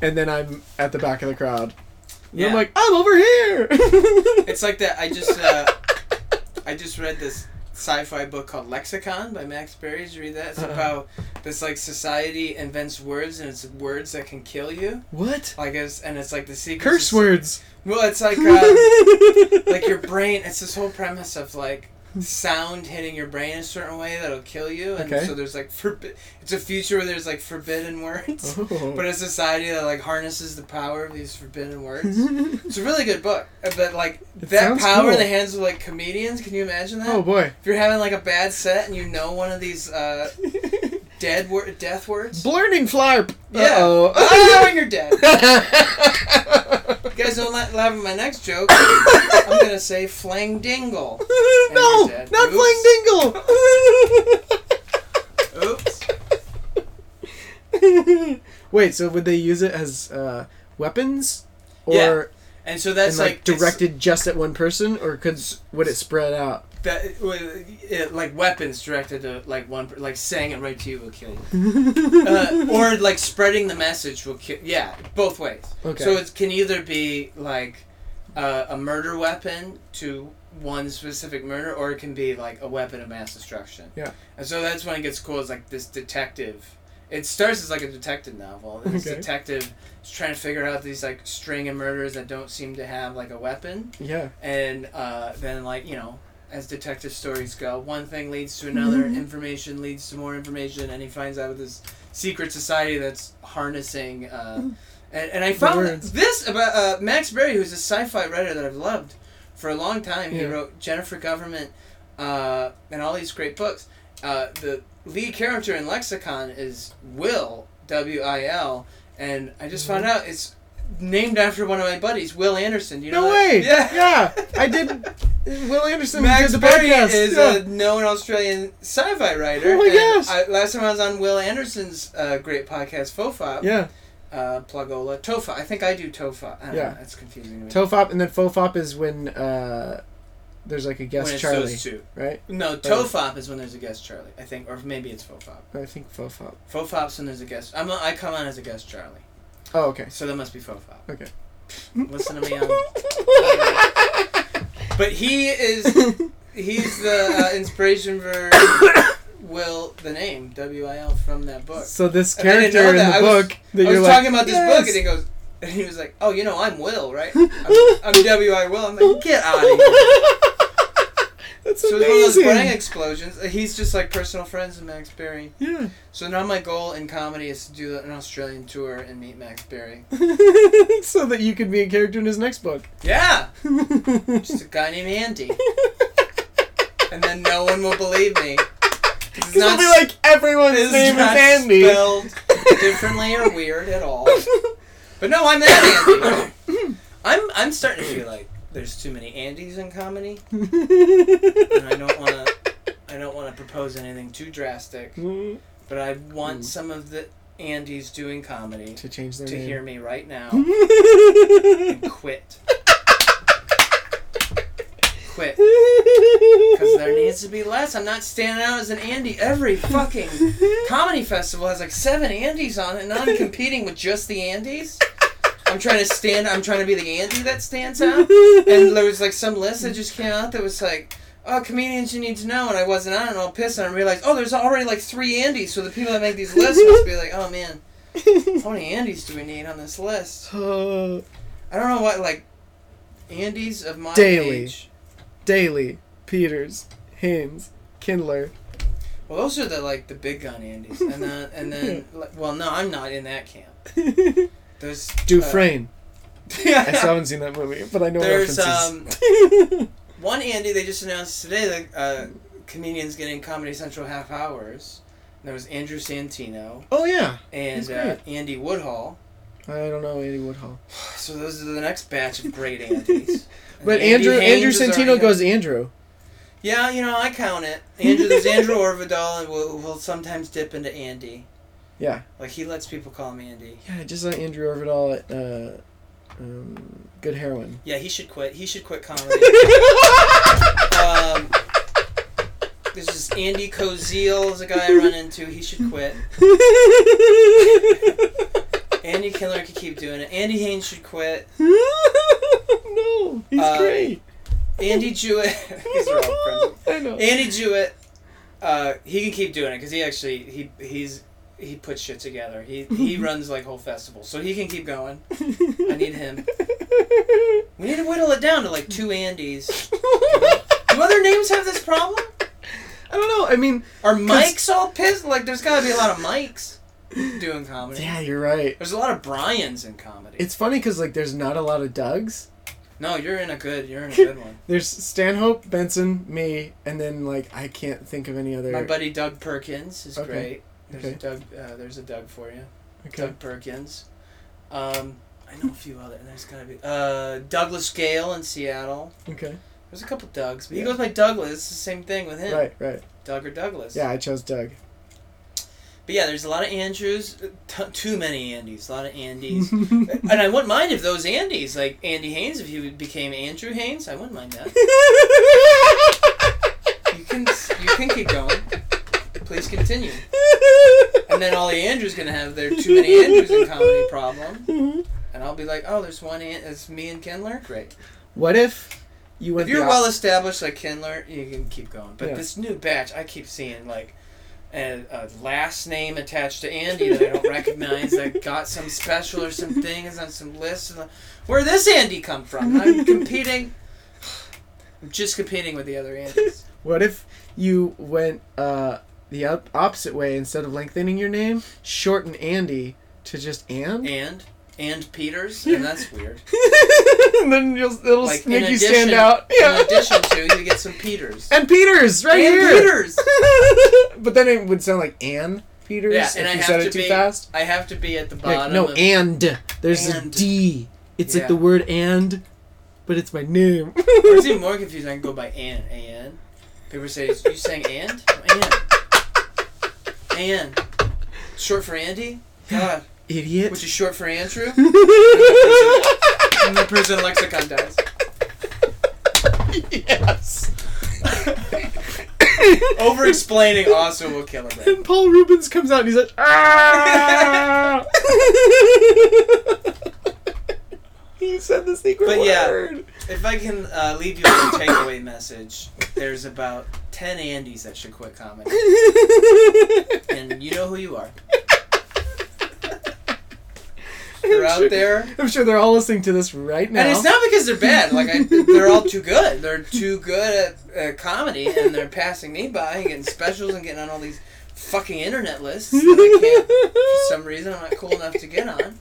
Speaker 1: And then I'm at the back of the crowd. And I'm
Speaker 3: Yeah.
Speaker 1: like, I'm over here.
Speaker 3: It's like that. I just uh, I just read this sci-fi book called Lexicon by Max Berry. Did you read that? It's
Speaker 1: Uh-uh.
Speaker 3: about this like society invents words and it's words that can kill you.
Speaker 1: what?
Speaker 3: Like it's and it's like the secret
Speaker 1: Curse
Speaker 3: soc-
Speaker 1: words.
Speaker 3: Well, it's like uh, like your brain. It's this whole premise of like sound hitting your brain a certain way that'll kill you. And
Speaker 1: Okay.
Speaker 3: so there's like forbi- It's a future where there's like forbidden words.
Speaker 1: Oh.
Speaker 3: But a society that like harnesses the power of these forbidden words. It's a really good book, uh, but like
Speaker 1: Mm-hmm. It
Speaker 3: that
Speaker 1: sounds
Speaker 3: power
Speaker 1: cool.
Speaker 3: in the hands of like comedians. Can you imagine that?
Speaker 1: oh boy.
Speaker 3: If you're having like a bad set and you know one of these uh, dead word, death words.
Speaker 1: Blurning flarp.
Speaker 3: Yeah. Oh,
Speaker 1: Uh-oh.
Speaker 3: now you're dead. You guys don't la- laugh at my next joke. I'm gonna say flang dingle.
Speaker 1: no,
Speaker 3: you're dead.
Speaker 1: not
Speaker 3: Oops.
Speaker 1: playing dingle.
Speaker 3: Oops.
Speaker 1: Wait, so would they use it as uh, weapons, or
Speaker 3: Yeah, And so that's
Speaker 1: and, like,
Speaker 3: it's-
Speaker 1: directed just at one person, or could s- would it spread out?
Speaker 3: that, it, like weapons directed to like one, per- like saying it right to you will kill you. uh, or like spreading the message will kill. Yeah, both ways.
Speaker 1: Okay.
Speaker 3: So it can either be like uh, a murder weapon to one specific murder, or it can be like a weapon of mass destruction.
Speaker 1: Yeah.
Speaker 3: And so that's when it gets cool. Is like this detective. It starts as like a detective novel. And This
Speaker 1: Okay.
Speaker 3: detective is trying to figure out these like string of murders that don't seem to have like a weapon
Speaker 1: yeah.
Speaker 3: and uh, then like you know as detective stories go one thing leads to another
Speaker 1: Mm-hmm.
Speaker 3: information leads to more information and he finds out this secret society that's harnessing uh, and, and i found
Speaker 1: Mm-hmm. Words.
Speaker 3: this about uh, max berry who's a sci-fi writer that i've loved for a long time he
Speaker 1: Yeah.
Speaker 3: wrote jennifer government uh, and all these great books uh, the lead character in lexicon is will w-i-l and i just
Speaker 1: Mm-hmm.
Speaker 3: found out it's named after one of my buddies will anderson Do you know
Speaker 1: no
Speaker 3: that?
Speaker 1: way.
Speaker 3: yeah
Speaker 1: Yeah. I did. Will Anderson
Speaker 3: Max
Speaker 1: did the
Speaker 3: Berry
Speaker 1: podcast.
Speaker 3: is
Speaker 1: yeah.
Speaker 3: a known Australian sci-fi writer.
Speaker 1: Oh my
Speaker 3: and
Speaker 1: gosh.
Speaker 3: I, last time I was on Will Anderson's uh, great podcast, Fofa.
Speaker 1: yeah.
Speaker 3: Uh, Plugola. Tofa. I think I do Tofa. I don't
Speaker 1: Yeah.
Speaker 3: know. That's confusing to me.
Speaker 1: Tofop and then Fofop is when uh, there's like a
Speaker 3: When
Speaker 1: guest
Speaker 3: it's
Speaker 1: Charlie,
Speaker 3: those two.
Speaker 1: right?
Speaker 3: No, Tofop is when there's a guest Charlie, I think. Or maybe it's Fofop.
Speaker 1: I think Fofop.
Speaker 3: Fofop's when there's a guest. I'm, I come on as a guest Charlie.
Speaker 1: Oh, okay.
Speaker 3: So that must be Fofop.
Speaker 1: Okay.
Speaker 3: Listen to me on... But he is... He's the uh, inspiration for... Will the name W.I.L. from that book.
Speaker 1: so this
Speaker 3: I didn't
Speaker 1: character
Speaker 3: know
Speaker 1: in the
Speaker 3: that. I was-
Speaker 1: book that
Speaker 3: I
Speaker 1: you're
Speaker 3: was
Speaker 1: like,
Speaker 3: talking about this book, and he
Speaker 1: "Yes."
Speaker 3: goes, and he was like, "Oh, you know, I'm Will, right? I'm, I'm W.I. Will." I'm like, "Get out of here!"
Speaker 1: That's
Speaker 3: So it was one of those
Speaker 1: amazing.
Speaker 3: brain explosions. Uh, He's just like personal friends of Max Berry.
Speaker 1: yeah.
Speaker 3: So now my goal in comedy is to do an Australian tour and meet Max Berry.
Speaker 1: so that you could be a character in his next book.
Speaker 3: Yeah, just a guy named Andy, and then no one will believe me. 'Cause It's
Speaker 1: It'll be
Speaker 3: s-
Speaker 1: like everyone's
Speaker 3: it's
Speaker 1: name is
Speaker 3: not
Speaker 1: Andy.
Speaker 3: spelled differently or weird at all. But no, I'm that Andy. I'm I'm starting to feel like there's too many Andys in comedy, and I don't want to. I don't want to propose anything too drastic, but I want
Speaker 1: Mm.
Speaker 3: some of the Andys doing comedy
Speaker 1: to change their
Speaker 3: to
Speaker 1: name.
Speaker 3: hear me right now and
Speaker 1: Because
Speaker 3: quit. Quit. Because there needs to be less. I'm not standing out as an Andy every fucking comedy festival has like seven Andys on it, and I'm competing with just the Andys. I'm trying to stand. I'm trying to be the Andy that stands out. And there was like some list that just came out that was like, oh, comedians you need to know, and I wasn't on, it, and I'll piss, and I realized, oh, there's already like three Andys, so the people that make these lists must be like, oh man, How many Andes do we need on this list?
Speaker 1: Uh,
Speaker 3: I don't know what like Andes of my
Speaker 1: Daily.
Speaker 3: age.
Speaker 1: Daly, Peters, Haynes, Kindler.
Speaker 3: Well, those are the like the big gun Andes, and then and then like, well, no, I'm not in that camp. There's
Speaker 1: Dufresne.
Speaker 3: yeah.
Speaker 1: I still haven't seen that movie, but I know
Speaker 3: Uh, There's um,
Speaker 1: references.
Speaker 3: one Andy they just announced today that uh, comedians getting Comedy Central half hours. And there was Andrew Santino
Speaker 1: oh yeah,
Speaker 3: and
Speaker 1: He's
Speaker 3: uh, Andy Woodhall.
Speaker 1: I don't know Andy Woodhull,
Speaker 3: So those are the next batch of great Andys. And
Speaker 1: but
Speaker 3: Uh, Andy
Speaker 1: Andrew
Speaker 3: Haynes
Speaker 1: Andrew
Speaker 3: is already
Speaker 1: Santino
Speaker 3: up-
Speaker 1: goes Andrew.
Speaker 3: Yeah, you know I count it. Andrew, there's Andrew Orvidal, and we'll, we'll sometimes dip into Andy.
Speaker 1: Yeah.
Speaker 3: Like he lets people call him Andy.
Speaker 1: Yeah, I just saw Andrew Overdahl at uh, um, Good Heroin.
Speaker 3: Yeah, he should quit. He should quit comedy. um, there's this Andy Koziel is a guy I run into. He should quit. Andy Killer could keep doing it. Andy Haynes should quit.
Speaker 1: no, he's
Speaker 3: Uh,
Speaker 1: great.
Speaker 3: Andy Jewett. these are all friends.
Speaker 1: I know.
Speaker 3: Andy Jewett. Uh, he can keep doing it because he actually he he's he puts shit together. He he runs like whole festivals, so he can keep going. I need him. We need to whittle it down to like two Andys. Do other names have this problem?
Speaker 1: I don't know. I mean,
Speaker 3: Are Mike's all pissed? Like, there's got to be a lot of Mikes doing comedy.
Speaker 1: yeah, you're right.
Speaker 3: There's a lot of Brian's in comedy.
Speaker 1: It's funny because like there's not a lot of Dougs.
Speaker 3: no, you're in a good. You're in a good one.
Speaker 1: There's Stanhope, Benson, me, and then like I can't think of any other.
Speaker 3: My buddy Doug Perkins is
Speaker 1: Okay.
Speaker 3: great. There's
Speaker 1: Okay.
Speaker 3: a Doug. Uh, there's a Doug for you.
Speaker 1: okay.
Speaker 3: Doug Perkins. Um, I know a few other. And there's gotta be uh, Douglas Gale in Seattle.
Speaker 1: Okay.
Speaker 3: There's a couple Dougs, but he
Speaker 1: Yeah.
Speaker 3: goes by Douglas. It's the same thing with him.
Speaker 1: Right. Right.
Speaker 3: Doug or Douglas.
Speaker 1: Yeah, I chose Doug.
Speaker 3: But yeah, there's a lot of Andrews. uh, T- too many Andys. A lot of Andys. and I wouldn't mind if those Andys, like Andy Haynes, if he became Andrew Haynes, I wouldn't mind that. You can you can keep going. Please continue. And then all the Andrews gonna have their too many Andrews in comedy problem, and I'll be like, oh, there's one. An- it's me and Kindler. Great.
Speaker 1: What if you went?
Speaker 3: If you're
Speaker 1: the
Speaker 3: well established like Kindler, you can keep going. But
Speaker 1: Yeah.
Speaker 3: this new batch, I keep seeing like. A, a last name attached to Andy that I don't recognize that got some special or some thing is on some list. And like, Where this Andy come from? I'm competing. I'm just competing with the other Andys.
Speaker 1: What if you went uh, the op- opposite way instead of lengthening your name, shorten Andy to just Ann?
Speaker 3: and and Peters, and that's weird.
Speaker 1: and then you'll it'll
Speaker 3: Like in
Speaker 1: make you
Speaker 3: addition,
Speaker 1: stand out. Yeah.
Speaker 3: In addition to, you get some Peters.
Speaker 1: and Peters right
Speaker 3: and
Speaker 1: here.
Speaker 3: Peters.
Speaker 1: but then it would sound like Ann Peters
Speaker 3: Yeah,
Speaker 1: if
Speaker 3: and I
Speaker 1: you
Speaker 3: have
Speaker 1: said
Speaker 3: to
Speaker 1: it too
Speaker 3: be.
Speaker 1: fast.
Speaker 3: I have to be at the
Speaker 1: Like,
Speaker 3: bottom.
Speaker 1: no,
Speaker 3: of,
Speaker 1: and there's a
Speaker 3: And.
Speaker 1: D. It's
Speaker 3: Yeah.
Speaker 1: like the word and, but it's my name.
Speaker 3: or it's even more confusing. I can go by Ann. Ann. People say you sang and Oh, Ann. Ann. Short for Andy. God,
Speaker 1: Idiot.
Speaker 3: which is short for Andrew. And the prison lexicon dies.
Speaker 1: yes.
Speaker 3: Over explaining also will kill a man.
Speaker 1: And Paul Rubens comes out and he's like, ah! he said the secret
Speaker 3: But yeah.
Speaker 1: word.
Speaker 3: If I can uh, leave you with a takeaway message, there's about ten Andys that should quit comedy. and you know who you are. They're out there,
Speaker 1: I'm sure they're all listening to this right now.
Speaker 3: and it's not because they're bad. Like I, they're all too good. They're too good at uh, comedy, and they're passing me by and getting specials and getting on all these fucking internet lists that I can't. For some reason, I'm not cool enough to get on.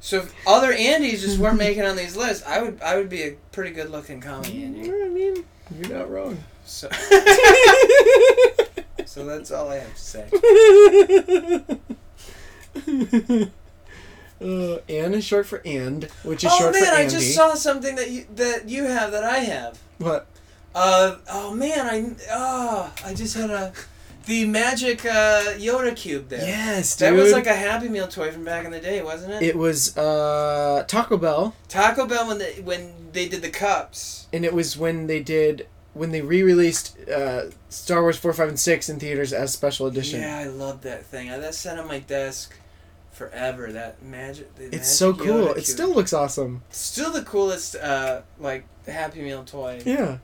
Speaker 3: So if other Andys just weren't making on these lists, I would I would be a pretty good looking comedy Andy.
Speaker 1: I mean, you're not wrong.
Speaker 3: So, so that's all I have to say.
Speaker 1: uh, Anne is short for and, which is
Speaker 3: oh
Speaker 1: short
Speaker 3: man,
Speaker 1: for
Speaker 3: I
Speaker 1: Andy.
Speaker 3: just saw something that you that you have that I have.
Speaker 1: What?
Speaker 3: Uh oh man, I oh I just had a the magic uh, Yoda cube there.
Speaker 1: Yes,
Speaker 3: that
Speaker 1: dude.
Speaker 3: was like a Happy Meal toy from back in the day, wasn't it?
Speaker 1: it was uh, Taco Bell,
Speaker 3: Taco Bell when they when they did the cups.
Speaker 1: and it was when they did when they re-released uh, Star Wars four, five, and six in theaters as special edition.
Speaker 3: Yeah, I love that thing. I, that sat on my desk forever. That magic. The
Speaker 1: It's so
Speaker 3: magic
Speaker 1: cool.
Speaker 3: Yoda
Speaker 1: It
Speaker 3: cube.
Speaker 1: still looks awesome.
Speaker 3: still the coolest uh like Happy Meal toy.
Speaker 1: Yeah,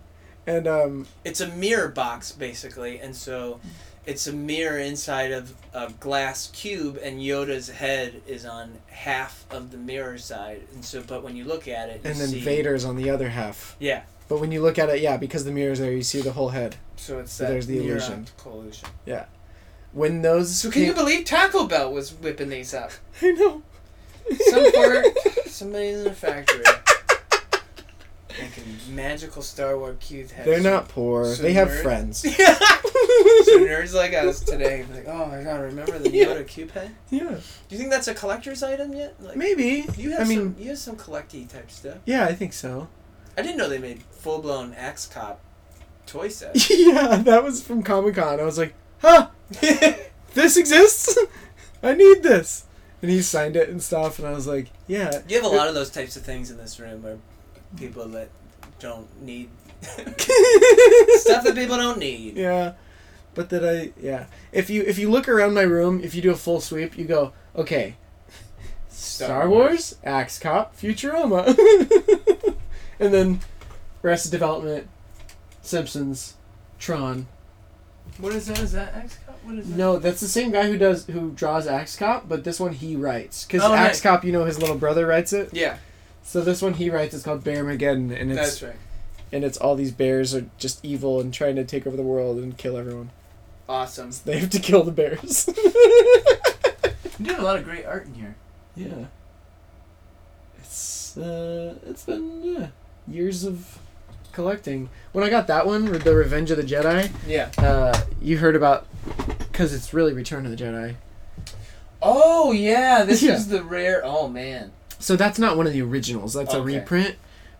Speaker 1: and um,
Speaker 3: It's a mirror box basically, and so it's a mirror inside of a glass cube, and Yoda's head is on half of the mirror side. And so, but when you look at it, you
Speaker 1: and then
Speaker 3: see,
Speaker 1: Vader's on the other half.
Speaker 3: Yeah.
Speaker 1: But when you look at it, yeah, because the mirror's there, you see the whole head.
Speaker 3: So it's
Speaker 1: So
Speaker 3: that
Speaker 1: there's the
Speaker 3: mirror
Speaker 1: illusion.
Speaker 3: collusion.
Speaker 1: When those
Speaker 3: So can you
Speaker 1: came-
Speaker 3: believe Taco Bell was whipping these up?
Speaker 1: I know.
Speaker 3: Some part, somebody's in a factory making magical Star Wars cube heads.
Speaker 1: They're not poor.
Speaker 3: So
Speaker 1: they have
Speaker 3: nerd.
Speaker 1: friends.
Speaker 3: Yeah. so nerds like us today, like, oh my god, remember the
Speaker 1: Yeah.
Speaker 3: Yoda cube head?
Speaker 1: Yeah.
Speaker 3: Do you think that's a collector's item yet? Like,
Speaker 1: Maybe.
Speaker 3: You have
Speaker 1: I mean,
Speaker 3: some, you have some collecty type stuff.
Speaker 1: yeah, I think so.
Speaker 3: I didn't know they made full blown Axe Cop toy set.
Speaker 1: yeah, that was from Comic Con. I was like, huh,
Speaker 3: yeah,
Speaker 1: this exists? I need this. And he signed it and stuff, and I was like, yeah.
Speaker 3: you have a lot of those types of things in this room where people that don't need stuff that people don't need.
Speaker 1: yeah but that i yeah if you if you look around my room if you do a full sweep you go okay star, wars, axe cop futurama and then rest of development simpsons tron
Speaker 3: What is that? Is that Axe Cop? What is that?
Speaker 1: no that's the same guy who does who draws axe cop but this one he writes because
Speaker 3: Oh,
Speaker 1: axe
Speaker 3: nice.
Speaker 1: cop you know his little brother writes it
Speaker 3: Yeah,
Speaker 1: so this one he writes is called bear mageddon and it's
Speaker 3: that's right.
Speaker 1: and it's all these bears are just evil and trying to take over the world and kill everyone
Speaker 3: Awesome.
Speaker 1: they have to kill the bears
Speaker 2: You did a lot of great art in here.
Speaker 1: Yeah. It's uh, it's been yeah, years of collecting. When I got that one, the Revenge of the Jedi,
Speaker 3: Yeah.
Speaker 1: uh, you heard about because it's really Return of the Jedi.
Speaker 3: Oh yeah, this
Speaker 1: Yeah.
Speaker 3: is the rare. Oh man.
Speaker 1: So that's not one of the originals. That's a
Speaker 3: Okay.
Speaker 1: reprint,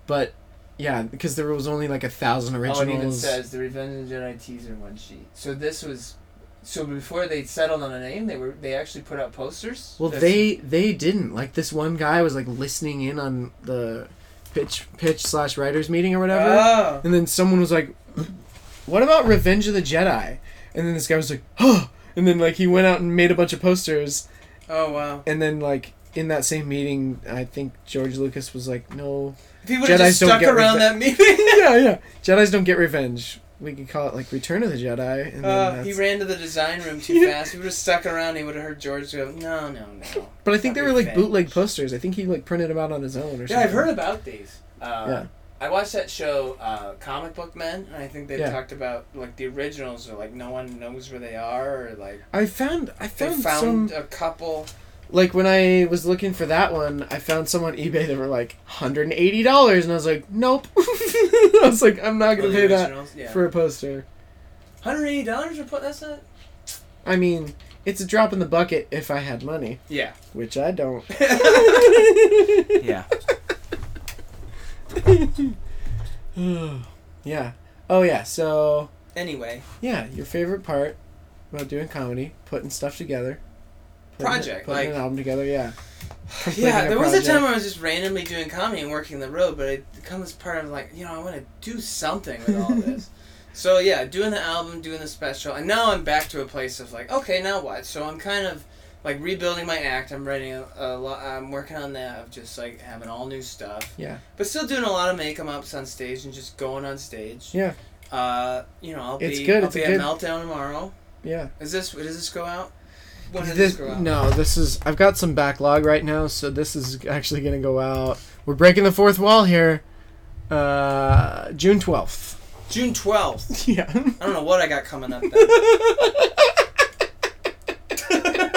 Speaker 1: but yeah, because there was only like a thousand
Speaker 3: Oh, it even
Speaker 1: originals.
Speaker 3: says the Revenge of the Jedi teaser one sheet. So this was, so before they settled on a name, they were they actually put out posters.
Speaker 1: well,
Speaker 3: That's-
Speaker 1: they they didn't like this one guy was like listening in on the pitch pitch slash writers meeting or whatever.
Speaker 3: Oh.
Speaker 1: And then someone was like, "What about Revenge of the Jedi?" And then this guy was like, "Huh." And then like he went out and made a bunch of posters.
Speaker 3: Oh wow.
Speaker 1: And then like in that same meeting, I think George Lucas was like, "No,
Speaker 3: If he would have just
Speaker 1: Jedis don't
Speaker 3: stuck
Speaker 1: get
Speaker 3: around
Speaker 1: reven-
Speaker 3: that meeting.
Speaker 1: yeah, yeah, Jedi's don't get revenge. We could call it like Return of the Jedi." And then
Speaker 3: Uh,
Speaker 1: that's-
Speaker 3: he ran to the design room too fast. He would have stuck around. He would have heard George go, "No, no, no."
Speaker 1: but I think they were like
Speaker 3: Revenge.
Speaker 1: bootleg posters. I think he like printed them out on his own or something.
Speaker 3: Yeah, I've heard about these. Uh,
Speaker 1: Yeah.
Speaker 3: I watched that show, uh, Comic Book Men, and I think they
Speaker 1: Yeah.
Speaker 3: talked about like the originals, or like no one knows where they are, or like
Speaker 1: I found I
Speaker 3: they
Speaker 1: found,
Speaker 3: found,
Speaker 1: some
Speaker 3: a couple.
Speaker 1: like when I was looking for that one, I found some on eBay that were like hundred and eighty dollars, and I was like, "Nope." I was like, "I'm not gonna
Speaker 3: of the
Speaker 1: pay that."
Speaker 3: originals. Oh, Yeah.
Speaker 1: for a poster.
Speaker 3: Hundred eighty dollars for that's not.
Speaker 1: I mean, it's a drop in the bucket if I had money,
Speaker 3: Yeah.
Speaker 1: which I don't.
Speaker 3: yeah.
Speaker 1: yeah. Oh yeah. So
Speaker 3: Anyway,
Speaker 1: yeah, your favorite part about doing comedy, putting stuff together, putting it-
Speaker 3: Project,
Speaker 1: putting
Speaker 3: like-
Speaker 1: an album together. Yeah. Completing
Speaker 3: yeah,
Speaker 1: a
Speaker 3: there was a time
Speaker 1: project.
Speaker 3: where I was just randomly doing comedy and working the road, but it becomes part of like you know I want to do something with all this. so yeah, doing the album, doing the special, and now I'm back to a place of like okay, now what? So I'm kind of like rebuilding my act. I'm writing a, a lot. I'm working on that of just like having all new stuff.
Speaker 1: Yeah.
Speaker 3: But still doing a lot of make em ups on stage and just going on stage.
Speaker 1: Yeah.
Speaker 3: Uh, you know, I'll
Speaker 1: It's
Speaker 3: be
Speaker 1: good,
Speaker 3: I'll
Speaker 1: it's a
Speaker 3: be at
Speaker 1: good-
Speaker 3: meltdown tomorrow.
Speaker 1: Yeah.
Speaker 3: Is this does this go out? When does this,
Speaker 1: This,
Speaker 3: go out?
Speaker 1: no, this is I've got some backlog right now, so this is actually gonna go out. We're breaking the fourth wall here. Uh, June twelfth.
Speaker 3: June twelfth.
Speaker 1: Yeah.
Speaker 3: I don't know what I got coming up. Then.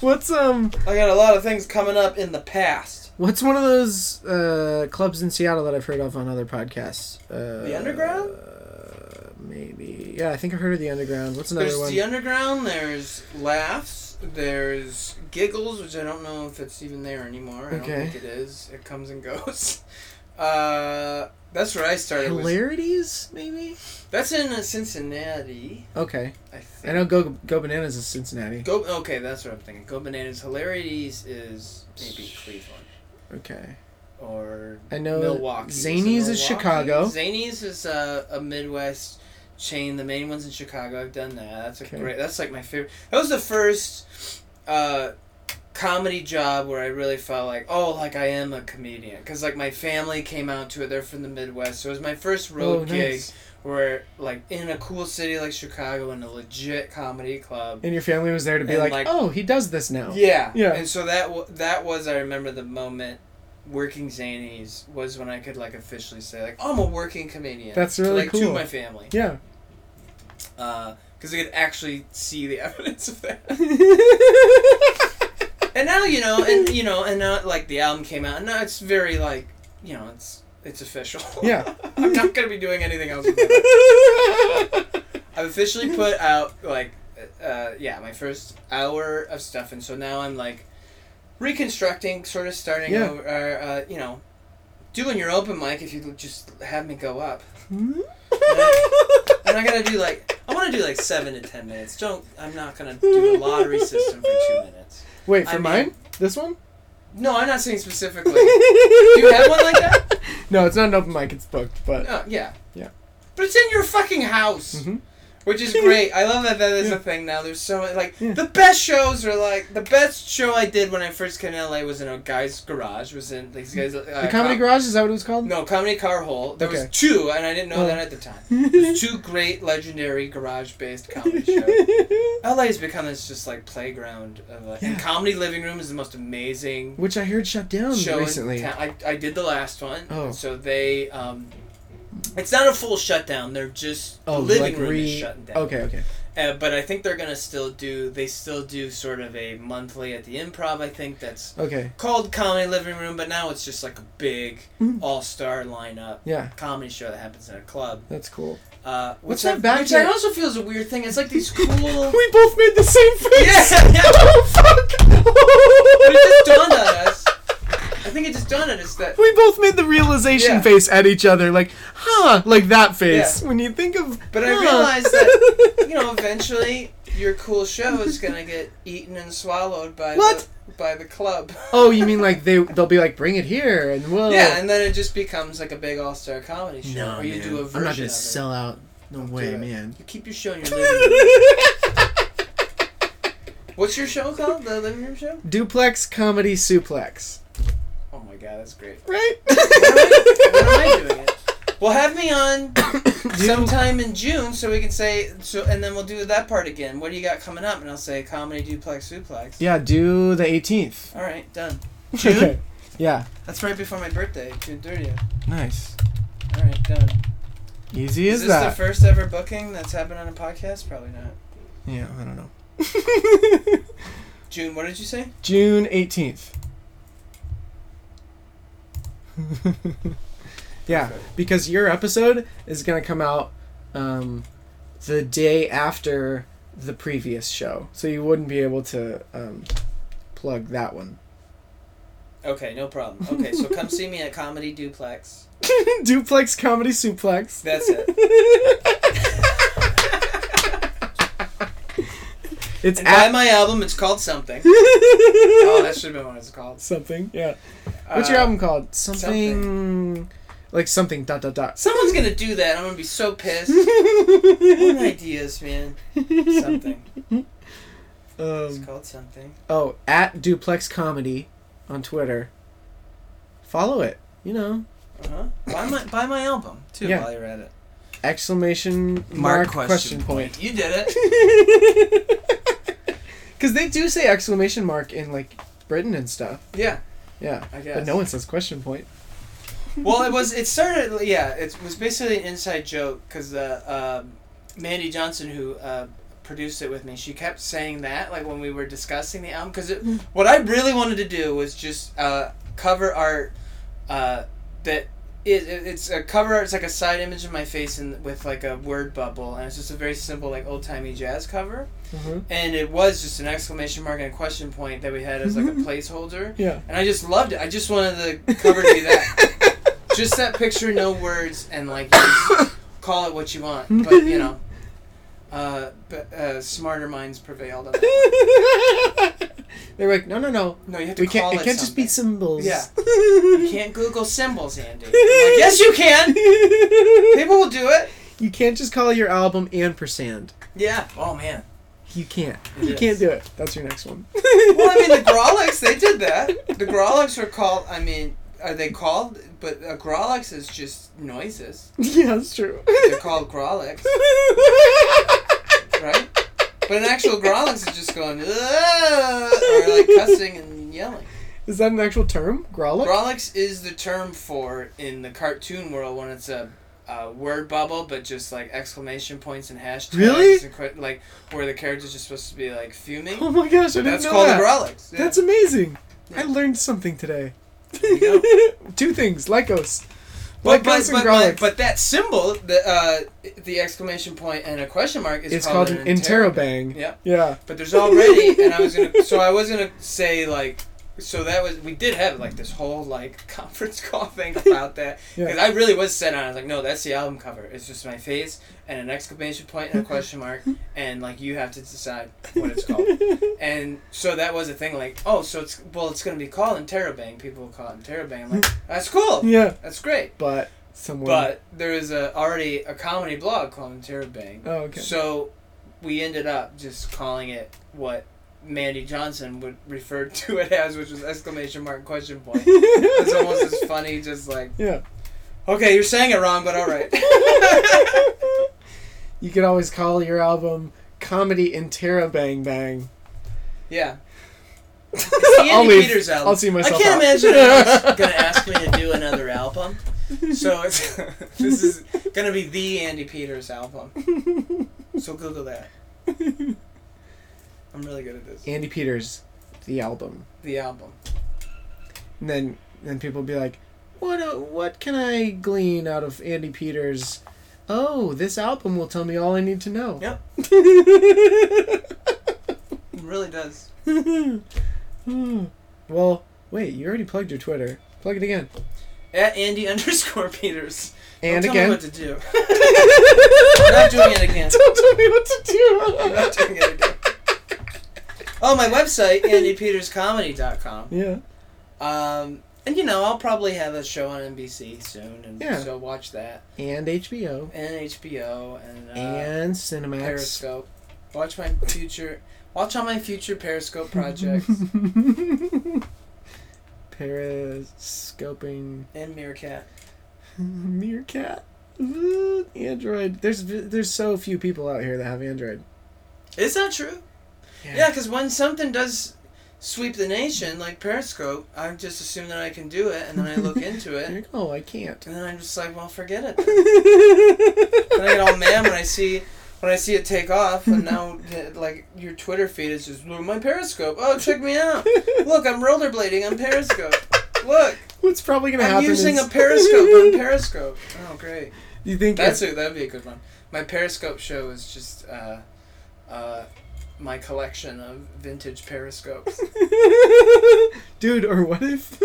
Speaker 1: What's um
Speaker 3: I got a lot of things coming up in the past.
Speaker 1: What's one of those uh, clubs in Seattle that I've heard of on other podcasts? Uh,
Speaker 3: The Underground?
Speaker 1: Uh, maybe. Yeah, I think I've heard of the Underground. What's another
Speaker 3: There's
Speaker 1: one?
Speaker 3: the underground. There's laughs. There's giggles, which I don't know if it's even there anymore. I
Speaker 1: Okay.
Speaker 3: don't think it is. It comes and goes. Uh, that's where I started. Was,
Speaker 1: Hilarities, maybe.
Speaker 3: that's in uh, Cincinnati.
Speaker 1: Okay,
Speaker 3: I
Speaker 1: I
Speaker 3: think.
Speaker 1: know Go Go Bananas is Cincinnati.
Speaker 3: Go. Okay, that's what I'm thinking. Go bananas. Hilarities is maybe Cleveland
Speaker 1: Okay,
Speaker 3: or
Speaker 1: I know
Speaker 3: Milwaukee.
Speaker 1: Zanies is
Speaker 3: Milwaukee.
Speaker 1: Chicago.
Speaker 3: Zanies is uh, a Midwest chain. The main one's in Chicago. I've done that. That's a
Speaker 1: Okay.
Speaker 3: great. That's like my favorite. That was the first uh, comedy job where I really felt like, oh, like I am a comedian. Because like my family came out to it. They're from the Midwest, so it was my first road
Speaker 1: Oh,
Speaker 3: gig
Speaker 1: nice.
Speaker 3: were like in a cool city like Chicago in a legit comedy club.
Speaker 1: And your family was there to be
Speaker 3: And,
Speaker 1: like,
Speaker 3: like-
Speaker 1: oh, he does this now.
Speaker 3: Yeah.
Speaker 1: Yeah.
Speaker 3: And so that w- that was I remember the moment working Zanies was when I could like officially say like I'm a working comedian.
Speaker 1: That's
Speaker 3: to,
Speaker 1: really
Speaker 3: like,
Speaker 1: cool.
Speaker 3: to my family.
Speaker 1: Yeah.
Speaker 3: because they could actually see the evidence of that.
Speaker 1: Hmm?
Speaker 3: and now you know, and you know, and now like the album came out, and now it's very like you know, it's it's official.
Speaker 1: Yeah.
Speaker 3: I'm not gonna be doing anything else. With it. I've officially put out like, uh, yeah, my first hour of stuff, and so now I'm like reconstructing, sort of starting,
Speaker 1: Yeah.
Speaker 3: over, uh, uh, you know, doing your open mic if you just have me go up. And I gotta do like I want to do like seven to ten minutes. Don't I'm not gonna do a lottery system for two minutes.
Speaker 1: Wait, for
Speaker 3: I mean-
Speaker 1: mine? This one?
Speaker 3: No, I'm not saying specifically. Do you have one like that?
Speaker 1: No, it's not an open mic, it's booked, but.
Speaker 3: No, yeah.
Speaker 1: Yeah.
Speaker 3: But it's in your fucking house,
Speaker 1: Mhm.
Speaker 3: which is great. I love that that is
Speaker 1: Yeah.
Speaker 3: a thing now. There's so like
Speaker 1: Yeah.
Speaker 3: the best shows are like the best show I did when I first came to LA was in a guy's garage. Was in these guys. Uh,
Speaker 1: The Comedy
Speaker 3: com-
Speaker 1: Garage, is that what it was called?
Speaker 3: No, Comedy Car Hole. There
Speaker 1: Okay.
Speaker 3: was two, and I didn't know
Speaker 1: Oh.
Speaker 3: that at the time. There's two great legendary garage-based comedy shows. LA has become this just like playground of like, and
Speaker 1: Yeah.
Speaker 3: comedy living room is the most amazing
Speaker 1: Which I heard shut down
Speaker 3: show
Speaker 1: recently.
Speaker 3: in town. I, I did the last one.
Speaker 1: Oh.
Speaker 3: So they um it's not a full shutdown. They're just the living room is shutting down.
Speaker 1: Oh, Okay, okay.
Speaker 3: Uh, but I think they're gonna still do. They still do sort of a monthly at the Improv. I think that's
Speaker 1: Okay.
Speaker 3: called Comedy Living Room, but now it's just like a big
Speaker 1: Mm.
Speaker 3: all star lineup
Speaker 1: Yeah,
Speaker 3: comedy show that happens in a club.
Speaker 1: that's cool.
Speaker 3: Uh, which
Speaker 1: What's that
Speaker 3: I,
Speaker 1: back
Speaker 3: which
Speaker 1: there?
Speaker 3: I also feel is a weird thing. It's like these cool.
Speaker 1: We both made the same face!
Speaker 3: Yeah, yeah.
Speaker 1: oh, fuck!
Speaker 3: But it just dawned on us. I think it just dawned on us that
Speaker 1: We both made the realization
Speaker 3: Yeah.
Speaker 1: face at each other, like, huh, like that face. When you think of.
Speaker 3: But I
Speaker 1: huh.
Speaker 3: realized that, you know eventually your cool show is gonna get eaten and swallowed by
Speaker 1: What?
Speaker 3: the by the club.
Speaker 1: oh, you mean like they, they'll be like, bring it here, and whoa.
Speaker 3: yeah, and then it just becomes like a big all star comedy show,
Speaker 1: No,
Speaker 3: or you
Speaker 1: man.
Speaker 3: do a version
Speaker 1: I'm not
Speaker 3: of
Speaker 1: gonna
Speaker 3: it.
Speaker 1: sell out. No way,
Speaker 3: it.
Speaker 1: man.
Speaker 3: You keep your show in your living room. What's your show called? The living room show?
Speaker 1: Duplex comedy suplex,
Speaker 3: Oh my god, that's great.
Speaker 1: right?
Speaker 3: When am I doing it? Well, have me on sometime in June so we can say so, and then we'll do that part again. What do you got coming up? And I'll say comedy duplex suplex.
Speaker 1: yeah, do the 18th.
Speaker 3: All right, done.
Speaker 1: Okay. Yeah,
Speaker 3: That's right before my birthday, June thirtieth.
Speaker 1: nice.
Speaker 3: All right, done.
Speaker 1: Easy as
Speaker 3: this
Speaker 1: that.
Speaker 3: the first ever booking that's happened on a podcast? Probably not.
Speaker 1: yeah, I don't know.
Speaker 3: June, what did you say?
Speaker 1: June 18th. yeah,
Speaker 3: Perfect.
Speaker 1: because your episode is going to come out um, the day after the previous show. So you wouldn't be able to um, plug that one.
Speaker 3: Okay, no problem. Okay, so come see me at Comedy Duplex.
Speaker 1: Duplex Comedy Suplex.
Speaker 3: That's it.
Speaker 1: It's
Speaker 3: And buy
Speaker 1: at
Speaker 3: my album. It's called something. Oh, that should have been what it's called.
Speaker 1: something. Yeah. What's your
Speaker 3: Uh,
Speaker 1: album called? Something, like something dot dot dot.
Speaker 3: Someone's gonna do that. I'm gonna be so pissed. What ideas, man. Something. It's
Speaker 1: Um,
Speaker 3: called something.
Speaker 1: oh, at Duplex Comedy on Twitter. Follow it. You know,
Speaker 3: Uh huh. Buy my buy my album too
Speaker 1: Yeah.
Speaker 3: while you're at it.
Speaker 1: exclamation mark, question, point.
Speaker 3: You did it.
Speaker 1: Because they do say exclamation mark in like Britain and stuff.
Speaker 3: Yeah,
Speaker 1: Yeah,
Speaker 3: I guess.
Speaker 1: but no one says question point.
Speaker 3: well, it was. It started. Yeah, it was basically an inside joke because uh, um Mandy Johnson, who uh, produced it with me, she kept saying that like when we were discussing the album. Because what I really wanted to do was just uh, cover art uh, that. It, it- it's a cover art. It's like a side image of my face and with like a word bubble, and it's just a very simple like old timey jazz cover.
Speaker 1: Mm-hmm.
Speaker 3: And it was just an exclamation mark and a question point that we had as like a placeholder.
Speaker 1: Yeah.
Speaker 3: And I just loved it. I just wanted the cover to be that. just that picture, no words, and like you just call it what you want. But you know, uh, but, uh, smarter minds prevailed on that.
Speaker 1: They're like, no, no, no.
Speaker 3: No, you have to
Speaker 1: We
Speaker 3: call
Speaker 1: can't. It
Speaker 3: it
Speaker 1: can't just be
Speaker 3: something.
Speaker 1: symbols.
Speaker 3: Yeah. You can't Google symbols, Andy. I'm like, yes, you can. People will do it.
Speaker 1: You can't just call your album ampersand.
Speaker 3: Yeah. Oh man.
Speaker 1: You can't.
Speaker 3: It
Speaker 1: You
Speaker 3: is.
Speaker 1: can't do it. That's your next one.
Speaker 3: Well, I mean, the Grolics, they did that. The Grolics were called. I mean, are they called? But a Grolix is just noises.
Speaker 1: Yeah, that's true.
Speaker 3: They're called Grolix, right? But an actual Grolix is just going "Ugh," or like cussing and yelling.
Speaker 1: Is that an actual term? Grolic?
Speaker 3: Grolix is the term for in the cartoon world when it's a, a word bubble, but just like exclamation points and hashtags.
Speaker 1: Really?
Speaker 3: And que- like where the characters are supposed to be like fuming.
Speaker 1: oh my gosh, I didn't
Speaker 3: That's
Speaker 1: know
Speaker 3: called
Speaker 1: that.
Speaker 3: a Grolix. Yeah.
Speaker 1: That's amazing. I
Speaker 3: Yeah.
Speaker 1: learned something today.
Speaker 3: you
Speaker 1: Two things, Lycos.
Speaker 3: but,
Speaker 1: Lycos
Speaker 3: but,
Speaker 1: and
Speaker 3: but,
Speaker 1: Grolic.
Speaker 3: but, but that symbol, the uh, the exclamation point and a question mark is
Speaker 1: it's called an interrobang.
Speaker 3: Yeah.
Speaker 1: Yeah.
Speaker 3: But there's already, and I was gonna, so I was gonna say like, so that was we did have like this whole like conference call thing about that because
Speaker 1: Yeah.
Speaker 3: I really was set on. it. I was like, no, that's the album cover. It's just my face and an exclamation point and a question mark, and like you have to decide what it's called. And so that was a thing. Like, oh, so it's well, it's gonna be called Interrobang. People will call it Interrobang. I'm like, that's cool.
Speaker 1: yeah.
Speaker 3: That's great.
Speaker 1: But someone.
Speaker 3: But there is a already a comedy blog called Interrobang.
Speaker 1: Oh, okay.
Speaker 3: So we ended up just calling it what Mandy Johnson would refer to it as, which was exclamation mark question point. it's almost as funny, just like,
Speaker 1: yeah.
Speaker 3: okay, you're saying it wrong, but all right.
Speaker 1: You could always call your album Comedy Interrobang Bang.
Speaker 3: yeah. It's the Andy
Speaker 1: I'll leave.
Speaker 3: Peters album.
Speaker 1: I'll see myself
Speaker 3: I can't
Speaker 1: out.
Speaker 3: imagine anyone's gonna ask me to do another album. So it's this is gonna be the Andy Peters album. So Google that. I'm really good at this.
Speaker 1: Andy Peters, the album.
Speaker 3: The album.
Speaker 1: And then then people be like, "What uh, what can I glean out of Andy Peters? Oh, this album will tell me all I need to know."
Speaker 3: Yep. It really does.
Speaker 1: Hmm. well, wait, you already plugged your Twitter. Plug it again.
Speaker 3: At Andy underscore Peters.
Speaker 1: And
Speaker 3: Don't Tell
Speaker 1: again.
Speaker 3: me what to do. I'm not doing it again.
Speaker 1: Don't tell me what to
Speaker 3: I'm not
Speaker 1: do.
Speaker 3: doing it again. Oh, my website, andypeterscomedy.com.
Speaker 1: yeah.
Speaker 3: Um, and you know, I'll probably have a show on NBC soon, and
Speaker 1: Yeah.
Speaker 3: so watch that.
Speaker 1: And HBO
Speaker 3: And HBO and, uh,
Speaker 1: and Cinemax.
Speaker 3: Periscope. Watch my future. Watch all my future Periscope projects
Speaker 1: Periscoping
Speaker 3: and Meerkat.
Speaker 1: Mm-hmm. Meerkat. Ooh, Android. There's there's so few people out here that have Android.
Speaker 3: Is that true? Yeah, because when something does sweep the nation, like Periscope, I just assume that I can do it, and then I look into it,
Speaker 1: You're like, oh, I can't.
Speaker 3: and then I'm just like, well, forget it. then." And I get all mad when I see when I see it take off, and now eh, like your Twitter feed is just "Look, my Periscope. Oh, check me out! Look, I'm rollerblading on Periscope. Look,
Speaker 1: What's probably gonna
Speaker 3: I'm
Speaker 1: happen?
Speaker 3: using
Speaker 1: is-
Speaker 3: a Periscope on Periscope. Oh, great.
Speaker 1: you think
Speaker 3: That's a, that'd be a good one. My Periscope show is just uh, uh, my collection of vintage Periscopes.
Speaker 1: Dude, or what if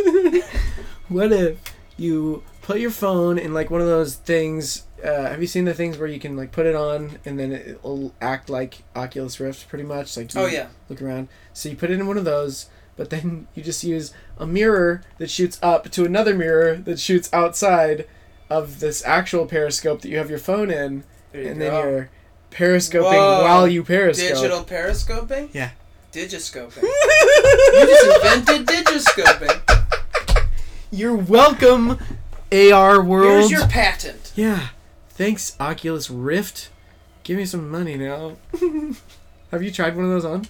Speaker 1: what if you put your phone in like one of those things uh, have you seen the things where you can like put it on and then it'll act like Oculus Rift pretty much like you
Speaker 3: Oh yeah.
Speaker 1: look around so you put it in one of those but then you just use a mirror that shoots up to another mirror that shoots outside of this actual periscope that you have your phone in
Speaker 3: There you
Speaker 1: and
Speaker 3: go.
Speaker 1: then you're periscoping
Speaker 3: Whoa.
Speaker 1: while you periscope
Speaker 3: Digital periscoping?
Speaker 1: Yeah.
Speaker 3: Digiscoping. you just invented digiscoping.
Speaker 1: You're welcome, AR world.
Speaker 3: Here's your patent.
Speaker 1: yeah. Thanks, Oculus Rift. Give me some money now. Have you tried one of those on?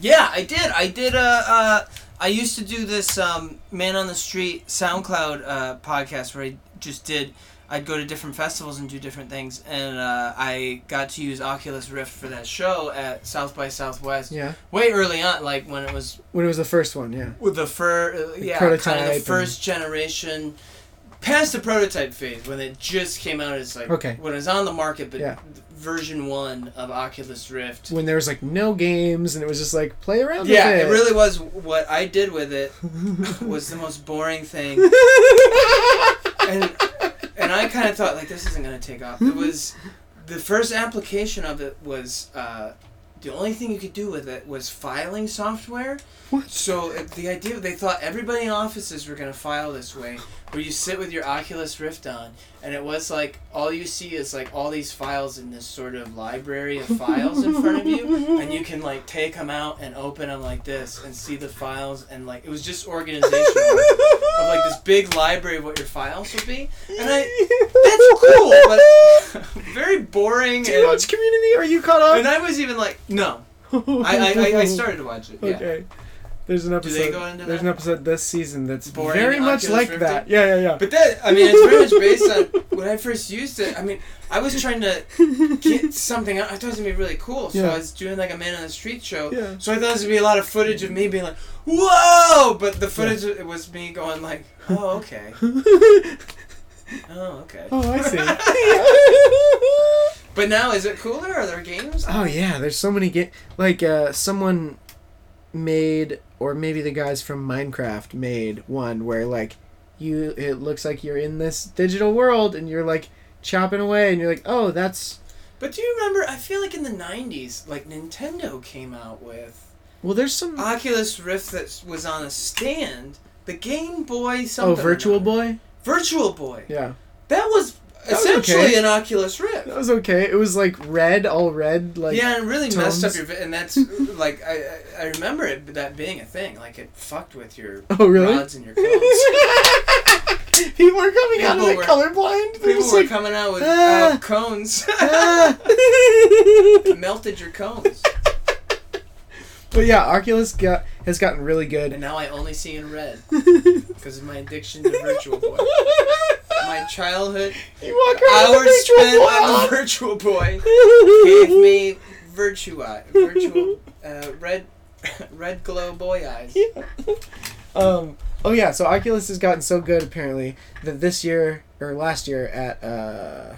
Speaker 3: Yeah, I did. I did. Uh, uh, I used to do this um, man on the street SoundCloud uh, podcast where I just did. I'd go to different festivals and do different things, and uh, I got to use Oculus Rift for that show at South by Southwest.
Speaker 1: Yeah.
Speaker 3: Way early on, like when it was
Speaker 1: When it was the first one, yeah.
Speaker 3: with the fur, uh, yeah, kind
Speaker 1: prototype
Speaker 3: of the
Speaker 1: and-
Speaker 3: first generation, past the prototype phase when it just came out as like
Speaker 1: Okay.
Speaker 3: when it was on the market, but
Speaker 1: Yeah.
Speaker 3: version one of Oculus Rift.
Speaker 1: When there was like no games and it was just like play around
Speaker 3: Yeah,
Speaker 1: with it.
Speaker 3: it really was. What I did with it was the most boring thing, and and I kind of thought like this isn't gonna take off. It was the first application of it was uh, the only thing you could do with it was filing software.
Speaker 1: What?
Speaker 3: So uh, the idea they thought everybody in offices were gonna file this way, where you sit with your Oculus Rift on, and it was like all you see is like all these files in this sort of library of files in front of you, and you can like take them out and open them like this and see the files, and like it was just organizational of like this big library of what your files would be, and I that's cool, but very boring.
Speaker 1: Do you
Speaker 3: And,
Speaker 1: watch Community? Are you caught
Speaker 3: and
Speaker 1: up?
Speaker 3: I was even like, no, I I, I, I started to watch it. Yeah.
Speaker 1: Okay. There's an episode.
Speaker 3: they go into
Speaker 1: there's
Speaker 3: that?
Speaker 1: an episode this season that's
Speaker 3: Boring
Speaker 1: very
Speaker 3: and
Speaker 1: much like
Speaker 3: Oculus Rift
Speaker 1: that. Yeah, yeah, yeah.
Speaker 3: But that, I mean, it's very much based on when I first used it. I mean, I was trying to get something out. I thought it was gonna be really cool, so
Speaker 1: Yeah.
Speaker 3: I was doing like a man on the street show.
Speaker 1: Yeah.
Speaker 3: So I thought it was gonna be a lot of footage of me being like, "Whoa!" But the footage it was me going like, "Oh, okay. Oh, okay."
Speaker 1: oh, I see.
Speaker 3: But now, is it cooler? Are there games?
Speaker 1: oh yeah, there's so many ga- like uh, someone made or maybe the guys from Minecraft made one where like you it looks like you're in this digital world and you're like chopping away and you're like, "Oh, that's
Speaker 3: But do you remember? I feel like in the '90s, like Nintendo came out with
Speaker 1: well there's some oh,
Speaker 3: Oculus Rift that was on a stand. The Game Boy something.
Speaker 1: Oh,
Speaker 3: or
Speaker 1: Virtual
Speaker 3: another.
Speaker 1: Boy?
Speaker 3: Virtual Boy.
Speaker 1: Yeah.
Speaker 3: That was
Speaker 1: was
Speaker 3: essentially
Speaker 1: okay.
Speaker 3: an Oculus Rift.
Speaker 1: That was okay. It was like red, all red like
Speaker 3: yeah, and it really messed up
Speaker 1: tones.
Speaker 3: your. vi- And that's like I I- I remember it that being a thing. Like it fucked with your
Speaker 1: Oh, really?
Speaker 3: rods and your cones.
Speaker 1: People were coming out of
Speaker 3: People
Speaker 1: it
Speaker 3: were-
Speaker 1: colorblind. They're
Speaker 3: People
Speaker 1: just
Speaker 3: were
Speaker 1: like,
Speaker 3: coming out with
Speaker 1: "Ah."
Speaker 3: uh, cones.
Speaker 1: "Ah."
Speaker 3: Melted your cones,
Speaker 1: but yeah, Oculus got, has gotten really
Speaker 3: and
Speaker 1: good.
Speaker 3: now I only see in red because of my addiction to Virtual Boy. My childhood
Speaker 1: you walk around with
Speaker 3: hours
Speaker 1: a
Speaker 3: spent
Speaker 1: virtual
Speaker 3: on
Speaker 1: wall.
Speaker 3: the Virtual Boy gave me virtua, virtual uh, red red glow boy eyes.
Speaker 1: um, oh yeah, so Oculus has gotten so good apparently that this year or last year at uh,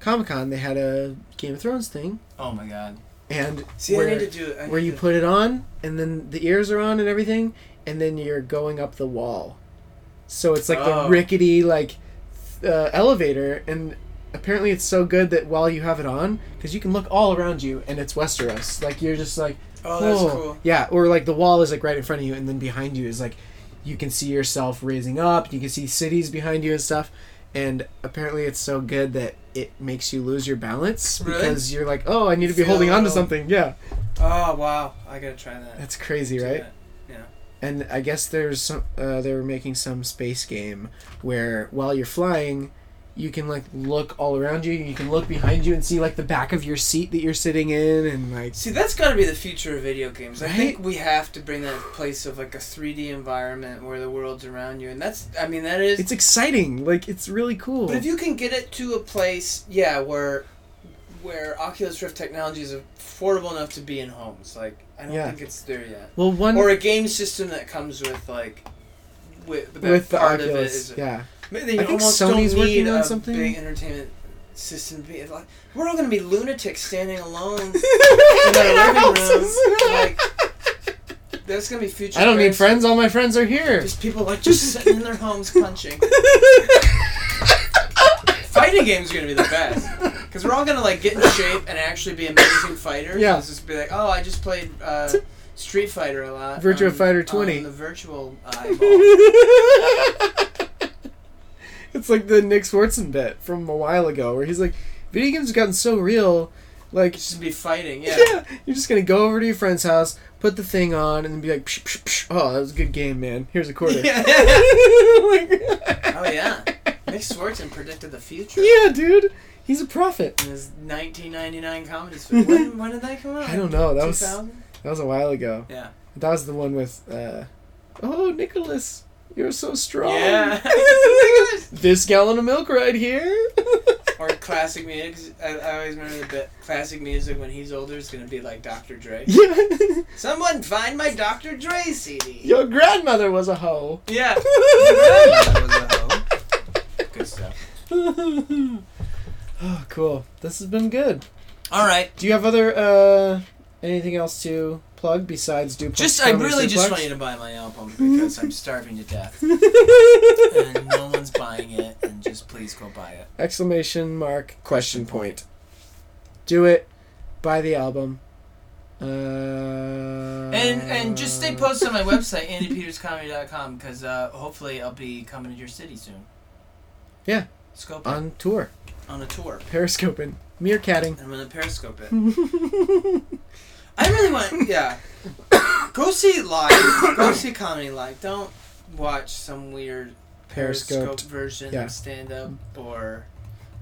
Speaker 1: Comic Con they had a Game of Thrones thing,
Speaker 3: Oh my god.
Speaker 1: and
Speaker 3: See,
Speaker 1: where,
Speaker 3: I need to do. I
Speaker 1: where
Speaker 3: need
Speaker 1: you
Speaker 3: to-
Speaker 1: put it on, and then the ears are on and everything, and then you're going up the wall. So it's like
Speaker 3: Oh.
Speaker 1: the rickety like th- uh, elevator, and apparently it's so good that while you have it on, because you can look all around you, and it's Westeros. Like you're just like,
Speaker 3: Oh, that's
Speaker 1: "Whoa."
Speaker 3: cool.
Speaker 1: Yeah, or like the wall is like right in front of you, and then behind you is like, you can see yourself raising up. You can see cities behind you and stuff. And apparently, it's so good that it makes you lose your balance
Speaker 3: Really?
Speaker 1: because you're like, oh, I need to be
Speaker 3: Feel
Speaker 1: holding on to
Speaker 3: it all.
Speaker 1: something. Yeah,
Speaker 3: Oh wow! I gotta try that.
Speaker 1: that's crazy, right? and I guess there's some uh, they were making some space game where while you're flying, you can like look all around you. You can look behind you and see like the back of your seat that you're sitting in, and like
Speaker 3: See, that's got to be the future of video games. I
Speaker 1: Right?
Speaker 3: think we have to bring that place of like a 3D environment where the world's around you, and that's. I mean, that is.
Speaker 1: it's exciting. Like it's really cool.
Speaker 3: but if you can get it to a place, yeah, where where Oculus Rift technology is affordable enough to be in homes, like I don't
Speaker 1: Yeah.
Speaker 3: think it's there yet.
Speaker 1: well, one
Speaker 3: Or a game system that comes with like. With the,
Speaker 1: with the
Speaker 3: part of it
Speaker 1: Oculus,
Speaker 3: is
Speaker 1: yeah,
Speaker 3: Ma- They
Speaker 1: I think
Speaker 3: almost
Speaker 1: Sony's
Speaker 3: don't need
Speaker 1: working on
Speaker 3: a
Speaker 1: something.
Speaker 3: Big entertainment system. to be- like, We're all gonna be lunatics standing alone in our living room. Like, that's gonna be future.
Speaker 1: I don't need
Speaker 3: race.
Speaker 1: friends. All my friends are here.
Speaker 3: Just people like just sitting in their homes punching. Fighting games are gonna be the best because we're all gonna like get in shape and actually be amazing fighters.
Speaker 1: Yeah.
Speaker 3: It's Just be like, oh, I just played uh, Street Fighter a lot.
Speaker 1: Virtua
Speaker 3: on-
Speaker 1: Fighter
Speaker 3: on
Speaker 1: 20.
Speaker 3: The virtual eyeball.
Speaker 1: it's like the Nick Swartzen bit from a while ago where he's like, video games have gotten so real, like
Speaker 3: It's Just be fighting.
Speaker 1: yeah.
Speaker 3: Yeah.
Speaker 1: you're just gonna go over to your friend's house, put the thing on, and be like, psh, psh, psh, oh, that was a good game, man. Here's a quarter.
Speaker 3: yeah.
Speaker 1: Like-
Speaker 3: Oh yeah, Nick Swartzen predicted the future
Speaker 1: yeah, dude, he's a prophet.
Speaker 3: in his 1999 comedy film. When, when did that come out?
Speaker 1: I don't know. That was that
Speaker 3: 2000?
Speaker 1: was a while ago.
Speaker 3: Yeah.
Speaker 1: That was the one with, uh, oh, Nicholas, you're so strong.
Speaker 3: Yeah.
Speaker 1: this gallon of milk right here.
Speaker 3: Or classic music. I, I always remember the bit. Classic music when he's older is gonna be like Dr. Dre.
Speaker 1: yeah,
Speaker 3: Someone find my Dr. Dre CD.
Speaker 1: your grandmother was a hoe.
Speaker 3: Yeah. Good stuff.
Speaker 1: oh, cool. This has been good.
Speaker 3: All right.
Speaker 1: Do you have other uh anything else to plug besides Duplex?
Speaker 3: Just I
Speaker 1: Comedy
Speaker 3: really just
Speaker 1: Suplex?
Speaker 3: want you to buy my album because I'm starving to death and no one's buying it and just please go buy it.
Speaker 1: Exclamation mark question point. Do it. Buy the album. Uh,
Speaker 3: And and just stay posted on my website, andypeterscomedy.com, because uh, hopefully I'll be coming to your city soon.
Speaker 1: Yeah.
Speaker 3: Scope on,
Speaker 1: on tour,
Speaker 3: on a tour.
Speaker 1: periscoping, meerkatting.
Speaker 3: I'm gonna periscope it. I really want yeah. Go see it live. Go see comedy live. Don't watch some weird
Speaker 1: Periscoped.
Speaker 3: periscope version
Speaker 1: Yeah.
Speaker 3: of stand up or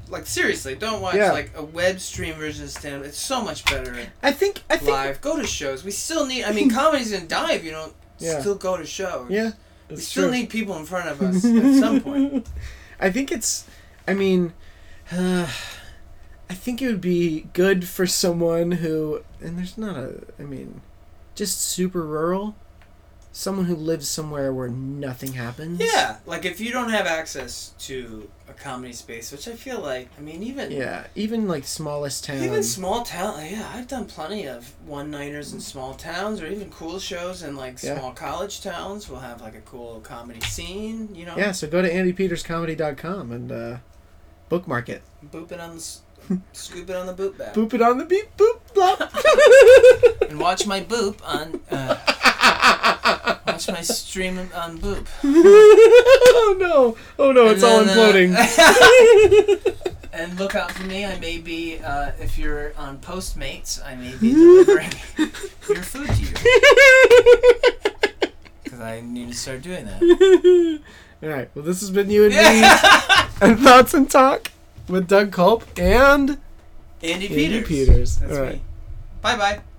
Speaker 3: like seriously, don't watch
Speaker 1: Yeah.
Speaker 3: like a web stream version of stand up. It's so much better
Speaker 1: I think I think
Speaker 3: live. Go to shows. We still need I mean comedy's gonna die if you don't
Speaker 1: Yeah.
Speaker 3: still go to shows.
Speaker 1: yeah.
Speaker 3: We
Speaker 1: it's
Speaker 3: still
Speaker 1: true.
Speaker 3: need people in front of us at some point.
Speaker 1: I think it's. I mean, uh, I think it would be good for someone who, and there's not a. I mean, just super rural, someone who lives somewhere where nothing happens.
Speaker 3: Yeah, like if you don't have access to a comedy space, which I feel like, I mean, even
Speaker 1: Yeah. Even like smallest town.
Speaker 3: even small town, like, yeah, I've done plenty of one nighters in small towns, or even cool shows in like
Speaker 1: Yeah.
Speaker 3: small college towns. will have like a cool comedy scene, you know.
Speaker 1: yeah. So go to andypeterscomedy.com and uh, bookmark it.
Speaker 3: Boop it on the, s- scoop it on the boop back,
Speaker 1: Boop it on the beep. Boop blop.
Speaker 3: and watch my boop on. Uh, watch my stream on boop.
Speaker 1: oh no! Oh no! It's all
Speaker 3: And then,
Speaker 1: imploding.
Speaker 3: uh, And look out for me. I may be, uh, if you're on Postmates, I may be delivering your food to you. Because I need to start doing that.
Speaker 1: All right. Well, this has been you and me and thoughts and talk with Doug Culp and
Speaker 3: Andy
Speaker 1: Andy
Speaker 3: Peters.
Speaker 1: Peters.
Speaker 3: That's
Speaker 1: All
Speaker 3: me.
Speaker 1: right.
Speaker 3: Bye bye.